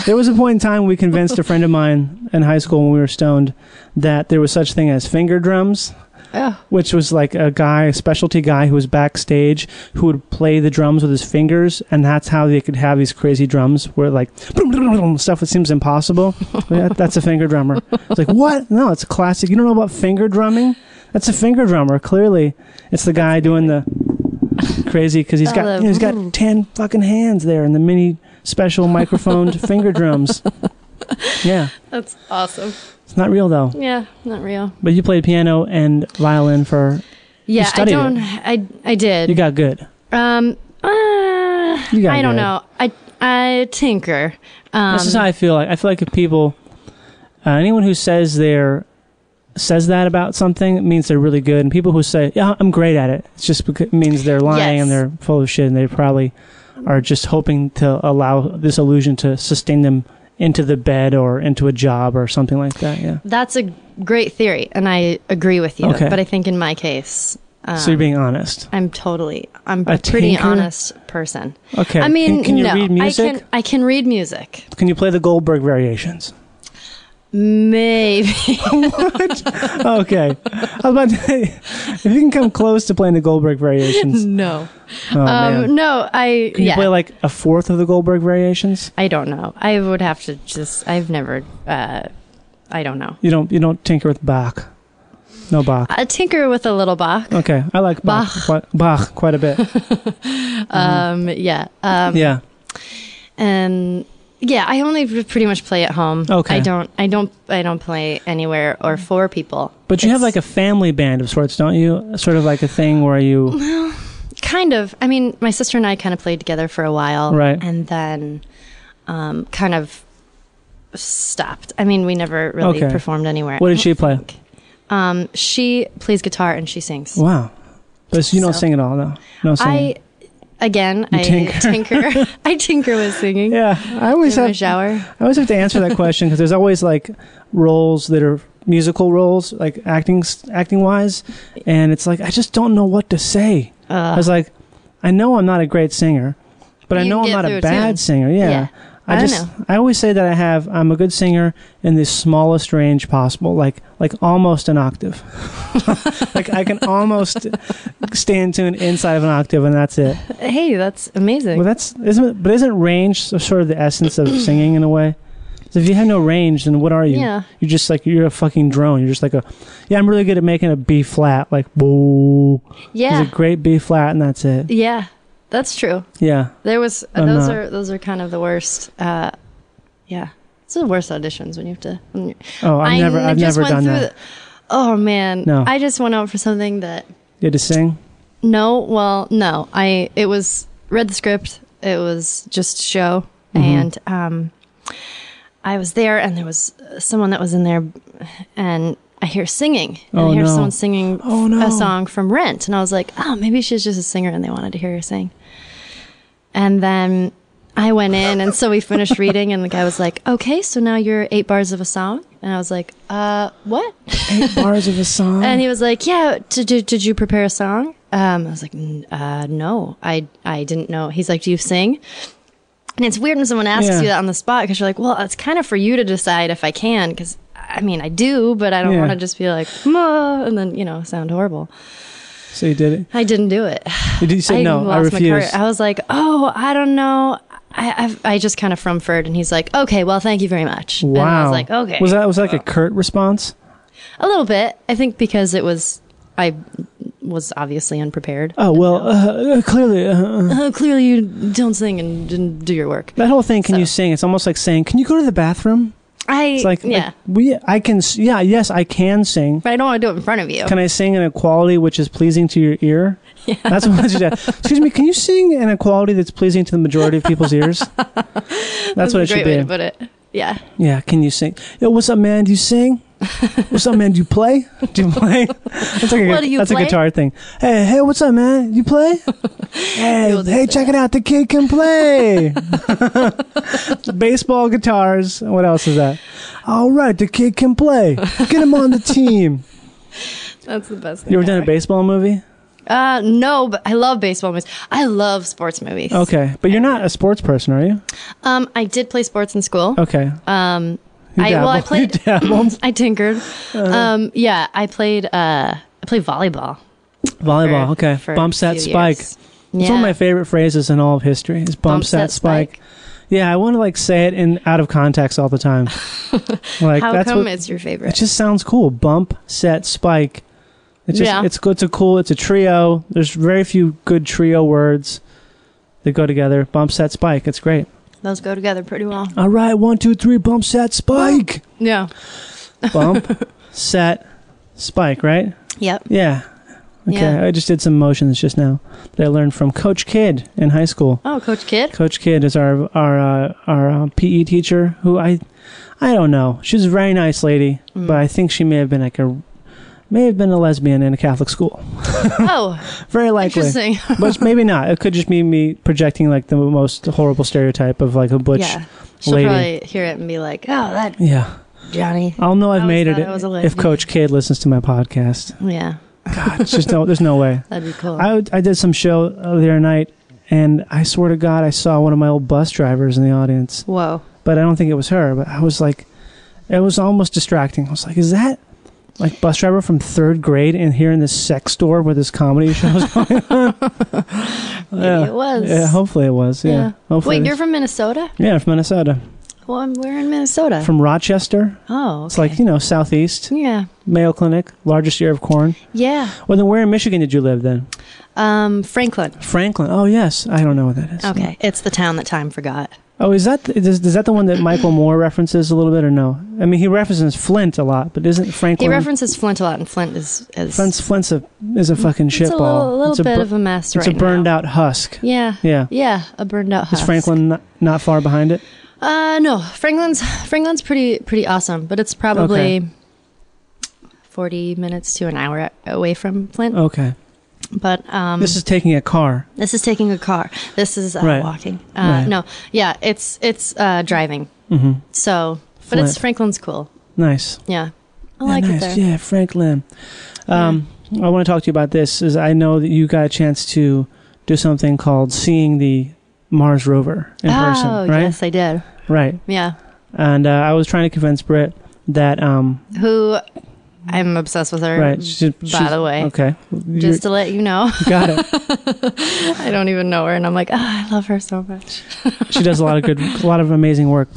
[SPEAKER 2] there was a point in time we convinced a friend of mine in high school when we were stoned that there was such thing as finger drums.
[SPEAKER 6] Oh.
[SPEAKER 2] Which was like a guy, a specialty guy who was backstage who would play the drums with his fingers, and that's how they could have these crazy drums where like stuff that seems impossible. That- that's a finger drummer. It's like what? No, it's a classic. You don't know about finger drumming? That's a finger drummer. Clearly, it's the guy doing the crazy because he's
[SPEAKER 9] Oh,
[SPEAKER 2] got
[SPEAKER 9] the-
[SPEAKER 2] you know, he's
[SPEAKER 9] ooh.
[SPEAKER 2] got ten fucking hands there and the mini special microphoned finger drums. Yeah,
[SPEAKER 6] That's awesome.
[SPEAKER 2] it's not real though.
[SPEAKER 6] Yeah, not real.
[SPEAKER 2] But you played piano and violin for you
[SPEAKER 6] Yeah, I
[SPEAKER 2] studied it.
[SPEAKER 6] don't. I I did.
[SPEAKER 2] You got good.
[SPEAKER 6] Um, uh,
[SPEAKER 2] You got
[SPEAKER 6] I
[SPEAKER 2] good.
[SPEAKER 6] don't know. I I tinker. Um,
[SPEAKER 2] this is how I feel like. I feel like if people, uh, anyone who says they're says that about something it means they're really good, and people who say, "Yeah, I'm great at it," it's just because, it means they're lying and they're full of shit, and they probably are just hoping to allow this illusion to sustain them into the bed or into a job or something like that. Yeah.
[SPEAKER 6] that's a great theory, and I agree with you.
[SPEAKER 2] Okay.
[SPEAKER 6] But I think in my case, um,
[SPEAKER 2] so you're being honest.
[SPEAKER 6] I'm totally. I'm
[SPEAKER 2] A
[SPEAKER 6] a pretty
[SPEAKER 2] tinker?
[SPEAKER 6] honest person.
[SPEAKER 2] Okay.
[SPEAKER 6] I mean,
[SPEAKER 2] Can- can you
[SPEAKER 6] no,
[SPEAKER 2] read
[SPEAKER 6] I
[SPEAKER 2] music?
[SPEAKER 6] can. I can read music.
[SPEAKER 2] Can you play the Goldberg variations?
[SPEAKER 6] Maybe.
[SPEAKER 2] okay. I was about to, if you can come close to playing the Goldberg variations.
[SPEAKER 6] no.
[SPEAKER 2] Oh, man.
[SPEAKER 6] um, no. I.
[SPEAKER 2] Can you
[SPEAKER 6] yeah.
[SPEAKER 2] play like a fourth of the Goldberg variations?
[SPEAKER 6] I don't know. I would have to just. I've never. Uh, I don't know.
[SPEAKER 2] You don't you don't tinker with Bach. No Bach.
[SPEAKER 6] I tinker with a little Bach.
[SPEAKER 2] Okay. I like Bach quite, Bach quite a bit.
[SPEAKER 6] Um, yeah. Um,
[SPEAKER 2] Mm-hmm. yeah.
[SPEAKER 6] And yeah, I only pretty much play at home.
[SPEAKER 2] Okay.
[SPEAKER 6] I don't. I don't. I don't play anywhere or for people.
[SPEAKER 2] But you have like a family band of sorts, don't you? Sort of like a thing where you
[SPEAKER 6] Well, kind of. I mean, my sister and I kind of played together for a while,
[SPEAKER 2] Right.
[SPEAKER 6] And then, um, kind of stopped. I mean, we never really
[SPEAKER 2] Okay.
[SPEAKER 6] performed anywhere.
[SPEAKER 2] What did she play?
[SPEAKER 6] Um, she plays guitar and she sings.
[SPEAKER 2] Wow. But you don't sing at all, though. No
[SPEAKER 6] I
[SPEAKER 2] singing.
[SPEAKER 6] again,
[SPEAKER 2] You
[SPEAKER 6] I
[SPEAKER 2] tinker.
[SPEAKER 6] tinker. I tinker with singing.
[SPEAKER 2] Yeah, I always
[SPEAKER 6] in my
[SPEAKER 2] have-
[SPEAKER 6] shower.
[SPEAKER 2] I always have to answer that question because there's always like roles that are musical roles, like acting acting wise, and it's like I just don't know what to say. I was like, I know I'm not a great singer, but I
[SPEAKER 10] You
[SPEAKER 2] know I'm
[SPEAKER 10] get
[SPEAKER 2] not
[SPEAKER 10] through
[SPEAKER 2] a
[SPEAKER 10] a
[SPEAKER 2] bad
[SPEAKER 10] tune.
[SPEAKER 2] singer. Yeah.
[SPEAKER 10] Yeah.
[SPEAKER 2] I,
[SPEAKER 10] I
[SPEAKER 2] just
[SPEAKER 10] know.
[SPEAKER 2] I always say that I have I'm a good singer in the smallest range possible, like like almost an octave. like I can almost stay in tune inside of an octave, and that's it.
[SPEAKER 6] Hey, that's amazing.
[SPEAKER 2] Well, that's isn't it, but isn't range so- sort of the essence of singing in a way? 'Cause if you have no range, then what are you?
[SPEAKER 6] Yeah.
[SPEAKER 2] You're just like you're a fucking drone. You're just like a yeah. I'm really good at making a B flat, like boo.
[SPEAKER 6] Yeah.
[SPEAKER 2] There's a great B flat, and that's it.
[SPEAKER 6] yeah, that's true.
[SPEAKER 2] Yeah.
[SPEAKER 6] There was
[SPEAKER 2] I'm
[SPEAKER 6] those
[SPEAKER 2] not.
[SPEAKER 6] are those are kind of the worst. Uh, yeah, it's the worst auditions when you have to. When you
[SPEAKER 2] Oh, I've never- I've never done that.
[SPEAKER 6] the- oh man,
[SPEAKER 2] No.
[SPEAKER 6] I just went out for something that
[SPEAKER 2] You had to sing.
[SPEAKER 6] no, well, no, I it was read the script. It was just show,
[SPEAKER 2] Mhm.
[SPEAKER 6] and um, I was there, and there was uh, someone that was in there, and I hear singing, and
[SPEAKER 2] Oh,
[SPEAKER 6] I hear
[SPEAKER 2] no.
[SPEAKER 6] someone singing
[SPEAKER 2] Oh,
[SPEAKER 6] f-
[SPEAKER 2] no.
[SPEAKER 6] a song from Rent, and I was like, oh, maybe she's just a singer, and they wanted to hear her sing, and then. I went in, and so we finished reading, and the guy was like, "Okay, so now you're eight bars of a song," and I was like, "Uh, what?"
[SPEAKER 2] Eight bars of a song.
[SPEAKER 6] And he was like, "Yeah, did, did, did you prepare a song?" Um, I was like, "N- uh, "No, I I didn't know." He's like, "Do you sing?" And it's weird when someone asks
[SPEAKER 2] Yeah.
[SPEAKER 6] you that on the spot because you're like, "Well, it's kind of for you to decide if I can." Because I mean, I do, but I don't
[SPEAKER 2] Yeah.
[SPEAKER 6] want to just be like, "Ma," and then you know, sound horrible.
[SPEAKER 2] So you did it.
[SPEAKER 6] I didn't do it.
[SPEAKER 2] You did you say
[SPEAKER 6] I
[SPEAKER 2] no? I
[SPEAKER 6] lost my
[SPEAKER 2] refuse.
[SPEAKER 6] courage. I was like, "Oh, I don't know." I I've, I just kind of frumfurred, and he's like, "Okay, well, thank you very much."
[SPEAKER 2] wow.
[SPEAKER 6] And I was like, "Okay."
[SPEAKER 2] Was that was that like a curt response?
[SPEAKER 6] A little bit. I think because it was, I was obviously unprepared.
[SPEAKER 2] Oh well, uh, uh, clearly. Uh, uh.
[SPEAKER 6] Uh, clearly, you don't sing and didn't do your work.
[SPEAKER 2] That whole thing, can you sing? It's almost like saying, "Can you go to the bathroom?"
[SPEAKER 6] I
[SPEAKER 2] It's like,
[SPEAKER 6] yeah,
[SPEAKER 2] like, we. I can. s- Yeah. Yes, I can sing.
[SPEAKER 6] but I don't want to do it in front of you.
[SPEAKER 2] Can I sing in a quality which is pleasing to your ear? Yeah. That's what I should ask. Excuse me, can you sing in a quality that's pleasing to the majority of people's ears? That's what it
[SPEAKER 6] a great
[SPEAKER 2] should
[SPEAKER 6] way
[SPEAKER 2] be.
[SPEAKER 6] to put it. Yeah,
[SPEAKER 2] Yeah, can you sing? Yo, what's up, man? Do you sing? What's up, man? Do you play? Do you play? That's like a,
[SPEAKER 6] What, do you
[SPEAKER 2] that's
[SPEAKER 6] play?
[SPEAKER 2] a guitar thing. Hey, hey, what's up, man? You play? hey, hey, check it out. The kid can play. Baseball guitars. What else is that? All right, the kid can play. Get him on the team.
[SPEAKER 6] that's the best. Thing
[SPEAKER 2] You ever done a baseball movie?
[SPEAKER 6] Uh, no, but I love baseball movies. I love sports movies.
[SPEAKER 2] Okay, but you're not a sports person, are you?
[SPEAKER 6] Um, I did play sports in school.
[SPEAKER 2] Okay.
[SPEAKER 6] Um,
[SPEAKER 2] You
[SPEAKER 6] I well, I
[SPEAKER 2] dabble. You
[SPEAKER 6] played.
[SPEAKER 2] dabbled.
[SPEAKER 6] I tinkered.
[SPEAKER 2] uh,
[SPEAKER 6] Um, yeah, I played. Uh, I played volleyball.
[SPEAKER 2] Volleyball.
[SPEAKER 6] For-
[SPEAKER 2] okay.
[SPEAKER 6] for
[SPEAKER 2] Bumps
[SPEAKER 6] a
[SPEAKER 2] that
[SPEAKER 6] few
[SPEAKER 2] spike.
[SPEAKER 6] years.
[SPEAKER 2] It's one
[SPEAKER 6] Yeah.
[SPEAKER 2] of my favorite phrases in all of history. Is bumps,
[SPEAKER 6] Bumps
[SPEAKER 2] that,
[SPEAKER 6] that
[SPEAKER 2] spike. Yeah, I want to like say it in out of context all the time. like
[SPEAKER 6] How
[SPEAKER 2] that's
[SPEAKER 6] come
[SPEAKER 2] what,
[SPEAKER 6] it's your favorite?
[SPEAKER 2] It just sounds cool. Bump set spike. It's just
[SPEAKER 6] Yeah.
[SPEAKER 2] it's it's a cool it's a trio. There's very few good trio words that go together. Bump set spike. It's great.
[SPEAKER 6] Those go together pretty well.
[SPEAKER 2] All right, one, two, three. Bump set spike.
[SPEAKER 6] Yeah.
[SPEAKER 2] Bump set spike. Right.
[SPEAKER 6] Yep.
[SPEAKER 2] Yeah. Okay,
[SPEAKER 6] Yeah.
[SPEAKER 2] I just did some motions just now that I learned from Coach Kidd in high school.
[SPEAKER 6] Oh, Coach Kid.
[SPEAKER 2] Coach Kidd is our our uh, our uh, PE teacher who I I don't know. She's a very nice lady,
[SPEAKER 6] Mm.
[SPEAKER 2] but I think she may have been like a may have been a lesbian in a Catholic school.
[SPEAKER 6] Oh,
[SPEAKER 2] very likely.
[SPEAKER 6] Interesting.
[SPEAKER 2] but maybe not. It could just be me projecting like the most horrible stereotype of like a butch
[SPEAKER 6] yeah. She'll
[SPEAKER 2] lady.
[SPEAKER 6] probably hear it and be like, "Oh, that
[SPEAKER 2] yeah.
[SPEAKER 6] Johnny."
[SPEAKER 2] I'll know I've
[SPEAKER 6] always
[SPEAKER 2] made it
[SPEAKER 6] thought I was a
[SPEAKER 2] if
[SPEAKER 6] lesbian.
[SPEAKER 2] Coach Kidd listens to my podcast.
[SPEAKER 6] Yeah.
[SPEAKER 2] God, it's just no. There's no way.
[SPEAKER 6] That'd be cool.
[SPEAKER 2] I I did some show the other night, and I swear to God, I saw one of my old bus drivers in the audience.
[SPEAKER 6] Whoa.
[SPEAKER 2] But I don't think it was her. But I was like, it was almost distracting. I was like, is that like bus driver from third grade and here in this sex store where this comedy show is going on? yeah.
[SPEAKER 6] it was.
[SPEAKER 2] Yeah, hopefully it was. Yeah. Hopefully.
[SPEAKER 6] Wait,
[SPEAKER 2] it
[SPEAKER 6] you're
[SPEAKER 2] was.
[SPEAKER 6] from Minnesota?
[SPEAKER 2] Yeah, from Minnesota.
[SPEAKER 6] Well, I'm, we're in Minnesota.
[SPEAKER 2] From Rochester.
[SPEAKER 6] Oh,
[SPEAKER 2] It's like you know southeast.
[SPEAKER 6] Yeah.
[SPEAKER 2] Mayo Clinic, largest year of corn.
[SPEAKER 6] yeah.
[SPEAKER 2] Well, then where in Michigan did you live then?
[SPEAKER 6] Um, Franklin.
[SPEAKER 2] Franklin. Oh yes, I don't know what that is.
[SPEAKER 6] Okay, it's the town that time forgot.
[SPEAKER 2] Oh, is that is, is that the one that Michael Moore references a little bit or no? I mean, he references Flint a lot, but isn't Franklin?
[SPEAKER 6] He references Flint a lot, and Flint is, is
[SPEAKER 2] Flint's Flint's a is a fucking
[SPEAKER 6] It's a
[SPEAKER 2] shitball.
[SPEAKER 6] little- little bit of a mess
[SPEAKER 2] It's
[SPEAKER 6] right
[SPEAKER 2] a
[SPEAKER 6] now.
[SPEAKER 2] burned out husk.
[SPEAKER 6] yeah,
[SPEAKER 2] Yeah.
[SPEAKER 6] yeah, a burned out
[SPEAKER 2] Is
[SPEAKER 6] husk.
[SPEAKER 2] Franklin not, not far behind it?
[SPEAKER 6] Uh, no, Franklin's Franklin's pretty pretty awesome, but it's probably
[SPEAKER 2] Okay.
[SPEAKER 6] forty minutes to an hour away from Flint.
[SPEAKER 2] Okay.
[SPEAKER 6] But um,
[SPEAKER 2] Oh. this is taking a car.
[SPEAKER 6] This is taking a car. This is uh,
[SPEAKER 2] Right.
[SPEAKER 6] walking. Uh,
[SPEAKER 2] Right.
[SPEAKER 6] No, yeah, it's it's uh, driving.
[SPEAKER 2] Mm-hmm.
[SPEAKER 6] So, but it's
[SPEAKER 2] Flint.
[SPEAKER 6] Franklin's cool.
[SPEAKER 2] Nice.
[SPEAKER 6] Yeah, I
[SPEAKER 2] Yeah,
[SPEAKER 6] like
[SPEAKER 2] nice.
[SPEAKER 6] it there.
[SPEAKER 2] Yeah, Franklin. Um, I want to talk to you about this. Is I know that you got a chance to do something called seeing the Mars rover in person,
[SPEAKER 6] oh,
[SPEAKER 2] right?
[SPEAKER 6] yes, I did.
[SPEAKER 2] Right.
[SPEAKER 6] Yeah,
[SPEAKER 2] And uh, I was trying to convince Britt that um,
[SPEAKER 6] who I'm obsessed with her.
[SPEAKER 2] right. she's-
[SPEAKER 6] by
[SPEAKER 2] she's-
[SPEAKER 6] the way,
[SPEAKER 2] okay.
[SPEAKER 6] Just to let you know,
[SPEAKER 2] Got it.
[SPEAKER 6] I don't even know her, and I'm like, oh, I love her so much.
[SPEAKER 2] she does a lot of good, a lot of amazing work.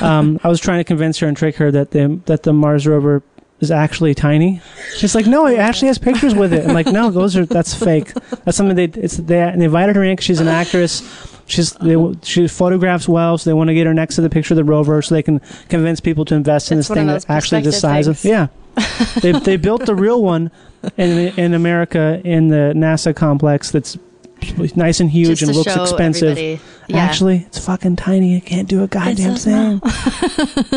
[SPEAKER 2] Um, I was trying to convince her and trick her that the that the Mars rover is actually tiny. She's like, no, it actually has pictures with it. I'm like, no, those are that's fake. That's something they it's they, and they invited her in because she's an actress. She's they, she photographs well, so they want to get her next to the picture of the rover so they can convince people to invest in
[SPEAKER 6] It's
[SPEAKER 2] this
[SPEAKER 6] one
[SPEAKER 2] thing
[SPEAKER 6] of
[SPEAKER 2] that's
[SPEAKER 6] those
[SPEAKER 2] actually the
[SPEAKER 6] perspective
[SPEAKER 2] size of
[SPEAKER 6] things.
[SPEAKER 2] yeah. they they built the real one in in America in the NASA complex that's nice and huge
[SPEAKER 6] Just
[SPEAKER 2] and
[SPEAKER 6] to
[SPEAKER 2] looks
[SPEAKER 6] show
[SPEAKER 2] expensive.
[SPEAKER 6] everybody. Yeah.
[SPEAKER 2] Actually, it's fucking tiny. It can't do a goddamn
[SPEAKER 6] It's
[SPEAKER 2] thing.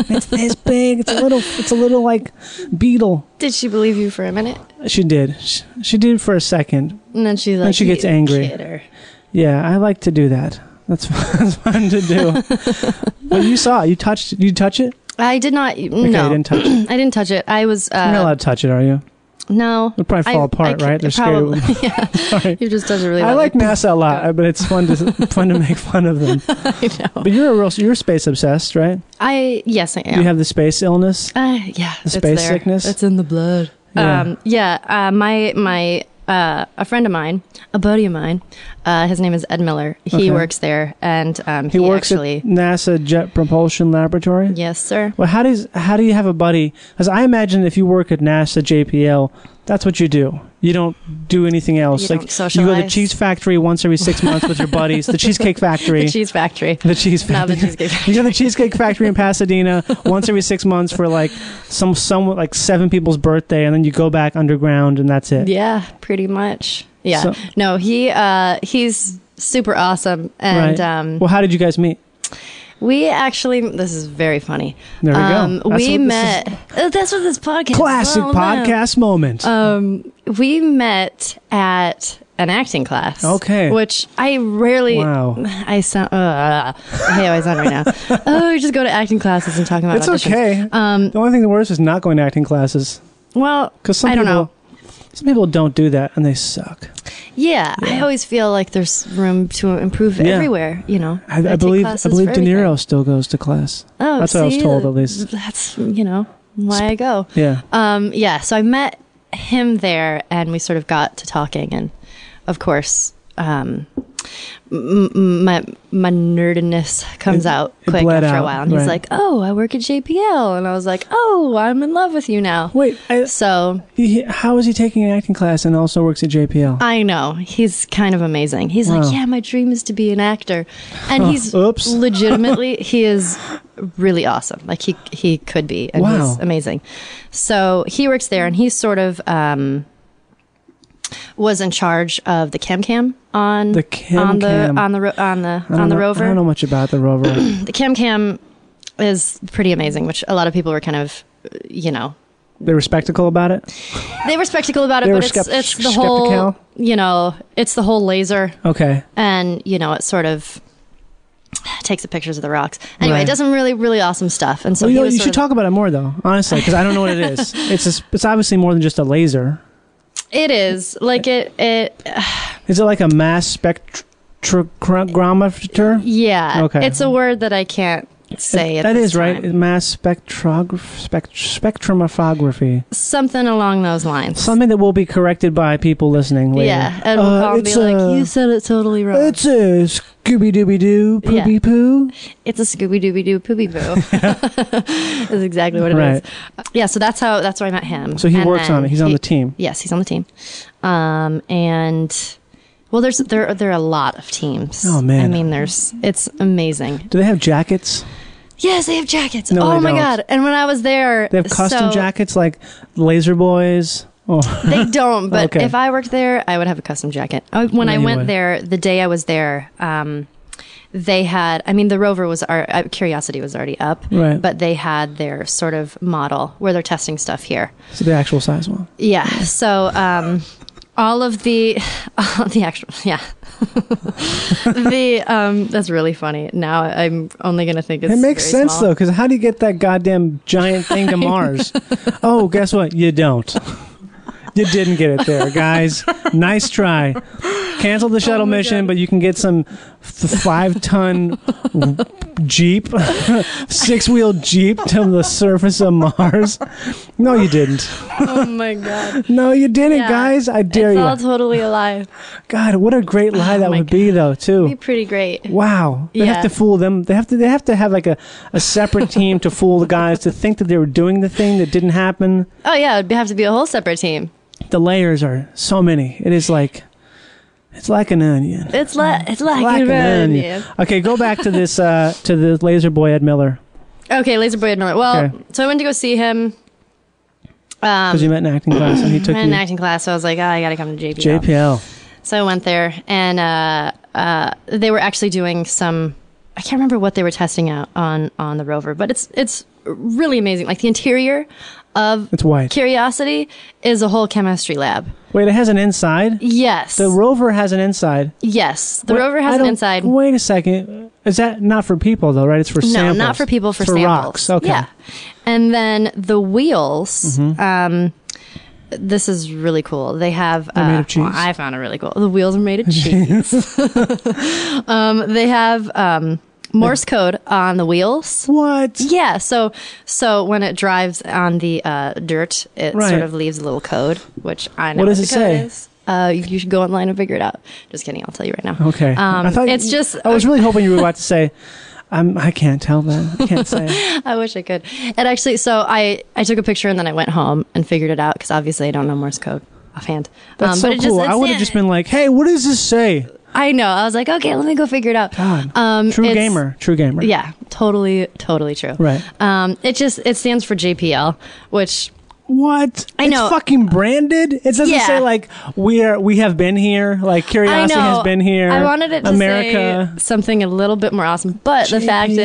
[SPEAKER 2] it's this big. It's a little. It's a little like beetle.
[SPEAKER 6] Did she believe you for a minute?
[SPEAKER 2] She did. She, she did for a second.
[SPEAKER 6] And then she's
[SPEAKER 2] Then
[SPEAKER 6] like,
[SPEAKER 2] she gets
[SPEAKER 6] "You
[SPEAKER 2] angry."
[SPEAKER 6] kidder.
[SPEAKER 2] Yeah, I like to do that. That's fun, that's fun to do. well, you saw. it. You touched. You touch it.
[SPEAKER 6] I did not. e-, no,
[SPEAKER 2] you didn't touch it.
[SPEAKER 6] I didn't touch it. I was.
[SPEAKER 2] You're not
[SPEAKER 6] Uh,
[SPEAKER 2] allowed to touch it, are you?
[SPEAKER 6] no,
[SPEAKER 2] It'll probably fall
[SPEAKER 6] I- I
[SPEAKER 2] apart,
[SPEAKER 6] can't-
[SPEAKER 2] right? They're
[SPEAKER 6] probably.
[SPEAKER 2] scared.
[SPEAKER 6] yeah, you just does it really.
[SPEAKER 2] I
[SPEAKER 6] loud.
[SPEAKER 2] like NASA a lot, but it's fun to fun to make fun of them. I know. But you're a real. You're space obsessed, right?
[SPEAKER 6] I yes, I am.
[SPEAKER 2] You have the space illness.
[SPEAKER 6] Uh, yeah,
[SPEAKER 2] The space sickness?
[SPEAKER 6] It's in the blood.
[SPEAKER 2] Yeah.
[SPEAKER 6] Um, yeah. Uh, my my uh, a friend of mine, a buddy of mine. Uh, his name is Ed Miller. He
[SPEAKER 2] Okay.
[SPEAKER 6] works there, and um,
[SPEAKER 2] He
[SPEAKER 6] he,
[SPEAKER 2] works
[SPEAKER 6] actually.
[SPEAKER 2] at NASA Jet Propulsion Laboratory.
[SPEAKER 6] Yes, sir.
[SPEAKER 2] Well, how does how do you have a buddy? Because I imagine if you work at NASA JPL, that's what you do. You don't do anything else.
[SPEAKER 6] You
[SPEAKER 2] like
[SPEAKER 6] don't
[SPEAKER 2] you go to the
[SPEAKER 6] socialize.
[SPEAKER 2] cheese factory once every six months with your buddies. The cheesecake factory.
[SPEAKER 6] The Cheese Factory.
[SPEAKER 2] The cheese
[SPEAKER 6] Not the
[SPEAKER 2] factory.
[SPEAKER 6] Cheesecake
[SPEAKER 2] you go to the cheesecake factory in Pasadena once every six months for like some some like seven people's birthday, and then you go back underground, and that's it.
[SPEAKER 6] Yeah, pretty much. Yeah.
[SPEAKER 2] So-
[SPEAKER 6] no, he uh, he's super awesome, and
[SPEAKER 2] Right.
[SPEAKER 6] um,
[SPEAKER 2] well, how did you guys meet?
[SPEAKER 6] we actually this is very funny.
[SPEAKER 2] There we go.
[SPEAKER 6] um,
[SPEAKER 2] That's
[SPEAKER 6] We
[SPEAKER 2] what this
[SPEAKER 6] met. Uh, that's what this podcast. is
[SPEAKER 2] Classic
[SPEAKER 6] all about.
[SPEAKER 2] podcast moment.
[SPEAKER 6] Um, we met at an acting class.
[SPEAKER 2] Okay.
[SPEAKER 6] Which I rarely.
[SPEAKER 2] Wow.
[SPEAKER 6] I sound. Uh, I hate how I sound right now. oh, we just go to acting classes and talk about.
[SPEAKER 2] it's
[SPEAKER 6] auditions. Um,
[SPEAKER 2] okay. the only thing worse is not going to acting classes.
[SPEAKER 6] Well,
[SPEAKER 2] Because some
[SPEAKER 6] I don't
[SPEAKER 2] people,
[SPEAKER 6] know.
[SPEAKER 2] some people don't do that and they suck.
[SPEAKER 6] Yeah, I always feel like there's room to improve
[SPEAKER 2] Yeah.
[SPEAKER 6] everywhere. You know.
[SPEAKER 2] I, I
[SPEAKER 6] take
[SPEAKER 2] believe I
[SPEAKER 6] classes
[SPEAKER 2] believe
[SPEAKER 6] for
[SPEAKER 2] De Niro still goes to class.
[SPEAKER 6] Oh,
[SPEAKER 2] that's what I was
[SPEAKER 6] see,
[SPEAKER 2] told at least.
[SPEAKER 6] That's you know why I go.
[SPEAKER 2] Yeah.
[SPEAKER 6] Um. Yeah. So I met him there, and we sort of got to talking, and of course, um, m- m- my my nerdiness comes out
[SPEAKER 2] it
[SPEAKER 6] quick
[SPEAKER 2] bled
[SPEAKER 6] after
[SPEAKER 2] out,
[SPEAKER 6] a while, and
[SPEAKER 2] right.
[SPEAKER 6] he's like, "Oh, I work at JPL," and I was like, "Oh, I'm in love with you now."
[SPEAKER 2] Wait. I,
[SPEAKER 6] so
[SPEAKER 2] He, how is he taking an acting class and also works at JPL?
[SPEAKER 6] I know he's kind of amazing. He's
[SPEAKER 2] Wow.
[SPEAKER 6] like, "Yeah, my dream is to be an actor," and he's
[SPEAKER 2] Oops.
[SPEAKER 6] legitimately he is really awesome. Like he he could be, and
[SPEAKER 2] Wow.
[SPEAKER 6] he's amazing. So he works there, and he's sort of um, was in charge of the Chem Cam on
[SPEAKER 2] The Chem
[SPEAKER 6] Um, on the
[SPEAKER 2] Cam.
[SPEAKER 6] on the ro- on the
[SPEAKER 2] I don't
[SPEAKER 6] on the
[SPEAKER 2] know-
[SPEAKER 6] rover.
[SPEAKER 2] I don't know much about the rover.
[SPEAKER 6] the Chem Cam is pretty amazing, which a lot of people were kind of, you know,
[SPEAKER 2] they were spectacle about it.
[SPEAKER 6] they were skeptical about it,
[SPEAKER 2] They were
[SPEAKER 6] but it's,
[SPEAKER 2] skep-
[SPEAKER 6] it's the whole,
[SPEAKER 2] skeptical?
[SPEAKER 6] you know, it's the whole laser,
[SPEAKER 2] Okay.
[SPEAKER 6] and you know, it sort of takes the pictures of the rocks. Anyway,
[SPEAKER 2] Right.
[SPEAKER 6] it does some really, really awesome stuff, and so
[SPEAKER 2] well, you,
[SPEAKER 6] he
[SPEAKER 2] know,
[SPEAKER 6] was
[SPEAKER 2] you
[SPEAKER 6] sort
[SPEAKER 2] should
[SPEAKER 6] of-
[SPEAKER 2] talk about it more though, honestly, because I don't know what it is. it's a, it's obviously more than just a laser.
[SPEAKER 6] It is like it it
[SPEAKER 2] Is it like a mass spectrometer?
[SPEAKER 6] yeah.
[SPEAKER 2] Okay.
[SPEAKER 6] It's a word that I can't say. at
[SPEAKER 2] that
[SPEAKER 6] this
[SPEAKER 2] is right.
[SPEAKER 6] time.
[SPEAKER 2] Mass spectrograph, spect- spectromophography.
[SPEAKER 6] Something along those lines.
[SPEAKER 2] Something that will be corrected by people listening later.
[SPEAKER 6] Yeah, and we'll
[SPEAKER 2] Uh,
[SPEAKER 6] call and be
[SPEAKER 2] it's
[SPEAKER 6] like,
[SPEAKER 2] a-
[SPEAKER 6] "You said it totally wrong."
[SPEAKER 2] It's a Scooby Dooby Doo
[SPEAKER 6] Yeah.
[SPEAKER 2] poopy poo.
[SPEAKER 6] It's a Scooby Dooby Doo poopy boo. is exactly what it is. Uh,
[SPEAKER 2] Right.
[SPEAKER 6] Yeah, so that's how that's where I met him.
[SPEAKER 2] So he
[SPEAKER 6] And
[SPEAKER 2] works
[SPEAKER 6] then
[SPEAKER 2] on it. He's on
[SPEAKER 6] he-
[SPEAKER 2] the team.
[SPEAKER 6] Yes, he's on the team. Um, and well, there's there there are a lot of teams.
[SPEAKER 2] Oh, man.
[SPEAKER 6] I mean, there's it's amazing.
[SPEAKER 2] Do they have jackets?
[SPEAKER 6] Yes, they have jackets.
[SPEAKER 2] No,
[SPEAKER 6] oh
[SPEAKER 2] they
[SPEAKER 6] my
[SPEAKER 2] don't.
[SPEAKER 6] god! And when I was there,
[SPEAKER 2] They have custom
[SPEAKER 6] so-
[SPEAKER 2] jackets like Laser Boys. Oh.
[SPEAKER 6] They don't. But
[SPEAKER 2] Okay.
[SPEAKER 6] if I worked there, I would have a custom jacket. I, when I
[SPEAKER 2] Yeah, you
[SPEAKER 6] went
[SPEAKER 2] would.
[SPEAKER 6] there, the day I was there, um, they had. I mean, the rover was our uh, Curiosity was already up,
[SPEAKER 2] Right.
[SPEAKER 6] but they had their sort of model where they're testing stuff here.
[SPEAKER 2] So the actual size one.
[SPEAKER 6] Yeah. So um, all of the all the actual yeah. the um, that's really funny. Now I'm only gonna think it's
[SPEAKER 2] it makes
[SPEAKER 6] very
[SPEAKER 2] sense
[SPEAKER 6] small.
[SPEAKER 2] though, because how do you get that goddamn giant thing to Mars? oh, guess what? You don't. you didn't get it there, guys. nice try. Cancel
[SPEAKER 6] Oh
[SPEAKER 2] the shuttle mission, but you can get some f- five-ton jeep, six-wheel jeep to the surface of Mars. No, you didn't.
[SPEAKER 6] oh my god.
[SPEAKER 2] No, you didn't,
[SPEAKER 6] Yeah.
[SPEAKER 2] guys. I dare
[SPEAKER 6] it's
[SPEAKER 2] you.
[SPEAKER 6] all Oh totally a lie.
[SPEAKER 2] God, what a great lie that would be, though. Too.
[SPEAKER 6] It'd be pretty great.
[SPEAKER 2] Wow. They
[SPEAKER 6] Yeah.
[SPEAKER 2] have to fool them. They have to they have to have like a, a separate team to fool the guys to think that they were doing the thing that didn't happen.
[SPEAKER 6] Oh yeah, it'd have to be a whole separate team.
[SPEAKER 2] The layers are so many. It is like it's like an onion.
[SPEAKER 6] It's like it's like,
[SPEAKER 2] Like
[SPEAKER 6] a
[SPEAKER 2] an
[SPEAKER 6] onion.
[SPEAKER 2] onion. Okay, go back to this uh to the laser boy Ed Miller.
[SPEAKER 6] Okay, Laser Boy Ed Miller. Well,
[SPEAKER 2] Okay.
[SPEAKER 6] so I went to go see him. Um,
[SPEAKER 2] Because you met in acting class and he took
[SPEAKER 6] I'm in
[SPEAKER 2] you
[SPEAKER 6] acting class, so I was like, oh, I gotta come to JPL.
[SPEAKER 2] JPL.
[SPEAKER 6] So I went there, and uh, uh, they were actually doing some. I can't remember what they were testing out on on the rover, but it's it's really amazing. Like the interior of
[SPEAKER 2] It's white.
[SPEAKER 6] Curiosity is a whole chemistry lab.
[SPEAKER 2] Wait, it has an inside?
[SPEAKER 6] Yes,
[SPEAKER 2] The rover has an inside.
[SPEAKER 6] yes, the
[SPEAKER 2] Wait,
[SPEAKER 6] rover
[SPEAKER 2] I
[SPEAKER 6] has an
[SPEAKER 2] don't-
[SPEAKER 6] inside.
[SPEAKER 2] Wait a second. Is that not for people though, right? It's for
[SPEAKER 6] no,
[SPEAKER 2] samples.
[SPEAKER 6] not for people for,
[SPEAKER 2] It's for
[SPEAKER 6] samples.
[SPEAKER 2] rocks. Okay.
[SPEAKER 6] Yeah. And then the wheels.
[SPEAKER 2] Mhm.
[SPEAKER 6] Um, this is really cool. They have. uh,
[SPEAKER 2] They're made of cheese.
[SPEAKER 6] well, I found it really cool. The wheels are made of cheese. um, they have um, Morse code on the wheels.
[SPEAKER 2] What?
[SPEAKER 6] Yeah. So so when it drives on the uh, dirt, it
[SPEAKER 2] Right.
[SPEAKER 6] sort of leaves a little code, which I know
[SPEAKER 2] What does
[SPEAKER 6] the
[SPEAKER 2] it
[SPEAKER 6] code
[SPEAKER 2] say?
[SPEAKER 6] is. Uh, you should go online and figure it out. Just kidding. I'll tell you right now.
[SPEAKER 2] Okay.
[SPEAKER 6] Um,
[SPEAKER 2] I thought
[SPEAKER 6] it's
[SPEAKER 2] you-
[SPEAKER 6] just
[SPEAKER 2] I was really hoping you were about to say, I'm, I can't tell that. I can't say.
[SPEAKER 6] I wish I could. And actually, so I I took a picture and then I went home and figured it out because obviously I don't know Morse code offhand. Um,
[SPEAKER 2] That's so
[SPEAKER 6] but it
[SPEAKER 2] cool.
[SPEAKER 6] Just,
[SPEAKER 2] I would have just been like, hey, what does this say?
[SPEAKER 6] I know. I was like, okay, let me go figure it out.
[SPEAKER 2] God.
[SPEAKER 6] Um,
[SPEAKER 2] true
[SPEAKER 6] it's-
[SPEAKER 2] gamer. True gamer.
[SPEAKER 6] Yeah, totally, totally true.
[SPEAKER 2] Right.
[SPEAKER 6] Um, it just it stands for JPL, which
[SPEAKER 2] What?
[SPEAKER 6] I know.
[SPEAKER 2] It's fucking branded. It doesn't
[SPEAKER 6] Yeah.
[SPEAKER 2] say like we are. We have been here. Like curiosity
[SPEAKER 6] I know.
[SPEAKER 2] has been here.
[SPEAKER 6] I wanted it to
[SPEAKER 2] America.
[SPEAKER 6] say something a little bit more awesome, but the fact
[SPEAKER 2] JPL.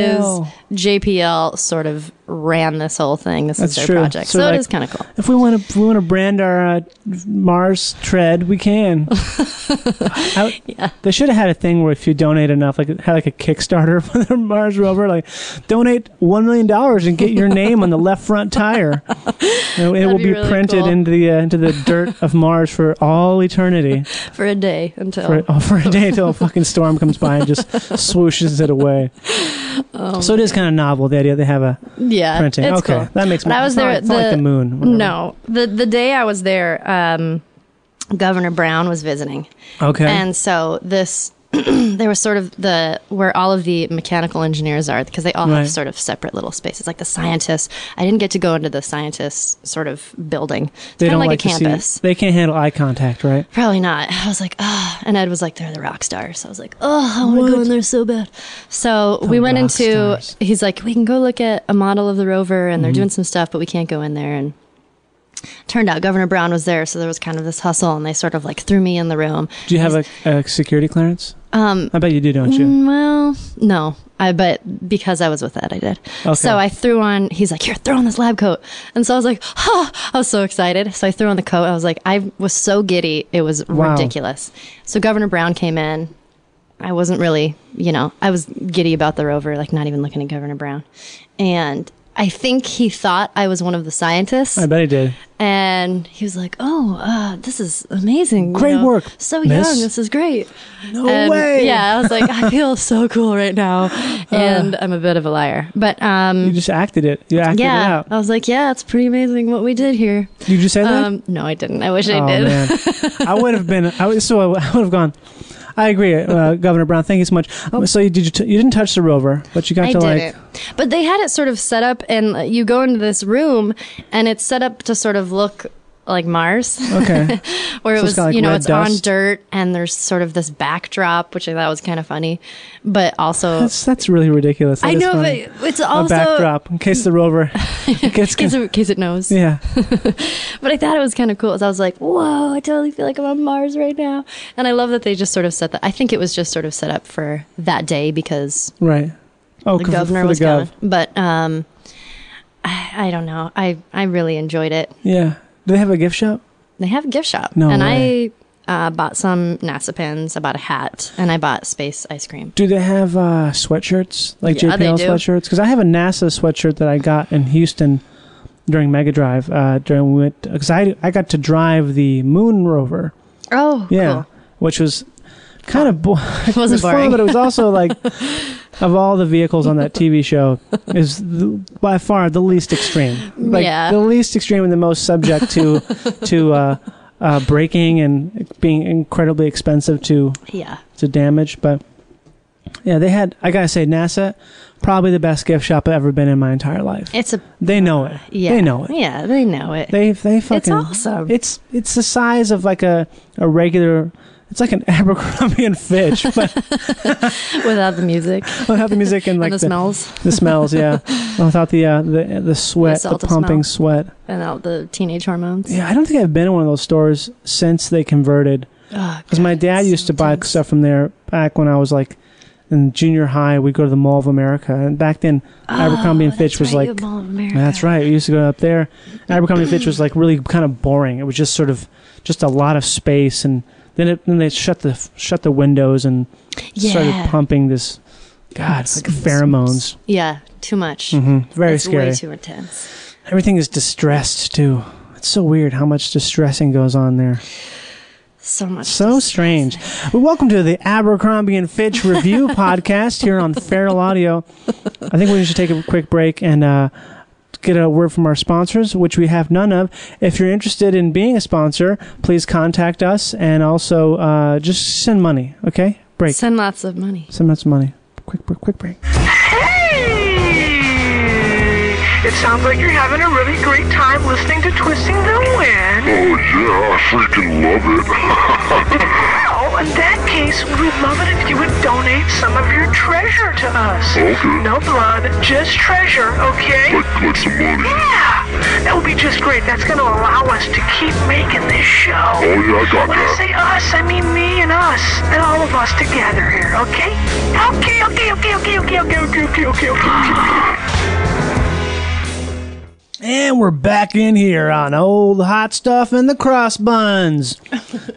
[SPEAKER 6] is JPL sort of ran this whole thing. This
[SPEAKER 2] That's
[SPEAKER 6] is their
[SPEAKER 2] true.
[SPEAKER 6] project, so,
[SPEAKER 2] So, like-
[SPEAKER 6] it is kind of cool.
[SPEAKER 2] If we want to, we want to brand our uh, Mars tread. We can. I- They should have had a thing where if you donate enough, like had like a Kickstarter for the Mars rover, like donate one million dollars and get your name on the left front tire. And it will
[SPEAKER 6] be
[SPEAKER 2] be,
[SPEAKER 6] really
[SPEAKER 2] printed
[SPEAKER 6] cool.
[SPEAKER 2] into the uh, into the dirt of Mars for all eternity.
[SPEAKER 6] For a day until
[SPEAKER 2] For, oh, for a day until a fucking storm comes by and just swooshes it away.
[SPEAKER 6] Um,
[SPEAKER 2] so it is kind of novel the idea they have a
[SPEAKER 6] yeah
[SPEAKER 2] printing.
[SPEAKER 6] it's
[SPEAKER 2] okay,
[SPEAKER 6] cool.
[SPEAKER 2] that makes.
[SPEAKER 6] But I was
[SPEAKER 2] it's not-
[SPEAKER 6] there.
[SPEAKER 2] it's not like the moon. whatever.
[SPEAKER 6] No, the the day I was there, um, Governor Brown was visiting.
[SPEAKER 2] Okay.
[SPEAKER 6] and so this. there was sort of the where all of the mechanical engineers are because they all
[SPEAKER 2] Right.
[SPEAKER 6] have sort of separate little spaces like the scientists i didn't get to go into the scientists sort of building it's
[SPEAKER 2] they
[SPEAKER 6] kind of
[SPEAKER 2] don't
[SPEAKER 6] like,
[SPEAKER 2] like
[SPEAKER 6] a
[SPEAKER 2] to see-
[SPEAKER 6] campus
[SPEAKER 2] they can't handle eye contact, right?
[SPEAKER 6] probably not i was like oh and ed was like they're the rock stars i was like oh i want to go in there so bad so we went
[SPEAKER 2] rock
[SPEAKER 6] into
[SPEAKER 2] Mm-hmm.
[SPEAKER 6] he's like we can go look at a model of the rover and they're doing some stuff but we can't go in there and Turned out Governor Brown was there, so there was kind of this hustle, and they sort of like threw me in the room.
[SPEAKER 2] Do you have a, a security clearance?
[SPEAKER 6] Um,
[SPEAKER 2] I bet you do, don't you?
[SPEAKER 6] Mm, Well, no. I but because I was with that, I did.
[SPEAKER 2] Okay.
[SPEAKER 6] So I threw on. He's like, "Here, throw on this lab coat," and so I was like, "Ha!" I was so excited. So I threw on the coat. I was like, I was so giddy. It was
[SPEAKER 10] Wow.
[SPEAKER 6] ridiculous. So Governor Brown came in. I wasn't really, you know, I was giddy about the rover, like not even looking at Governor Brown, and I think he thought I was one of the scientists.
[SPEAKER 2] I bet he did.
[SPEAKER 6] And he was like, "Oh, uh, this is amazing! you
[SPEAKER 2] Great
[SPEAKER 6] know,
[SPEAKER 2] work,
[SPEAKER 6] So
[SPEAKER 2] miss."
[SPEAKER 6] young, this is great."
[SPEAKER 2] No
[SPEAKER 6] And,
[SPEAKER 2] way.
[SPEAKER 6] Um,
[SPEAKER 2] Uh.
[SPEAKER 6] Yeah, I was like, "I feel so cool right now," and I'm a bit of a liar, but um,
[SPEAKER 2] You just acted it. You acted it
[SPEAKER 6] yeah,
[SPEAKER 2] out.
[SPEAKER 6] I was like, "Yeah, it's pretty amazing what we did here."
[SPEAKER 2] Did you say that?
[SPEAKER 6] Um, no, I didn't. I wish I
[SPEAKER 2] Oh,
[SPEAKER 6] did.
[SPEAKER 2] man. I would have been. I would, so I would have gone. I agree, uh, Governor Brown. Thank you so much. Um, So you did. You, t- you didn't touch the rover, but you got
[SPEAKER 6] I
[SPEAKER 2] to
[SPEAKER 6] did
[SPEAKER 2] like.
[SPEAKER 6] it. But they had it sort of set up, and uh, you go into this room, and it's set up to sort of look like Mars.
[SPEAKER 2] Okay.
[SPEAKER 6] Where
[SPEAKER 2] So it's
[SPEAKER 6] it was,
[SPEAKER 2] got, like,
[SPEAKER 6] you know,
[SPEAKER 2] red
[SPEAKER 6] it's on
[SPEAKER 2] dust?
[SPEAKER 6] dirt, and there's sort of this backdrop, which I thought was kind of funny, but also.
[SPEAKER 2] That's that's really ridiculous. That
[SPEAKER 6] I
[SPEAKER 2] is
[SPEAKER 6] know,
[SPEAKER 2] funny.
[SPEAKER 6] but it's
[SPEAKER 2] a
[SPEAKER 6] also-
[SPEAKER 2] backdrop in case the rover gets.
[SPEAKER 6] in case, it, in case it knows.
[SPEAKER 2] yeah.
[SPEAKER 6] But I thought it was kind of cool. 'cause I was like, whoa, I totally feel like I'm on Mars right now. And I love that they just sort of set that. I think it was just sort of set up for that day because
[SPEAKER 2] Right. Oh, c-
[SPEAKER 6] the
[SPEAKER 2] for
[SPEAKER 6] governor
[SPEAKER 2] the
[SPEAKER 6] was
[SPEAKER 2] gov.
[SPEAKER 6] gone. But um, I, I don't know. I, I really enjoyed it.
[SPEAKER 2] Yeah. Do they have a gift shop?
[SPEAKER 6] They have a gift shop.
[SPEAKER 2] No
[SPEAKER 6] and
[SPEAKER 2] way.
[SPEAKER 6] I uh, bought some NASA pins. I bought a hat. And I bought space ice cream.
[SPEAKER 2] Do they have uh, sweatshirts like
[SPEAKER 6] Yeah, they
[SPEAKER 2] JPL
[SPEAKER 6] do.
[SPEAKER 2] sweatshirts? Because I have a NASA sweatshirt that I got in Houston during Mega Drive. Uh, during we went because I I got to drive the moon rover.
[SPEAKER 6] Oh,
[SPEAKER 2] Yeah, which was kind of bo- it
[SPEAKER 6] wasn't
[SPEAKER 2] was fun,
[SPEAKER 6] boring.
[SPEAKER 2] but it was also like of all the vehicles on that TV show is the, by far the least extreme. Like
[SPEAKER 6] Yeah.
[SPEAKER 2] the least extreme and the most subject to to uh, uh, breaking and being incredibly expensive to
[SPEAKER 6] Yeah.
[SPEAKER 2] to damage, but yeah, they had. I gotta say, NASA probably the best gift shop I've ever been in my entire life.
[SPEAKER 6] It's a.
[SPEAKER 2] They know it.
[SPEAKER 6] Yeah.
[SPEAKER 2] they know it.
[SPEAKER 6] Yeah, they know it.
[SPEAKER 2] They they fucking.
[SPEAKER 6] awesome.
[SPEAKER 2] It's it's the size of like a a regular. It's like an Abercrombie and Fitch, but
[SPEAKER 6] Without the music.
[SPEAKER 2] without the music and like
[SPEAKER 6] the smells.
[SPEAKER 2] The smells, yeah. Without the uh, the the sweat, the,
[SPEAKER 6] salt of
[SPEAKER 2] pumping
[SPEAKER 6] smell.
[SPEAKER 2] sweat.
[SPEAKER 6] And all the teenage hormones.
[SPEAKER 2] Yeah, I don't think I've been in one of those stores since they converted.
[SPEAKER 6] Oh,
[SPEAKER 2] Because my dad used to buy stuff from there back when I was like in junior high. We'd go to the Mall of America, and back then Abercrombie and Fitch was
[SPEAKER 6] Oh, right, you
[SPEAKER 2] like
[SPEAKER 6] had Mall of America.
[SPEAKER 2] That's right. We used to go up there. Abercrombie and Fitch was like really kind of boring. It was just sort of just a lot of space, and then it, then they shut the shut the windows and
[SPEAKER 6] Yeah.
[SPEAKER 2] started pumping this. God, it's like pheromones.
[SPEAKER 6] Yeah, too much.
[SPEAKER 2] Mhm. Very
[SPEAKER 6] It's
[SPEAKER 2] scary.
[SPEAKER 6] Way too intense.
[SPEAKER 2] Everything is distressed too. It's so weird how much distressing goes on there.
[SPEAKER 6] So much.
[SPEAKER 2] So strange. Well, welcome to the Abercrombie and Fitch review podcast here on Feral Audio. I think we should take a quick break and uh, get a word from our sponsors, which we have none of. If you're interested in being a sponsor, please contact us and also uh, just send money. Okay, break.
[SPEAKER 6] Send lots of money.
[SPEAKER 2] Send us money. Quick, quick, quick break.
[SPEAKER 11] It sounds like you're having a really great time listening to Twisting the Wind.
[SPEAKER 1] Oh, yeah, I freaking love it.
[SPEAKER 11] Well, in that case, we'd love it if you would donate some of your treasure to us.
[SPEAKER 1] Okay.
[SPEAKER 11] No blood, just treasure, okay? Like, like some money. Yeah, that would be just great. That's going to allow us to keep making this show.
[SPEAKER 1] Oh, yeah, I got
[SPEAKER 11] When I
[SPEAKER 1] that.
[SPEAKER 11] say us, I mean me and us, and all of us together here, okay? Okay, okay, okay, okay, okay, okay, okay, okay, okay, okay.
[SPEAKER 2] And we're back in here on old hot stuff and the cross buns.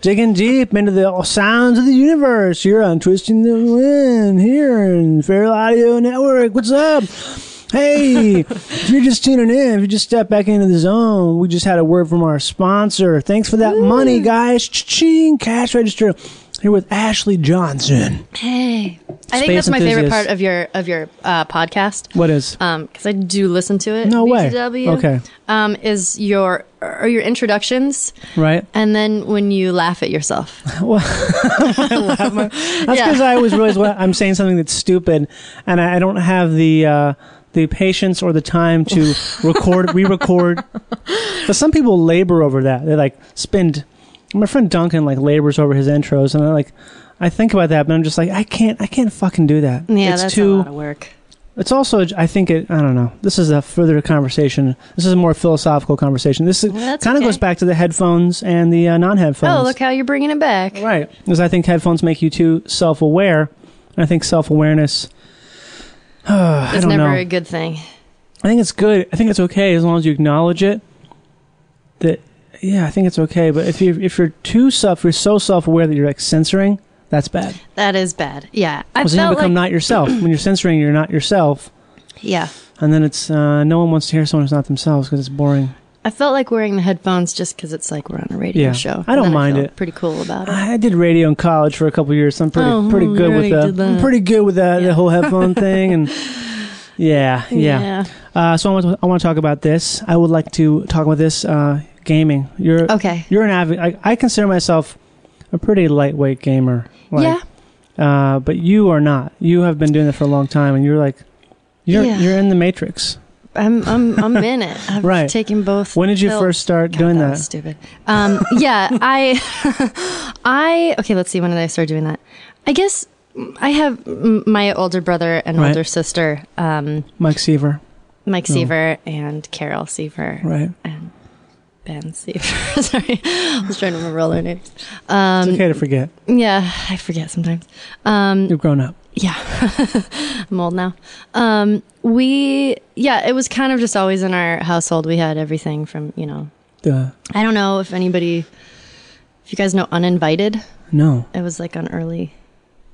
[SPEAKER 2] Digging deep into the sounds of the universe. You're on Twisting the Wind here in Feral Audio Network. What's up? Hey, if you're just tuning in, if you just step back into the zone, we just had a word from our sponsor. Thanks for that money, guys. Ching cash register. Here with Ashley Johnson.
[SPEAKER 6] Hey, I
[SPEAKER 2] Space
[SPEAKER 6] think that's my favorite
[SPEAKER 2] enthusiast.
[SPEAKER 6] part of your of your uh, podcast.
[SPEAKER 2] What is?
[SPEAKER 6] Um, because I do listen to it.
[SPEAKER 2] No way.
[SPEAKER 6] BTW,
[SPEAKER 2] Okay.
[SPEAKER 6] Um, is your are your introductions,
[SPEAKER 2] Right?
[SPEAKER 6] and then when you laugh at yourself.
[SPEAKER 2] That's because I always realize what I'm saying something that's stupid, and I, I don't have the uh, the patience or the time to record, re-record. But some people labor over that. They like spend. My friend Duncan like labors over his intros, and I like I think about that, but I'm just like I can't I can't fucking do that.
[SPEAKER 6] Yeah,
[SPEAKER 2] it's
[SPEAKER 6] that's
[SPEAKER 2] too
[SPEAKER 6] a lot of work.
[SPEAKER 2] It's also, I think it. I don't know. This is a further conversation. This is a more philosophical conversation. This is
[SPEAKER 6] that's
[SPEAKER 2] kind of
[SPEAKER 6] okay.
[SPEAKER 2] goes back to the headphones and the uh, non-headphones.
[SPEAKER 6] Oh, look how you're bringing it back.
[SPEAKER 2] Right. Because I think headphones make you too self-aware, and I think self-awareness. I
[SPEAKER 6] It's
[SPEAKER 2] don't
[SPEAKER 6] never
[SPEAKER 2] know.
[SPEAKER 6] a good thing.
[SPEAKER 2] I think it's good. I think it's okay as long as you acknowledge it. That yeah, I think it's okay. But if you if you're too self, you're so self-aware that you're like censoring. That's bad.
[SPEAKER 6] That is bad. Yeah. I
[SPEAKER 2] Because then you
[SPEAKER 6] felt
[SPEAKER 2] become
[SPEAKER 6] like,
[SPEAKER 2] not yourself. when you're censoring, you're not yourself.
[SPEAKER 6] yeah.
[SPEAKER 2] And then it's uh, no one wants to hear someone who's not themselves because it's boring.
[SPEAKER 6] I felt like wearing the headphones just because it's like we're on a radio
[SPEAKER 2] Yeah.
[SPEAKER 6] show.
[SPEAKER 2] I don't
[SPEAKER 6] And then
[SPEAKER 2] mind
[SPEAKER 6] felt
[SPEAKER 2] it.
[SPEAKER 6] Pretty cool about it.
[SPEAKER 2] I did radio in college for a couple years. So I'm pretty
[SPEAKER 6] Oh,
[SPEAKER 2] pretty
[SPEAKER 6] you
[SPEAKER 2] good with
[SPEAKER 6] already
[SPEAKER 2] the
[SPEAKER 6] did that.
[SPEAKER 2] I'm pretty good with the, the whole headphone thing and yeah yeah. Uh, so I want to, I want to talk about this. I would like to talk about this uh, gaming. You're
[SPEAKER 6] Okay.
[SPEAKER 2] You're an avid. I, I consider myself a pretty lightweight gamer.
[SPEAKER 6] Yeah.
[SPEAKER 2] Uh, but you are not. You have been doing it for a long time, and you're like, you're
[SPEAKER 6] Yeah.
[SPEAKER 2] you're in the matrix.
[SPEAKER 6] I'm I'm I'm in it. I've
[SPEAKER 2] Right.
[SPEAKER 6] taken both.
[SPEAKER 2] When did you
[SPEAKER 6] pills.
[SPEAKER 2] first start doing that?
[SPEAKER 6] was stupid. Um, yeah, I, I okay. Let's see. When did I start doing that? I guess mm, I have mm, my older brother and
[SPEAKER 2] Right. Oh.
[SPEAKER 6] older sister, um,
[SPEAKER 2] Mike Seaver.
[SPEAKER 6] Mike
[SPEAKER 2] No.
[SPEAKER 6] Seaver and Carol Seaver,
[SPEAKER 2] Right.
[SPEAKER 6] And Ben Seaver. Sorry, I was trying to remember all their names. Um,
[SPEAKER 2] It's okay to forget.
[SPEAKER 6] Yeah, I forget sometimes. Um,
[SPEAKER 2] You've grown up.
[SPEAKER 6] yeah. I'm old now. Um, we, yeah, it was kind of just always in our household. We had everything from, you know,
[SPEAKER 2] Duh.
[SPEAKER 6] I don't know if anybody, if you guys know Uninvited,
[SPEAKER 2] No.
[SPEAKER 6] it was like an early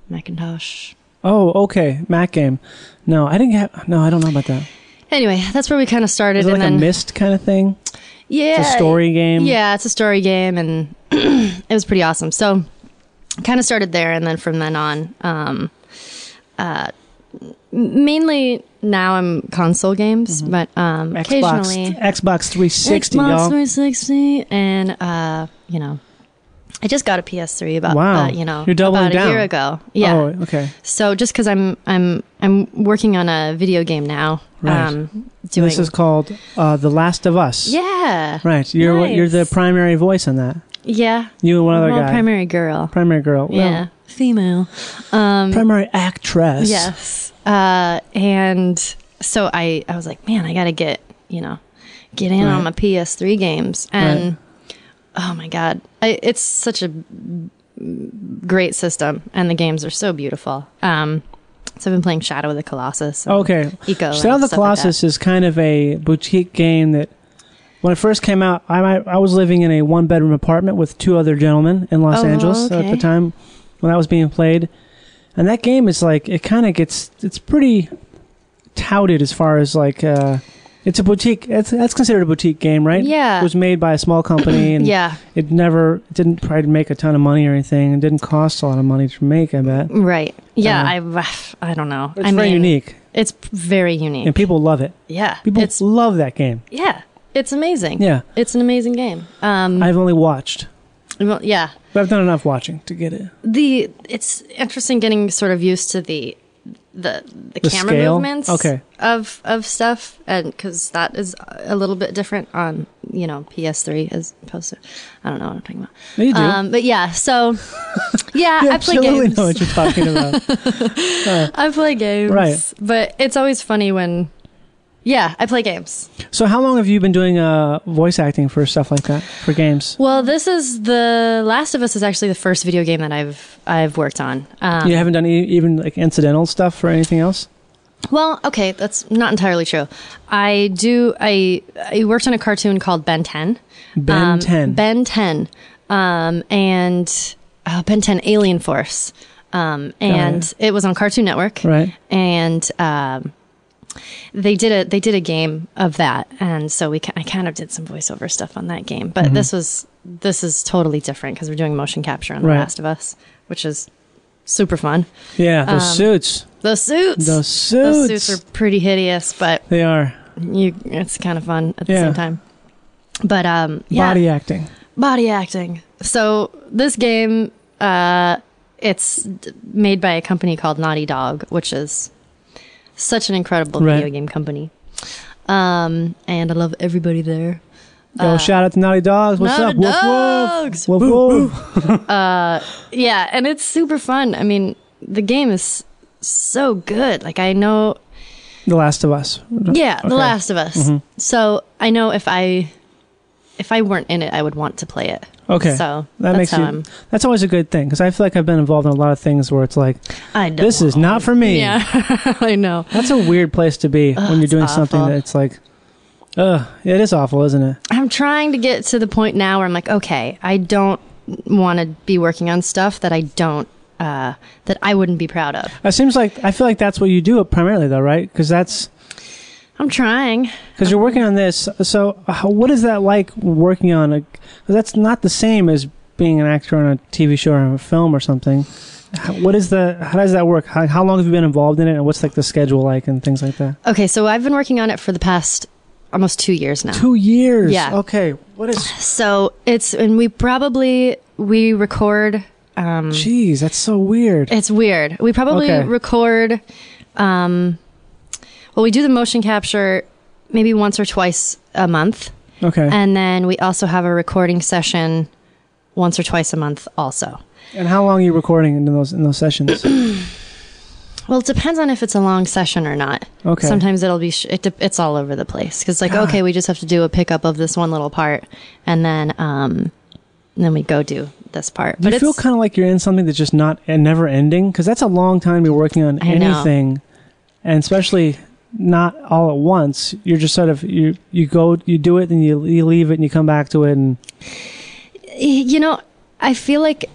[SPEAKER 6] Macintosh.
[SPEAKER 2] Oh, okay. Mac game. No, I didn't have. No, I don't know about that.
[SPEAKER 6] Anyway, that's where we kind of started.
[SPEAKER 2] Is it
[SPEAKER 6] and
[SPEAKER 2] like a
[SPEAKER 6] then,
[SPEAKER 2] mist kind of thing?
[SPEAKER 6] Yeah.
[SPEAKER 2] It's a story game?
[SPEAKER 6] Yeah, it's a story game, and it was pretty awesome. So, kind of started there, and then from then on, um, uh, m- mainly now I'm console games, but um, occasionally
[SPEAKER 2] Xbox, Xbox 360,
[SPEAKER 6] Xbox
[SPEAKER 2] y'all.
[SPEAKER 6] 360, and uh, you know, I just got a PS3 about
[SPEAKER 2] wow.
[SPEAKER 6] uh, you know
[SPEAKER 2] You're doubling
[SPEAKER 6] about
[SPEAKER 2] down.
[SPEAKER 6] a year ago. Yeah.
[SPEAKER 2] Oh, okay.
[SPEAKER 6] So just because I'm I'm I'm working on a video game now.
[SPEAKER 2] Right.
[SPEAKER 6] Um, doing
[SPEAKER 2] This is called uh, The Last of Us.
[SPEAKER 6] yeah.
[SPEAKER 2] Right. You're
[SPEAKER 6] Nice.
[SPEAKER 2] you're the primary voice in that.
[SPEAKER 6] Yeah.
[SPEAKER 2] You and one other
[SPEAKER 6] Well,
[SPEAKER 2] guy.
[SPEAKER 6] primary girl.
[SPEAKER 2] Primary girl. Well,
[SPEAKER 6] yeah. Female. Um,
[SPEAKER 2] primary actress.
[SPEAKER 6] Yes. Uh, and so I, I was like, man, I got to get, you know, get in
[SPEAKER 2] Right.
[SPEAKER 6] on my PS3 games. And oh my God, I, it's such a great system. And the games are so beautiful. Um, so I've been playing Shadow of the Colossus. and
[SPEAKER 2] Okay.
[SPEAKER 6] Eco.
[SPEAKER 2] Oh, Shadow of
[SPEAKER 6] and
[SPEAKER 2] the
[SPEAKER 6] stuff like that.
[SPEAKER 2] Colossus is kind of a boutique game that when it first came out, I might- I was living in a one bedroom apartment with two other gentlemen in Los
[SPEAKER 6] Oh,
[SPEAKER 2] Angeles at the
[SPEAKER 6] okay.
[SPEAKER 2] time when that was being played, and that game is like it kind of gets it's pretty touted as far as like uh, it's a boutique. It's that's considered a boutique game, right?
[SPEAKER 6] Yeah.
[SPEAKER 2] It was made by a small company, and
[SPEAKER 6] Yeah.
[SPEAKER 2] it never it didn't try to make a ton of money or anything, and didn't cost a lot of money to make. I bet.
[SPEAKER 6] Right. Yeah.
[SPEAKER 2] Uh,
[SPEAKER 6] I, I don't know.
[SPEAKER 2] It's
[SPEAKER 6] I
[SPEAKER 2] very
[SPEAKER 6] mean,
[SPEAKER 2] unique,
[SPEAKER 6] It's p- very unique.
[SPEAKER 2] and people love it.
[SPEAKER 6] yeah.
[SPEAKER 2] People love that game.
[SPEAKER 6] Yeah. It's amazing.
[SPEAKER 2] Yeah.
[SPEAKER 6] It's an amazing game. Um,
[SPEAKER 2] I've only watched,
[SPEAKER 6] well, yeah.
[SPEAKER 2] but I've done enough watching to get it.
[SPEAKER 6] the it's interesting getting sort of used to the the the,
[SPEAKER 2] The
[SPEAKER 6] camera
[SPEAKER 2] scale?
[SPEAKER 6] movements
[SPEAKER 2] Okay.
[SPEAKER 6] of of stuff and because that is a little bit different on you know ps3 as opposed to i don't know what i'm talking about
[SPEAKER 2] No, you do.
[SPEAKER 6] but yeah so yeah,
[SPEAKER 2] You
[SPEAKER 6] Um, i play
[SPEAKER 2] absolutely
[SPEAKER 6] games
[SPEAKER 2] know what you're talking about. Uh,
[SPEAKER 6] i play games
[SPEAKER 2] Right.
[SPEAKER 6] but it's always funny when yeah i play games
[SPEAKER 2] so, how long have you been doing uh, voice acting for stuff like that for games?
[SPEAKER 6] well this is the last of us is actually the first video game that i've i've worked on um,
[SPEAKER 2] you haven't done e- even like incidental stuff or anything else.
[SPEAKER 6] Well, okay, that's not entirely true. I do. I I worked on a cartoon called Ben Ten. Um,
[SPEAKER 2] Ben 10.
[SPEAKER 6] Ben Ten. Um, and uh, Ben Ten Alien Force. Um, and it was on Cartoon Network.
[SPEAKER 2] Right.
[SPEAKER 6] And um, they did a they did a game of that, and so we ki- I kind of did some voiceover stuff on that game. But
[SPEAKER 2] Mhm.
[SPEAKER 6] this was this is totally different because we're doing motion capture on The
[SPEAKER 2] Right.
[SPEAKER 6] Last of Us, which is super fun.
[SPEAKER 2] Yeah, those
[SPEAKER 6] Um,
[SPEAKER 2] suits.
[SPEAKER 6] The suits.
[SPEAKER 2] The
[SPEAKER 6] Those
[SPEAKER 2] suits.
[SPEAKER 6] suits are pretty hideous, but
[SPEAKER 2] They are
[SPEAKER 6] you it's kind of fun at the
[SPEAKER 2] Yeah.
[SPEAKER 6] same time. But um yeah,
[SPEAKER 2] body acting.
[SPEAKER 6] body acting. So this game uh it's d- made by a company called Naughty Dog, which is such an incredible
[SPEAKER 2] Right.
[SPEAKER 6] video game company. Um and I love everybody there.
[SPEAKER 2] Yo, shout out to Naughty Dogs. What's
[SPEAKER 6] Uh, Naughty
[SPEAKER 2] up? Woof,
[SPEAKER 6] Dogs!
[SPEAKER 2] Woof, woof, woof.
[SPEAKER 6] uh yeah and it's super fun i mean the game is so good like i know
[SPEAKER 2] The Last of Us.
[SPEAKER 6] Yeah,
[SPEAKER 2] Okay.
[SPEAKER 6] The Last of Us.
[SPEAKER 2] Mhm.
[SPEAKER 6] So I know if I if I weren't in it, I would want to play it.
[SPEAKER 2] Okay.
[SPEAKER 6] So
[SPEAKER 2] that
[SPEAKER 6] that's
[SPEAKER 2] makes
[SPEAKER 6] how
[SPEAKER 2] you,
[SPEAKER 6] I'm.
[SPEAKER 2] That's always a good thing because I feel like I've been involved in a lot of things where it's like,
[SPEAKER 6] I don't
[SPEAKER 2] this is not for me.
[SPEAKER 6] Yeah, I know.
[SPEAKER 2] That's a weird place to be when you're doing
[SPEAKER 6] it's
[SPEAKER 2] something
[SPEAKER 6] awful.
[SPEAKER 2] that's like, ugh, it is awful, isn't it?
[SPEAKER 6] I'm trying to get to the point now where I'm like, okay, I don't want to be working on stuff that I don't uh, that I wouldn't be proud of.
[SPEAKER 2] It seems like I feel like that's what you do primarily, though, right? Because that's.
[SPEAKER 6] I'm trying.
[SPEAKER 2] Because you're working on this, so how, what is that like working on a? 'cause that's not the same as being an actor on a TV show or a film or something. How, what is the? How does that work? How, how long have you been involved in it, and what's like the schedule like and things like that?
[SPEAKER 6] Okay, so I've been working on it for the past almost two years now.
[SPEAKER 2] Two years.
[SPEAKER 6] Yeah.
[SPEAKER 2] Okay. What is?
[SPEAKER 6] So it's and we probably we record. Um,
[SPEAKER 2] Jeez, that's so weird.
[SPEAKER 6] It's weird. We probably
[SPEAKER 2] Okay.
[SPEAKER 6] record. Um, well, we do the motion capture maybe once or twice a month.
[SPEAKER 2] Okay.
[SPEAKER 6] And then we also have a recording session once or twice a month, also.
[SPEAKER 2] And how long are you recording in those in those sessions?
[SPEAKER 6] Well, it depends on if it's a long session or not.
[SPEAKER 2] Okay. Ah.
[SPEAKER 6] Sometimes it'll be sh- it de- it's all over the place because like
[SPEAKER 2] God.
[SPEAKER 6] okay, we just have to do a pickup of this one little part, and then um, then we go do this part.
[SPEAKER 2] Do you feel
[SPEAKER 6] it's-
[SPEAKER 2] kind of like you're in something that's just not and never ending? Because that's a long time to be working on
[SPEAKER 6] I know.
[SPEAKER 2] anything, and especially not all at once. You're just sort of you you go you do it and you, you leave it and you come back to it and
[SPEAKER 6] you know, I feel like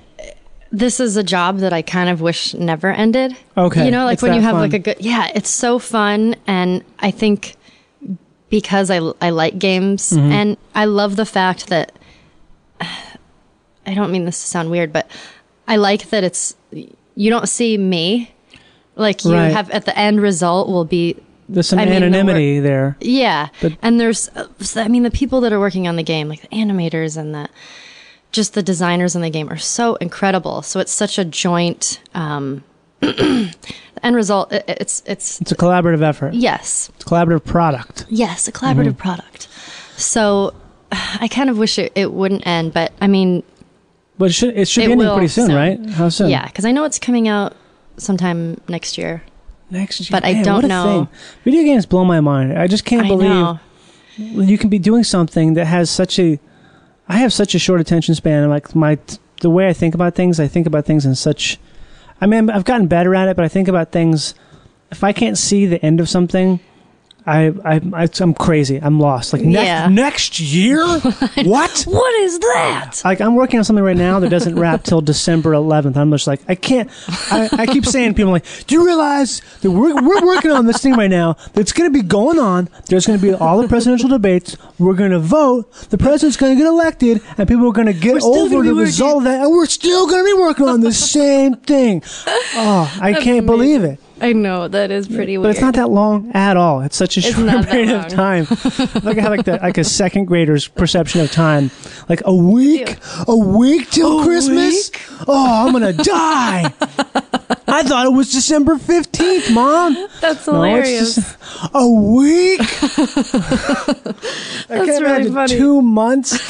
[SPEAKER 6] this is a job that I kind of wish never ended.
[SPEAKER 2] Okay,
[SPEAKER 6] You know, like
[SPEAKER 2] it's
[SPEAKER 6] when
[SPEAKER 2] that
[SPEAKER 6] you have
[SPEAKER 2] fun.
[SPEAKER 6] like a good, yeah, it's so fun. And I think because I, I like games
[SPEAKER 2] Mm-hmm.
[SPEAKER 10] Mhm.
[SPEAKER 6] and I love the fact that I don't mean this to sound weird, but I like that it's, you don't see me. Like you
[SPEAKER 2] Right.
[SPEAKER 6] have at the end result will be
[SPEAKER 2] there's some
[SPEAKER 6] I mean, the wor-
[SPEAKER 2] anonymity there.
[SPEAKER 6] yeah.
[SPEAKER 2] But-
[SPEAKER 6] and there's, uh, so, I mean, the people that are working on the game, like the animators and the, just the designers in the game are so incredible. So it's such a joint, um, the end result. It, it's, it's,
[SPEAKER 2] It's a collaborative effort.
[SPEAKER 6] yes,
[SPEAKER 2] It's a collaborative product.
[SPEAKER 6] yes, a collaborative
[SPEAKER 2] Mhm.
[SPEAKER 6] product. So I kind of wish it, it wouldn't end, but I mean,
[SPEAKER 2] But it should it should
[SPEAKER 6] It
[SPEAKER 2] be ending
[SPEAKER 6] will
[SPEAKER 2] pretty soon,
[SPEAKER 6] soon.
[SPEAKER 2] right? How soon?
[SPEAKER 6] yeah, because I know it's coming out sometime next year.
[SPEAKER 2] Next year.
[SPEAKER 6] But I
[SPEAKER 2] Man,
[SPEAKER 6] don't
[SPEAKER 2] what a
[SPEAKER 6] know.
[SPEAKER 2] thing. Video games blow my mind. I just can't
[SPEAKER 6] I
[SPEAKER 2] believe
[SPEAKER 6] know.
[SPEAKER 2] you can be doing something that has such a. I have such a short attention span. and, Like my the way I think about things, I think about things in such. I mean, I've gotten better at it, but I think about things. If I can't see the end of something, I I, I I'm crazy. I'm lost. Like next
[SPEAKER 6] Yeah.
[SPEAKER 2] next year, what?
[SPEAKER 6] What is that?
[SPEAKER 2] Like I'm working on something right now that doesn't wrap till December 11th. I'm just like I can't. I, I keep saying to people like, do you realize that we're we're working on this thing right now that's going to be going on. There's going to be all the presidential debates. We're going to vote. The president's going to get elected, and people are going to get
[SPEAKER 11] still
[SPEAKER 2] over
[SPEAKER 11] gonna be
[SPEAKER 2] the
[SPEAKER 11] working-
[SPEAKER 2] result of that, and we're still going to be working on the same thing. Oh, I
[SPEAKER 6] That's
[SPEAKER 2] can't believe it.
[SPEAKER 6] I know that is pretty
[SPEAKER 2] But
[SPEAKER 6] weird.
[SPEAKER 2] it's not that long at all. It's such a
[SPEAKER 6] It's
[SPEAKER 2] short
[SPEAKER 6] not that
[SPEAKER 2] period of time. Look at how like the, like a second grader's perception of time. Like a week, a week till Christmas. Oh, I'm gonna die. I thought it was December fifteenth, Mom.
[SPEAKER 6] That's
[SPEAKER 2] it's just a week. I
[SPEAKER 6] That's
[SPEAKER 2] can't
[SPEAKER 6] really
[SPEAKER 2] imagine
[SPEAKER 6] funny.
[SPEAKER 2] two months.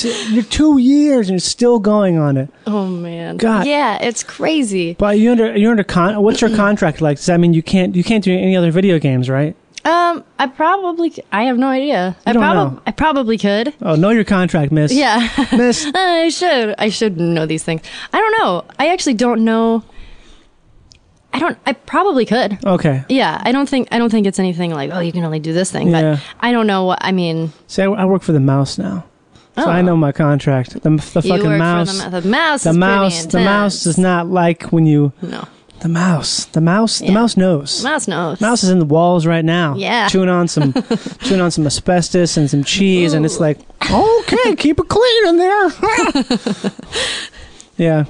[SPEAKER 2] to- you're two years and you're still going on it.
[SPEAKER 6] Oh man.
[SPEAKER 2] God.
[SPEAKER 6] Yeah, it's crazy.
[SPEAKER 2] But you under you're under con. What's your contract like? Does that mean you can't you can't do any other video games, right?
[SPEAKER 6] Um, I probably c- I have no idea. I
[SPEAKER 2] don't
[SPEAKER 6] probably
[SPEAKER 2] know.
[SPEAKER 6] I probably could.
[SPEAKER 2] Oh, know your contract, Miss.
[SPEAKER 6] Yeah. I should I should know these things. I don't know. I actually don't know. I don't. I probably could.
[SPEAKER 2] Okay.
[SPEAKER 6] Yeah, I don't think I don't think it's anything like oh you can only do this thing.
[SPEAKER 2] Yeah.
[SPEAKER 6] But I don't know what I mean.
[SPEAKER 2] See, I, I work for the mouse now, so
[SPEAKER 6] Oh.
[SPEAKER 2] I know my contract. The, the
[SPEAKER 6] You
[SPEAKER 2] fucking
[SPEAKER 6] work for
[SPEAKER 2] mouse.
[SPEAKER 6] the, mou- the mouse.
[SPEAKER 2] the
[SPEAKER 6] is pretty
[SPEAKER 2] mouse. The
[SPEAKER 6] intense.
[SPEAKER 2] mouse does not like when you.
[SPEAKER 6] No.
[SPEAKER 2] The mouse. The mouse. The mouse knows.
[SPEAKER 6] Mouse knows.
[SPEAKER 2] Mouse is in the walls right now.
[SPEAKER 6] Yeah.
[SPEAKER 2] Chewing on some, chewing on some asbestos and some cheese, and it's like, okay, keep it clean in there. yeah,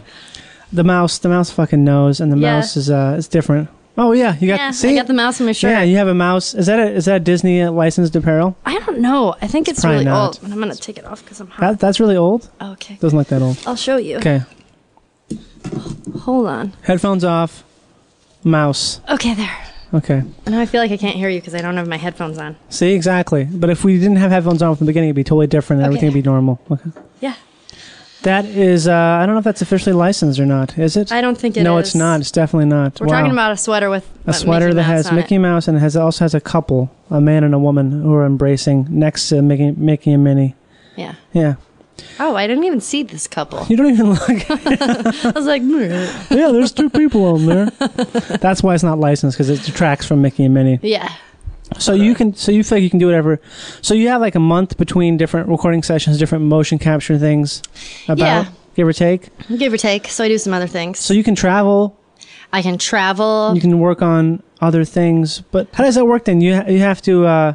[SPEAKER 2] the mouse. The mouse fucking knows, and the
[SPEAKER 6] Yeah.
[SPEAKER 2] mouse is uh, it's different. Oh yeah, you got
[SPEAKER 6] Yeah,
[SPEAKER 2] see.
[SPEAKER 6] I got the mouse in my shirt.
[SPEAKER 2] Yeah, you have a mouse. Is that a, is that Disney uh, licensed apparel?
[SPEAKER 6] I don't know. I think it's,
[SPEAKER 2] probably
[SPEAKER 6] really
[SPEAKER 2] not.
[SPEAKER 6] old. And I'm gonna take it off because I'm hot.
[SPEAKER 2] That, that's really old.
[SPEAKER 6] Okay.
[SPEAKER 2] Doesn't look that old.
[SPEAKER 6] I'll show you.
[SPEAKER 2] Okay.
[SPEAKER 6] Hold on.
[SPEAKER 2] Headphones off. Mouse.
[SPEAKER 6] Okay, there.
[SPEAKER 2] Okay.
[SPEAKER 6] Now I feel like I can't hear you because I don't have my headphones on.
[SPEAKER 2] See exactly. But if we didn't have headphones on from the beginning, it'd be totally different. and Everything would be normal. Okay.
[SPEAKER 6] Yeah.
[SPEAKER 2] That is, uh, I don't know if that's officially licensed or not. Is it?
[SPEAKER 6] I don't think it
[SPEAKER 2] no,
[SPEAKER 6] is.
[SPEAKER 2] it's not. It's definitely not.
[SPEAKER 6] We're
[SPEAKER 2] Wow.
[SPEAKER 6] talking about a sweater with
[SPEAKER 2] a sweater
[SPEAKER 6] Mickey
[SPEAKER 2] that
[SPEAKER 6] Mouse
[SPEAKER 2] has
[SPEAKER 6] on
[SPEAKER 2] Mickey
[SPEAKER 6] It.
[SPEAKER 2] Mouse and it has also has a couple, a man and a woman who are embracing next to Mickey, Mickey and Minnie.
[SPEAKER 6] Yeah.
[SPEAKER 2] Yeah.
[SPEAKER 6] Oh, I didn't even see this couple.
[SPEAKER 2] You don't even look.
[SPEAKER 6] I was like, "Mm."
[SPEAKER 2] yeah, there's two people on there. That's why it's not licensed because it detracts from Mickey and Minnie.
[SPEAKER 6] yeah.
[SPEAKER 2] So you can, so you feel like you can do whatever. So you have like a month between different recording sessions, different motion capture things, about
[SPEAKER 6] Yeah.
[SPEAKER 2] give or take.
[SPEAKER 6] Give or take. So I do some other things.
[SPEAKER 2] So you can travel.
[SPEAKER 6] I can travel.
[SPEAKER 2] You can work on other things, but how does that work then? You ha- you have to. Uh,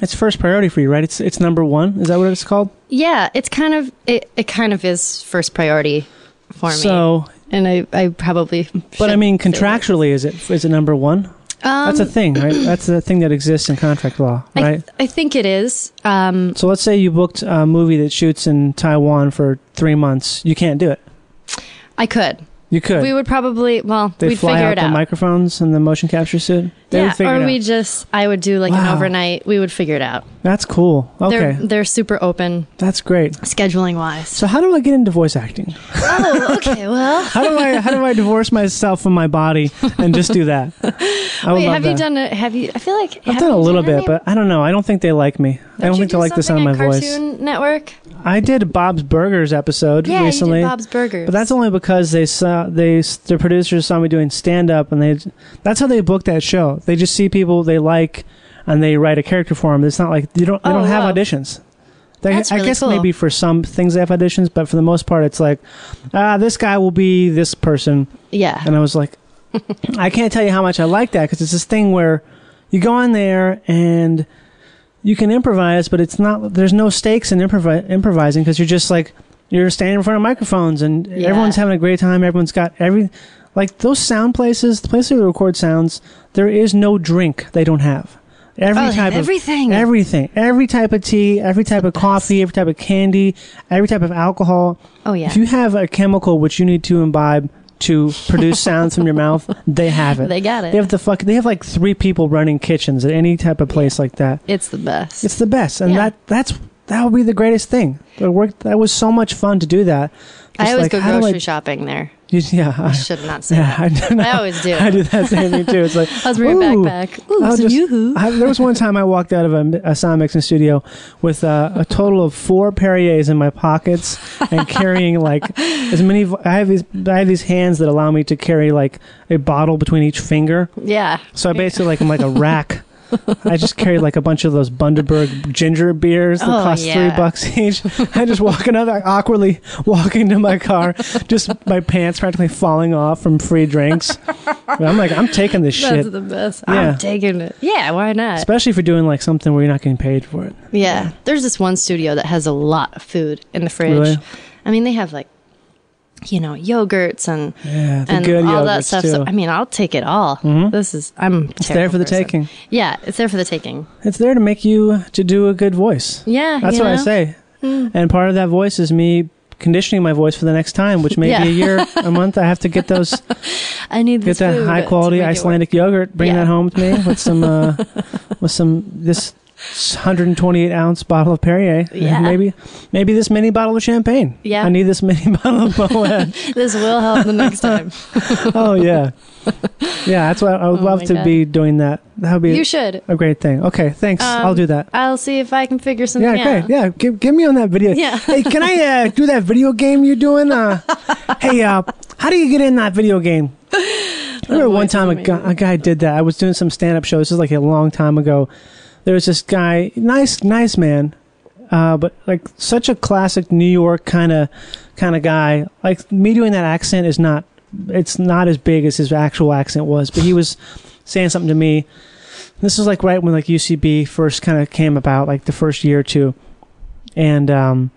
[SPEAKER 2] it's first priority for you, right? It's it's number one. Is that what it's called?
[SPEAKER 6] yeah, it's kind of it, it kind of is first priority for me.
[SPEAKER 2] So-
[SPEAKER 6] and I, I probably
[SPEAKER 2] But I mean,
[SPEAKER 6] contract.
[SPEAKER 2] contractually, is it is it number one? That's a
[SPEAKER 6] Um,
[SPEAKER 2] thing, right? That's a thing that exists in contract law,
[SPEAKER 6] I,
[SPEAKER 2] right?
[SPEAKER 6] I think it is. Um,
[SPEAKER 2] so let's say you booked a movie that shoots in Taiwan for three months. You can't do it.
[SPEAKER 6] I could.
[SPEAKER 2] You could.
[SPEAKER 6] We would probably well,
[SPEAKER 2] They'd
[SPEAKER 6] we'd
[SPEAKER 2] fly
[SPEAKER 6] figure
[SPEAKER 2] out
[SPEAKER 6] it
[SPEAKER 2] the
[SPEAKER 6] out.
[SPEAKER 2] microphones and the motion capture suit. They would
[SPEAKER 6] yeah,
[SPEAKER 2] figure
[SPEAKER 6] or
[SPEAKER 2] it
[SPEAKER 6] we
[SPEAKER 2] out.
[SPEAKER 6] just I would do like an overnight. We would figure it out.
[SPEAKER 2] That's cool. Okay,
[SPEAKER 6] They're they're super open
[SPEAKER 2] that's great.
[SPEAKER 6] scheduling wise.
[SPEAKER 2] So how do I get into voice acting?
[SPEAKER 6] oh, okay. Well,
[SPEAKER 2] How do I how do I divorce myself from my body and just do that? I would
[SPEAKER 6] Wait,
[SPEAKER 2] love
[SPEAKER 6] have
[SPEAKER 2] that.
[SPEAKER 6] you done a have you I feel like
[SPEAKER 2] I've done a little bit, but I don't know. I don't think they like me. I don't think they like the sound of my voice.
[SPEAKER 6] Cartoon Network?
[SPEAKER 2] I did Bob's Burgers episode
[SPEAKER 6] Yeah, you did
[SPEAKER 2] recently.
[SPEAKER 6] Bob's Burgers.
[SPEAKER 2] but that's only because they saw they their producers saw me doing stand up, and they that's how they book that show. They just see people they like, and they write a character for them. It's not like you don't they
[SPEAKER 6] Oh,
[SPEAKER 2] don't
[SPEAKER 6] wow.
[SPEAKER 2] have auditions. They,
[SPEAKER 6] That's
[SPEAKER 2] I
[SPEAKER 6] really
[SPEAKER 2] guess
[SPEAKER 6] cool.
[SPEAKER 2] maybe for some things they have auditions, but for the most part, it's like ah, this guy will be this person.
[SPEAKER 6] Yeah.
[SPEAKER 2] And I was like, I can't tell you how much I like that because it's this thing where you go in there and you can improvise, but it's not. There's no stakes in improvi- improvising because you're just like you're standing in front of microphones and
[SPEAKER 6] Yeah.
[SPEAKER 2] everyone's having a great time. Everyone's got every like those sound places, the places where they record sounds. There is no drink they don't have. Every
[SPEAKER 6] Oh, they have
[SPEAKER 2] type of
[SPEAKER 6] everything.
[SPEAKER 2] everything, every type of tea, every type of coffee, every type of candy, every type of alcohol.
[SPEAKER 6] Oh, yeah.
[SPEAKER 2] If you have a chemical which you need to imbibe to produce sounds from your mouth, they have it.
[SPEAKER 6] They got it.
[SPEAKER 2] They have the fuck. They have like three people running kitchens at any type of place like that.
[SPEAKER 6] It's the best.
[SPEAKER 2] It's the best, and
[SPEAKER 6] Yeah.
[SPEAKER 2] that that's that would be the greatest thing. It worked. That was so much fun to do that.
[SPEAKER 6] I
[SPEAKER 2] Just
[SPEAKER 6] always
[SPEAKER 2] like,
[SPEAKER 6] go
[SPEAKER 2] how do I-
[SPEAKER 6] grocery shopping there.
[SPEAKER 2] You- yeah,
[SPEAKER 6] I should not say
[SPEAKER 2] yeah,
[SPEAKER 6] that.
[SPEAKER 2] do
[SPEAKER 6] I
[SPEAKER 2] know.
[SPEAKER 6] always do.
[SPEAKER 2] I do that same thing too. It's like
[SPEAKER 6] I was bringing
[SPEAKER 2] ooh,
[SPEAKER 6] backpack. Ooh,
[SPEAKER 2] I'll
[SPEAKER 6] some
[SPEAKER 2] just-
[SPEAKER 6] yoo-hoo.
[SPEAKER 2] I- there was one time I walked out of a, a sound mixing studio with uh, a total of four Perriers in my pockets and carrying like as many. v- I have these. I have these hands that allow me to carry like a bottle between each finger.
[SPEAKER 6] Yeah.
[SPEAKER 2] So I basically like I'm like a rack. I just carried like a bunch of those Bundaberg ginger beers that
[SPEAKER 6] Oh,
[SPEAKER 2] cost
[SPEAKER 6] yeah.
[SPEAKER 2] three bucks each. I just walk another awkwardly walking to my car, just my pants practically falling off from free drinks. But I'm like, I'm taking this
[SPEAKER 6] That's
[SPEAKER 2] shit,
[SPEAKER 6] the best.
[SPEAKER 2] Yeah.
[SPEAKER 6] I'm taking it. Yeah, why not?
[SPEAKER 2] especially for doing like something where you're not getting paid for it.
[SPEAKER 6] yeah. There's this one studio that has a lot of food in the fridge.
[SPEAKER 2] Really?
[SPEAKER 6] I mean, they have like you know, yogurts and
[SPEAKER 2] Yeah, the
[SPEAKER 6] and
[SPEAKER 2] good
[SPEAKER 6] all that
[SPEAKER 2] yogurts,
[SPEAKER 6] stuff.
[SPEAKER 2] too. Mm-hmm.
[SPEAKER 6] So I mean, I'll take it all. This is I'm
[SPEAKER 2] It's there for the taking.
[SPEAKER 6] Yeah, it's there for the taking.
[SPEAKER 2] It's there to make you uh, to do a good voice.
[SPEAKER 6] Yeah,
[SPEAKER 2] that's
[SPEAKER 6] you
[SPEAKER 2] what I
[SPEAKER 6] know?
[SPEAKER 2] say.
[SPEAKER 6] Mm.
[SPEAKER 2] And part of that voice is me conditioning my voice for the next time, which may
[SPEAKER 6] Yeah.
[SPEAKER 2] be a year, a month. I have to get those
[SPEAKER 6] I need
[SPEAKER 2] get
[SPEAKER 6] this
[SPEAKER 2] that
[SPEAKER 6] food
[SPEAKER 2] high
[SPEAKER 6] to
[SPEAKER 2] quality
[SPEAKER 6] make it
[SPEAKER 2] Icelandic yogurt. Bring that home with me with some uh, with some this 128 ounce bottle of Perrier. and
[SPEAKER 6] Yeah.
[SPEAKER 2] maybe maybe this mini bottle of champagne.
[SPEAKER 6] Yeah.
[SPEAKER 2] I need this mini bottle of Moët.
[SPEAKER 6] work. This will help the next time.
[SPEAKER 2] oh yeah, yeah. That's why I would
[SPEAKER 6] Oh,
[SPEAKER 2] love
[SPEAKER 6] my
[SPEAKER 2] to
[SPEAKER 6] God.
[SPEAKER 2] be doing that. That would be
[SPEAKER 6] You should.
[SPEAKER 2] a great thing. Okay, thanks. I'll
[SPEAKER 6] Um,
[SPEAKER 2] do that.
[SPEAKER 6] I'll see if I can figure something
[SPEAKER 2] Yeah,
[SPEAKER 6] out.
[SPEAKER 2] great. Yeah, give, give me on that video.
[SPEAKER 6] Yeah.
[SPEAKER 2] hey, can I uh, do that video game you're doing? Uh, hey, uh, how do you get in that video game? I remember one time a, gu- a guy did that. I was doing some stand up show. This is like a long time ago. There was this guy, nice, nice man, uh, but like such a classic New York kind of kind of guy. Like me doing that accent is not. It's not as big as his actual accent was, but he was saying something to me. This was like right when like UCB first kind of came about, like the first year or two, and um,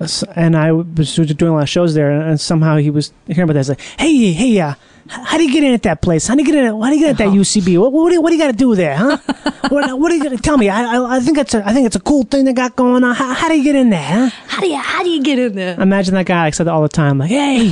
[SPEAKER 2] s- and I was doing a lot of shows there, and, and somehow he was hearing about that. He's like, "Hey, hey, uh, h- how do you get in at that place? How do you get in? At, how do you get at that
[SPEAKER 6] Uh-huh.
[SPEAKER 2] UCB? What, what, do you, what do you got to do there, huh? what, what do you got to tell me? I, I, I think it's a, I think it's a cool thing they got going on. How, how do you get in there? Huh?
[SPEAKER 6] How do you how do you get in there?
[SPEAKER 2] Imagine that guy like said that all the time, like, "Hey,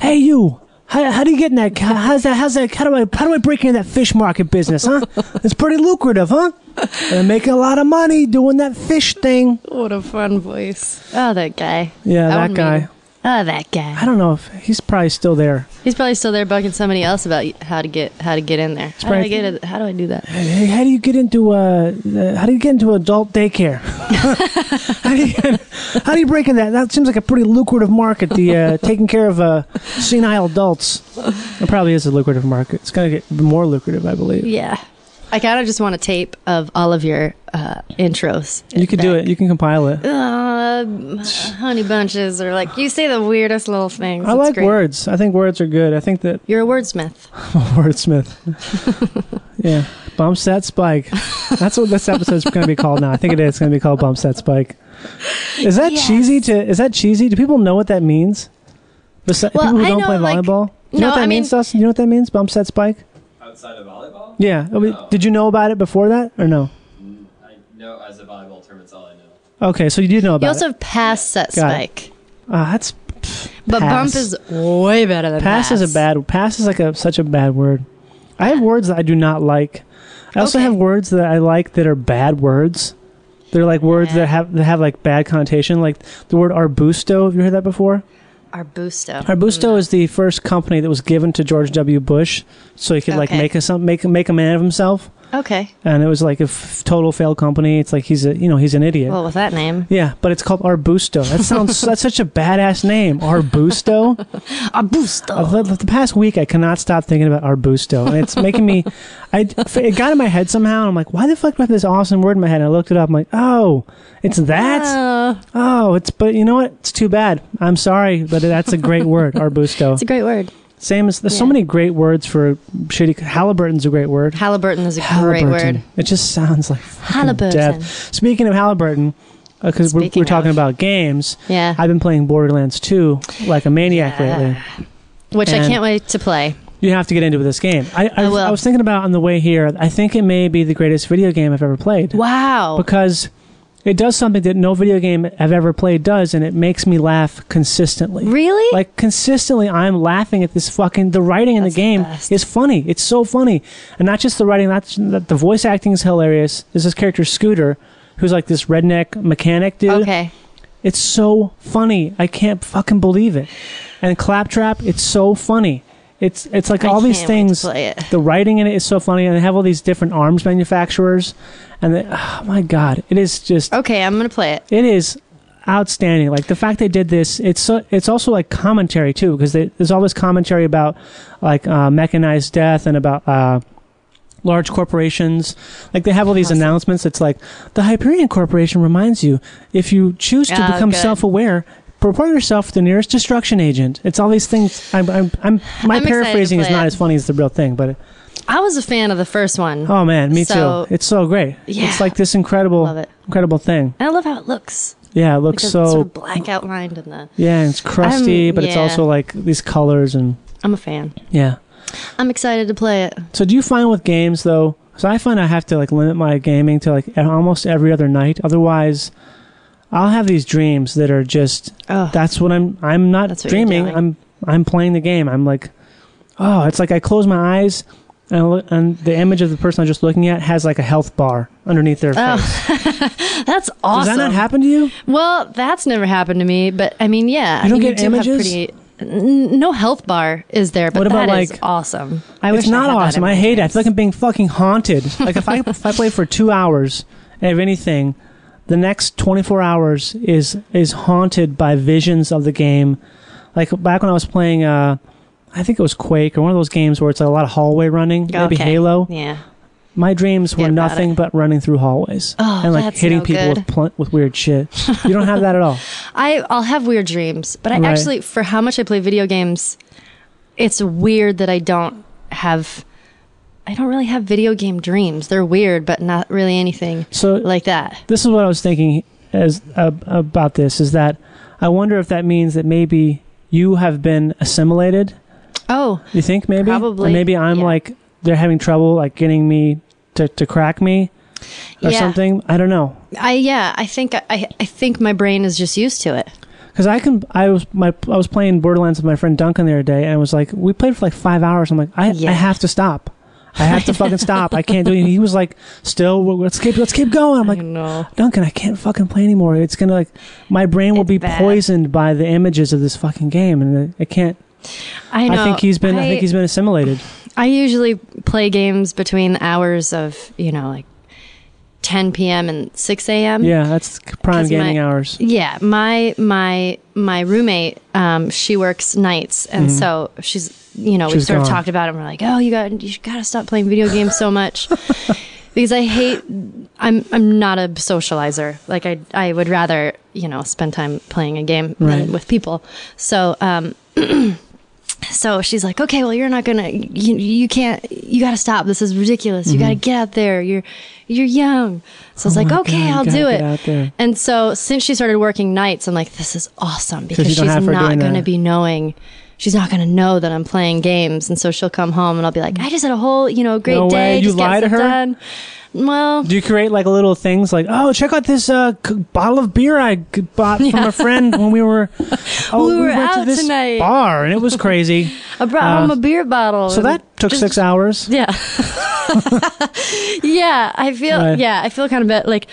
[SPEAKER 2] hey, you."
[SPEAKER 8] How, how do you get in that? How, how's that? How's that? How do I? How do I break into that fish market business? Huh? it's pretty lucrative, huh? And I'm making a lot of money doing that fish thing.
[SPEAKER 6] What a fun voice. Oh, that guy.
[SPEAKER 8] Yeah,
[SPEAKER 6] I
[SPEAKER 8] that
[SPEAKER 6] wanna meet
[SPEAKER 8] guy.
[SPEAKER 6] him. Oh, that guy.
[SPEAKER 8] I don't know if he's probably still there.
[SPEAKER 6] He's probably still there bugging somebody else about how to get how to get in there. How do I
[SPEAKER 8] probably-
[SPEAKER 6] get it? How do I do that?
[SPEAKER 8] Hey, how do you get into uh, uh, how do you get into adult daycare? how, do you, how do you break in that? That seems like a pretty lucrative market. The uh, taking care of uh, senile adults. It probably is a lucrative market. It's going to get more lucrative, I believe.
[SPEAKER 6] Yeah. I kind of just want a tape of all of your uh, intros.
[SPEAKER 2] You could do it. You can compile it.
[SPEAKER 6] Uh, honey bunches or like you say the weirdest little things.
[SPEAKER 2] I
[SPEAKER 6] It's
[SPEAKER 2] like
[SPEAKER 6] great.
[SPEAKER 2] words. I think words are good. I think that
[SPEAKER 6] You're a wordsmith.
[SPEAKER 2] wordsmith. yeah, bump set spike. That's what this episode's going to be called now. I think it is. It's going to be called bump set spike. Is that cheesy? To is that cheesy? Do people know what that means? Besides
[SPEAKER 6] Well,
[SPEAKER 2] people who
[SPEAKER 6] I
[SPEAKER 2] don't
[SPEAKER 6] know,
[SPEAKER 2] play
[SPEAKER 6] like-
[SPEAKER 2] volleyball. Do you know
[SPEAKER 6] no,
[SPEAKER 2] what that
[SPEAKER 6] I
[SPEAKER 2] means,
[SPEAKER 6] mean-
[SPEAKER 2] Dustin? You know what that means? Bump set spike.
[SPEAKER 10] Outside of volleyball?
[SPEAKER 2] Yeah. I mean, Did you know about it before that or no?
[SPEAKER 10] I know as a volleyball term, it's all I know.
[SPEAKER 2] Okay, so you did know about
[SPEAKER 6] You also
[SPEAKER 2] it.
[SPEAKER 6] have past set
[SPEAKER 2] Got it.
[SPEAKER 6] spike.
[SPEAKER 2] Uh, that's
[SPEAKER 6] But
[SPEAKER 2] Pass.
[SPEAKER 6] bump is way better than
[SPEAKER 2] pass, is a bad pass is like a such a bad word. I have words that I do not like. I also have words that I like that are bad words. They're like words that have that have like bad connotation, like the word arbusto. Have you heard that before?
[SPEAKER 6] Arbusto.
[SPEAKER 2] Arbusto is the first company that was given to George W. Bush, so he could like
[SPEAKER 6] Okay.
[SPEAKER 2] make a some make make a man of himself.
[SPEAKER 6] Okay.
[SPEAKER 2] And it was like a f- total failed company. It's like he's a you know he's an idiot.
[SPEAKER 6] Well, with that name,
[SPEAKER 2] Yeah, but it's called Arbusto. That sounds that's such a badass name, Arbusto.
[SPEAKER 6] Arbusto.
[SPEAKER 2] The, the past week, I cannot stop thinking about Arbusto, and it's making me. I it got in my head somehow, and I'm like, why the fuck do I have this awesome word in my head? And I looked it up. I'm like, oh, it's that.
[SPEAKER 6] Uh.
[SPEAKER 2] Oh, it's but you know what? It's too bad. I'm sorry, but that's a great word, Arbusto.
[SPEAKER 6] it's a great word.
[SPEAKER 2] Same as there's so many great words for shitty. Halliburton's a great word.
[SPEAKER 6] Halliburton is a
[SPEAKER 2] Halliburton.
[SPEAKER 6] great word.
[SPEAKER 2] It just sounds like fucking
[SPEAKER 6] Halliburton.
[SPEAKER 2] Death. Speaking of Halliburton, because we're,
[SPEAKER 6] Speaking
[SPEAKER 2] we're talking about games.
[SPEAKER 6] Yeah.
[SPEAKER 2] I've been playing Borderlands 2 like a maniac
[SPEAKER 6] Yeah.
[SPEAKER 2] lately.
[SPEAKER 6] Which I
[SPEAKER 2] And
[SPEAKER 6] can't wait to play.
[SPEAKER 2] You have to get into this game. I, I,
[SPEAKER 6] I will.
[SPEAKER 2] was thinking about it on the way here. I think it may be the greatest video game I've ever played.
[SPEAKER 6] Wow.
[SPEAKER 2] Because it does something that no video game I've ever played does, and it makes me laugh consistently.
[SPEAKER 6] Really?
[SPEAKER 2] Like consistently, I'm laughing at this fucking. The writing in the game is funny. It's so funny, and not just the writing. Not that the voice acting is hilarious. There's this character Scooter, who's like this redneck mechanic dude.
[SPEAKER 6] Okay.
[SPEAKER 2] It's so funny. I can't fucking believe it. And Claptrap, it's so funny. It's it's like
[SPEAKER 6] I
[SPEAKER 2] all these
[SPEAKER 6] can't wait to
[SPEAKER 2] things.
[SPEAKER 6] play it.
[SPEAKER 2] The writing in it is so funny, and they have all these different arms manufacturers, and they, oh my god, it is just
[SPEAKER 6] okay. I'm gonna play it.
[SPEAKER 2] It is outstanding. Like the fact they did this, it's so, it's also like commentary too, because they, there's all this commentary about like uh, mechanized death and about. Uh, large corporations. Like they have all these announcements. It's like the Hyperion Corporation reminds you if you choose to
[SPEAKER 6] Oh,
[SPEAKER 2] become
[SPEAKER 6] good.
[SPEAKER 2] self-aware. Prepare yourself for the nearest destruction agent. It's all these things. I'm, I'm, I'm my
[SPEAKER 6] I'm excited to
[SPEAKER 2] paraphrasing is
[SPEAKER 6] play
[SPEAKER 2] not
[SPEAKER 6] it.
[SPEAKER 2] as funny as the real thing, but
[SPEAKER 6] I was a fan of the first one.
[SPEAKER 2] oh man, me
[SPEAKER 6] So-
[SPEAKER 2] too. It's so great.
[SPEAKER 6] Yeah.
[SPEAKER 2] It's like this incredible, incredible thing.
[SPEAKER 6] And I love how it looks.
[SPEAKER 2] Yeah, it looks
[SPEAKER 6] Like the
[SPEAKER 2] so
[SPEAKER 6] sort of black outlined and the.
[SPEAKER 2] yeah, and it's crusty,
[SPEAKER 6] I'm-
[SPEAKER 2] but it's
[SPEAKER 6] Um, yeah.
[SPEAKER 2] also like these colors and
[SPEAKER 6] I'm a fan.
[SPEAKER 2] yeah.
[SPEAKER 6] I'm excited to play it.
[SPEAKER 2] So do you find with games though? So I find I have to like limit my gaming to like e-, almost every other night. Otherwise, I'll have these dreams that are just.
[SPEAKER 6] Oh,
[SPEAKER 2] That's what I'm. I'm not
[SPEAKER 6] what you're
[SPEAKER 2] dreaming.
[SPEAKER 6] doing.
[SPEAKER 2] I'm. I'm playing the game. I'm like, oh, it's like I close my eyes and I look, and the image of the person I'm just looking at has like a health bar underneath their face.
[SPEAKER 6] That's awesome.
[SPEAKER 2] Does that not happen to you?
[SPEAKER 6] Well, that's never happened to me, but I mean, yeah.
[SPEAKER 2] You don't
[SPEAKER 6] I
[SPEAKER 2] get images?
[SPEAKER 6] Have pretty, n- no health bar is there, but
[SPEAKER 2] What about,
[SPEAKER 6] that is
[SPEAKER 2] like-
[SPEAKER 6] awesome. I
[SPEAKER 2] it's
[SPEAKER 6] wish I
[SPEAKER 2] not
[SPEAKER 6] had that
[SPEAKER 2] awesome.
[SPEAKER 6] in
[SPEAKER 2] I
[SPEAKER 6] my
[SPEAKER 2] hate it. I feel like I'm being fucking haunted. Like if I if I play for two hours of anything, the next 24 hours is is haunted by visions of the game. Like back when I was playing, uh, I think it was Quake or one of those games where it's a lot of hallway running, maybe
[SPEAKER 6] Okay.
[SPEAKER 2] Halo.
[SPEAKER 6] Yeah.
[SPEAKER 2] My dreams were nothing but running through hallways
[SPEAKER 6] Oh,
[SPEAKER 2] and like
[SPEAKER 6] that's
[SPEAKER 2] hitting
[SPEAKER 6] no
[SPEAKER 2] people
[SPEAKER 6] good.
[SPEAKER 2] with pl- with weird shit. You don't have that at all.
[SPEAKER 6] I I'll have weird dreams, but I
[SPEAKER 2] Right.
[SPEAKER 6] actually for how much I play video games, it's weird that I don't have I don't really have video game dreams. They're weird, but not really anything
[SPEAKER 2] so,
[SPEAKER 6] like that.
[SPEAKER 2] this is what I was thinking as uh, about this is that I wonder if that means that maybe you have been assimilated.
[SPEAKER 6] Oh,
[SPEAKER 2] you think maybe
[SPEAKER 6] probably,
[SPEAKER 2] Or maybe I'm like they're having trouble like getting me to to crack me or
[SPEAKER 6] Yeah.
[SPEAKER 2] something. I don't know
[SPEAKER 6] I yeah, I think I I think my brain is just used to it.
[SPEAKER 2] Because I can, I was my, I was playing Borderlands with my friend Duncan the other day, and I was like, we played for like five hours. I'm like, I, I have to stop. I have to fucking stop. I can't do it. And He was like, still, w- let's keep, let's keep going. I'm like, Duncan, I can't fucking play anymore. It's gonna like, my brain will be poisoned by the images of this fucking game, and I, I can't.
[SPEAKER 6] I know.
[SPEAKER 2] think he's been. I,
[SPEAKER 6] I-
[SPEAKER 2] think he's been assimilated.
[SPEAKER 6] I usually play games between the hours of, you know, like 10 p.m. and 6 a.m.
[SPEAKER 2] yeah, that's prime
[SPEAKER 6] 'Cause my-
[SPEAKER 2] gaming hours.
[SPEAKER 6] Yeah, my my my roommate, um, she works nights, and
[SPEAKER 12] Mm-hmm.
[SPEAKER 2] Mhm.
[SPEAKER 6] so she's you know we
[SPEAKER 2] She's
[SPEAKER 6] sort of
[SPEAKER 2] gone.
[SPEAKER 6] talked about it. and We're like, oh, you got you got to stop playing video games so much because I hate. I'm I'm not a socializer. Like I I would rather you know spend time playing a game
[SPEAKER 12] Right.
[SPEAKER 6] than with people. So um, so she's like, okay, well, you're not gonna, you, you can't, you gotta stop. This is ridiculous. You
[SPEAKER 12] Mhm.
[SPEAKER 6] gotta get out there. You're, you're young. So I was
[SPEAKER 12] Oh
[SPEAKER 6] like,
[SPEAKER 12] my
[SPEAKER 6] okay,
[SPEAKER 12] God, you
[SPEAKER 6] I'll
[SPEAKER 12] gotta
[SPEAKER 6] do
[SPEAKER 12] get
[SPEAKER 6] it.
[SPEAKER 12] out there.
[SPEAKER 6] And so since she started working nights, I'm like, this is awesome
[SPEAKER 12] 'Cause
[SPEAKER 6] because
[SPEAKER 12] you
[SPEAKER 6] she's
[SPEAKER 12] don't have her
[SPEAKER 6] not
[SPEAKER 12] doing
[SPEAKER 6] gonna
[SPEAKER 12] that.
[SPEAKER 6] be knowing. She's not gonna know that I'm playing games, and so she'll come home and I'll be like, "I just had a whole, you know, great
[SPEAKER 2] No
[SPEAKER 6] day.
[SPEAKER 2] way. You
[SPEAKER 6] just got
[SPEAKER 2] lie to
[SPEAKER 6] stuff
[SPEAKER 2] her?
[SPEAKER 6] done." Well,
[SPEAKER 2] Do you create like little things like, oh, check out this uh, c- bottle of beer I g- bought from a friend when we were, oh,
[SPEAKER 6] We were
[SPEAKER 2] went to
[SPEAKER 6] out
[SPEAKER 2] this
[SPEAKER 6] tonight.
[SPEAKER 2] bar and it was crazy.
[SPEAKER 6] I brought
[SPEAKER 2] Uh,
[SPEAKER 6] home a beer bottle.
[SPEAKER 2] So
[SPEAKER 6] and
[SPEAKER 2] that took
[SPEAKER 6] just-
[SPEAKER 2] six hours.
[SPEAKER 6] Yeah. yeah, I feel
[SPEAKER 2] Right.
[SPEAKER 6] yeah, I feel kind of bad, like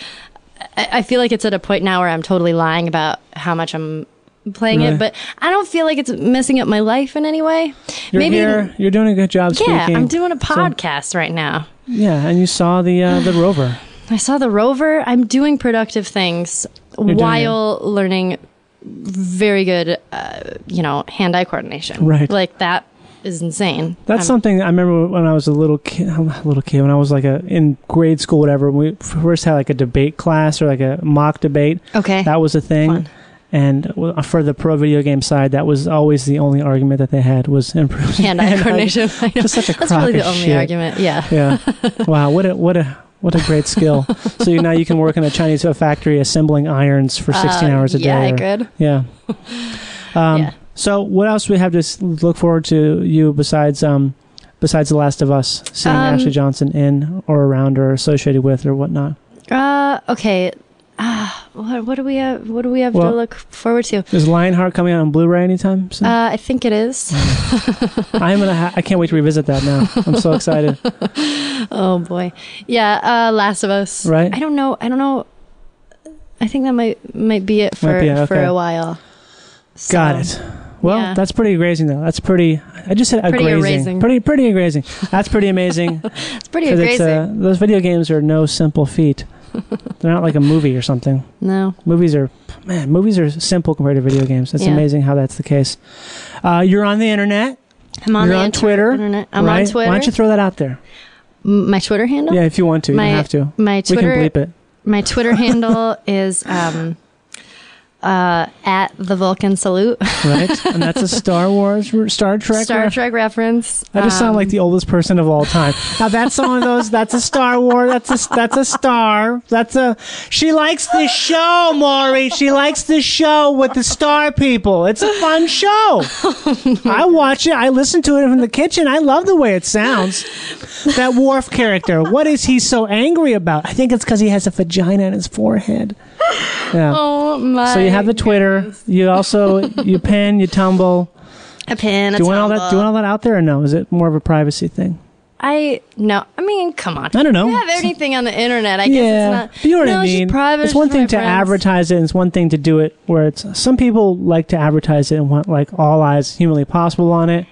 [SPEAKER 6] I, I feel like it's at a point now where I'm totally lying about how much I'm playing
[SPEAKER 2] Right.
[SPEAKER 6] it, but I don't feel like it's messing up my life in any way.
[SPEAKER 2] You're here. You're doing a good job
[SPEAKER 6] Yeah,
[SPEAKER 2] speaking.
[SPEAKER 6] I'm doing a
[SPEAKER 2] So-
[SPEAKER 6] podcast right now.
[SPEAKER 2] yeah, and you saw the uh, the rover.
[SPEAKER 6] I saw the rover. I'm doing productive things
[SPEAKER 2] doing
[SPEAKER 6] while learning very good uh, you know, hand-eye coordination.
[SPEAKER 2] Right.
[SPEAKER 6] Like that is insane.
[SPEAKER 2] That's
[SPEAKER 6] I'm-
[SPEAKER 2] something I remember when I was a little kid, a little kid, when I was like a, in grade school, whatever, we first had like a debate class or like a mock debate.
[SPEAKER 6] Okay.
[SPEAKER 2] That was a thing. And well, for the pro video game side, that was always the only argument that they had was improved
[SPEAKER 6] hand-eye
[SPEAKER 2] hand-eye-
[SPEAKER 6] coordination. I know.
[SPEAKER 2] Just such a
[SPEAKER 6] That's
[SPEAKER 2] crock
[SPEAKER 6] really the
[SPEAKER 2] of
[SPEAKER 6] only
[SPEAKER 2] shit.
[SPEAKER 6] argument. Yeah.
[SPEAKER 2] Yeah. wow. What a what a what a great skill. so you, now you can work in a Chinese factory assembling irons for sixteen
[SPEAKER 6] Uh,
[SPEAKER 2] hours a
[SPEAKER 6] yeah,
[SPEAKER 2] day.
[SPEAKER 6] I could.
[SPEAKER 2] Yeah. Um, So what else do we have to s- look forward to you besides um besides The Last of Us seeing
[SPEAKER 6] Um,
[SPEAKER 2] Ashley Johnson in or around or associated with or whatnot?
[SPEAKER 6] Uh, okay. Ah, what, what do we have? What do we have
[SPEAKER 2] Well-
[SPEAKER 6] to look forward to?
[SPEAKER 2] Is Lionheart coming out on Blu-ray anytime soon?
[SPEAKER 6] Uh, I think it
[SPEAKER 2] Mm.
[SPEAKER 6] is.
[SPEAKER 2] I'm gonna. Ha- I can't wait to revisit that now. I'm so excited.
[SPEAKER 6] oh boy, yeah. Uh, Last of Us.
[SPEAKER 2] Right.
[SPEAKER 6] I don't know. I don't know. I think that might might be it for
[SPEAKER 2] Might be it,
[SPEAKER 6] for
[SPEAKER 2] okay.
[SPEAKER 6] a while.
[SPEAKER 2] Got it. Well,
[SPEAKER 6] yeah.
[SPEAKER 2] that's pretty grazing though. That's pretty. I just said a
[SPEAKER 6] Pretty
[SPEAKER 2] grazing.
[SPEAKER 6] erasing.
[SPEAKER 2] Pretty pretty grazing. That's pretty amazing.
[SPEAKER 6] It's pretty
[SPEAKER 2] 'Cause it's,
[SPEAKER 6] amazing.
[SPEAKER 2] uh, those video games are no simple feat. They're not like a movie or something.
[SPEAKER 6] No.
[SPEAKER 2] Movies are, man, movies are simple compared to video games. It's
[SPEAKER 6] Yeah.
[SPEAKER 2] amazing how that's the case. Uh, you're on the internet.
[SPEAKER 6] I'm on
[SPEAKER 2] you're
[SPEAKER 6] the
[SPEAKER 2] on
[SPEAKER 6] inter-
[SPEAKER 2] Twitter.
[SPEAKER 6] internet. I'm
[SPEAKER 2] right?
[SPEAKER 6] on Twitter.
[SPEAKER 2] Why don't you throw that out there?
[SPEAKER 6] M- my Twitter handle?
[SPEAKER 2] Yeah, if you want to. You
[SPEAKER 6] My-
[SPEAKER 2] don't have to.
[SPEAKER 6] my Twitter-
[SPEAKER 2] We can bleep it.
[SPEAKER 6] My Twitter handle is um, uh, at the Vulcan Salute.
[SPEAKER 2] Right? and that's a Star Wars, Star Trek.
[SPEAKER 6] Star
[SPEAKER 2] ref-
[SPEAKER 6] Trek reference.
[SPEAKER 2] I just sound
[SPEAKER 6] Um,
[SPEAKER 2] like the oldest person of all time. Now that's one of those. That's a Star War. That's a that's a star. That's a. She likes the show, Maury. She likes the show with the star people. It's a fun show. I watch it. I listen to it from the kitchen. I love the way it sounds. That Worf character. What is he so angry about? I think it's because he has a vagina in his forehead. Yeah.
[SPEAKER 6] Oh my.
[SPEAKER 2] so you have the Twitter. You also you pin. You tumble.
[SPEAKER 6] a pin. A
[SPEAKER 2] doing all that.
[SPEAKER 6] tumble.
[SPEAKER 2] Doing all that out there, or no? Is it more of a privacy thing?
[SPEAKER 6] I no. I mean, come on.
[SPEAKER 2] I don't know.
[SPEAKER 6] You have anything on the internet. I guess it's not.
[SPEAKER 2] but you know what
[SPEAKER 6] no,
[SPEAKER 2] I
[SPEAKER 6] It's
[SPEAKER 2] mean.
[SPEAKER 6] just private.
[SPEAKER 2] it's one
[SPEAKER 6] for my
[SPEAKER 2] thing to
[SPEAKER 6] friends.
[SPEAKER 2] advertise it, and it's one thing to do it. Where it's some people like to advertise it and want like all eyes humanly possible on it,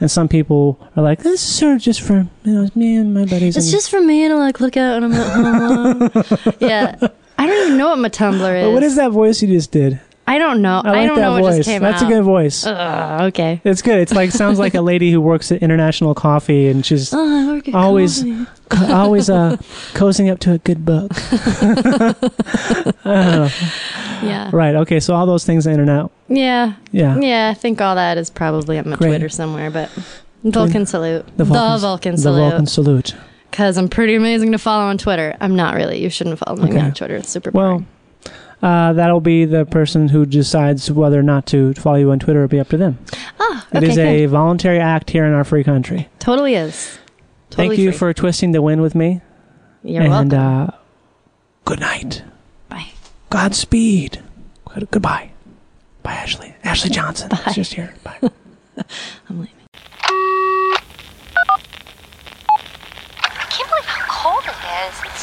[SPEAKER 2] and some people are like, "This is sort of just for you know me and my buddies."
[SPEAKER 6] It's
[SPEAKER 2] and-
[SPEAKER 6] just for me to like look out when I'm at home. yeah. I don't even know what my Tumblr is.
[SPEAKER 2] But what is that voice you just did?
[SPEAKER 6] Oh, I don't know.
[SPEAKER 2] I like
[SPEAKER 6] don't
[SPEAKER 2] that
[SPEAKER 6] know what
[SPEAKER 2] voice.
[SPEAKER 6] just came
[SPEAKER 2] That's
[SPEAKER 6] out. Oh.
[SPEAKER 2] a good voice.
[SPEAKER 6] Ugh, okay.
[SPEAKER 2] It's good. It's like sounds like a lady who works at International Coffee, and she's
[SPEAKER 6] Oh, I work at
[SPEAKER 2] always
[SPEAKER 6] Coffee.
[SPEAKER 2] co- always uh, cozying up to a good book. I don't know.
[SPEAKER 6] Yeah.
[SPEAKER 2] Right. Okay. So all those things on the internet.
[SPEAKER 6] Yeah.
[SPEAKER 2] Yeah.
[SPEAKER 6] Yeah. I think all that is probably on my
[SPEAKER 2] Great.
[SPEAKER 6] Twitter somewhere, but Vulcan salute.
[SPEAKER 2] The Vulcan,
[SPEAKER 6] Vulcan
[SPEAKER 2] The Vulcan
[SPEAKER 6] salute.
[SPEAKER 2] salute.
[SPEAKER 6] Because I'm pretty amazing to follow on Twitter. I'm not really. You shouldn't follow me
[SPEAKER 2] Okay.
[SPEAKER 6] on Twitter. It's super boring.
[SPEAKER 2] Well, uh, that'll be the person who decides whether or not to follow you on Twitter. It'll be up to them.
[SPEAKER 6] Ah,
[SPEAKER 2] it
[SPEAKER 6] okay,
[SPEAKER 2] is a
[SPEAKER 6] good.
[SPEAKER 2] voluntary act here in our free country.
[SPEAKER 6] Totally is. Totally
[SPEAKER 2] Thank you
[SPEAKER 6] free.
[SPEAKER 2] for twisting the wind with me.
[SPEAKER 6] You're
[SPEAKER 2] and,
[SPEAKER 6] welcome.
[SPEAKER 2] Uh, good night. Bye. Godspeed. Good- goodbye. Bye, Ashley. Ashley Johnson.
[SPEAKER 13] Bye.
[SPEAKER 2] It's just here. Bye.
[SPEAKER 13] I'm leaving.
[SPEAKER 6] I can't believe how cold it is. It's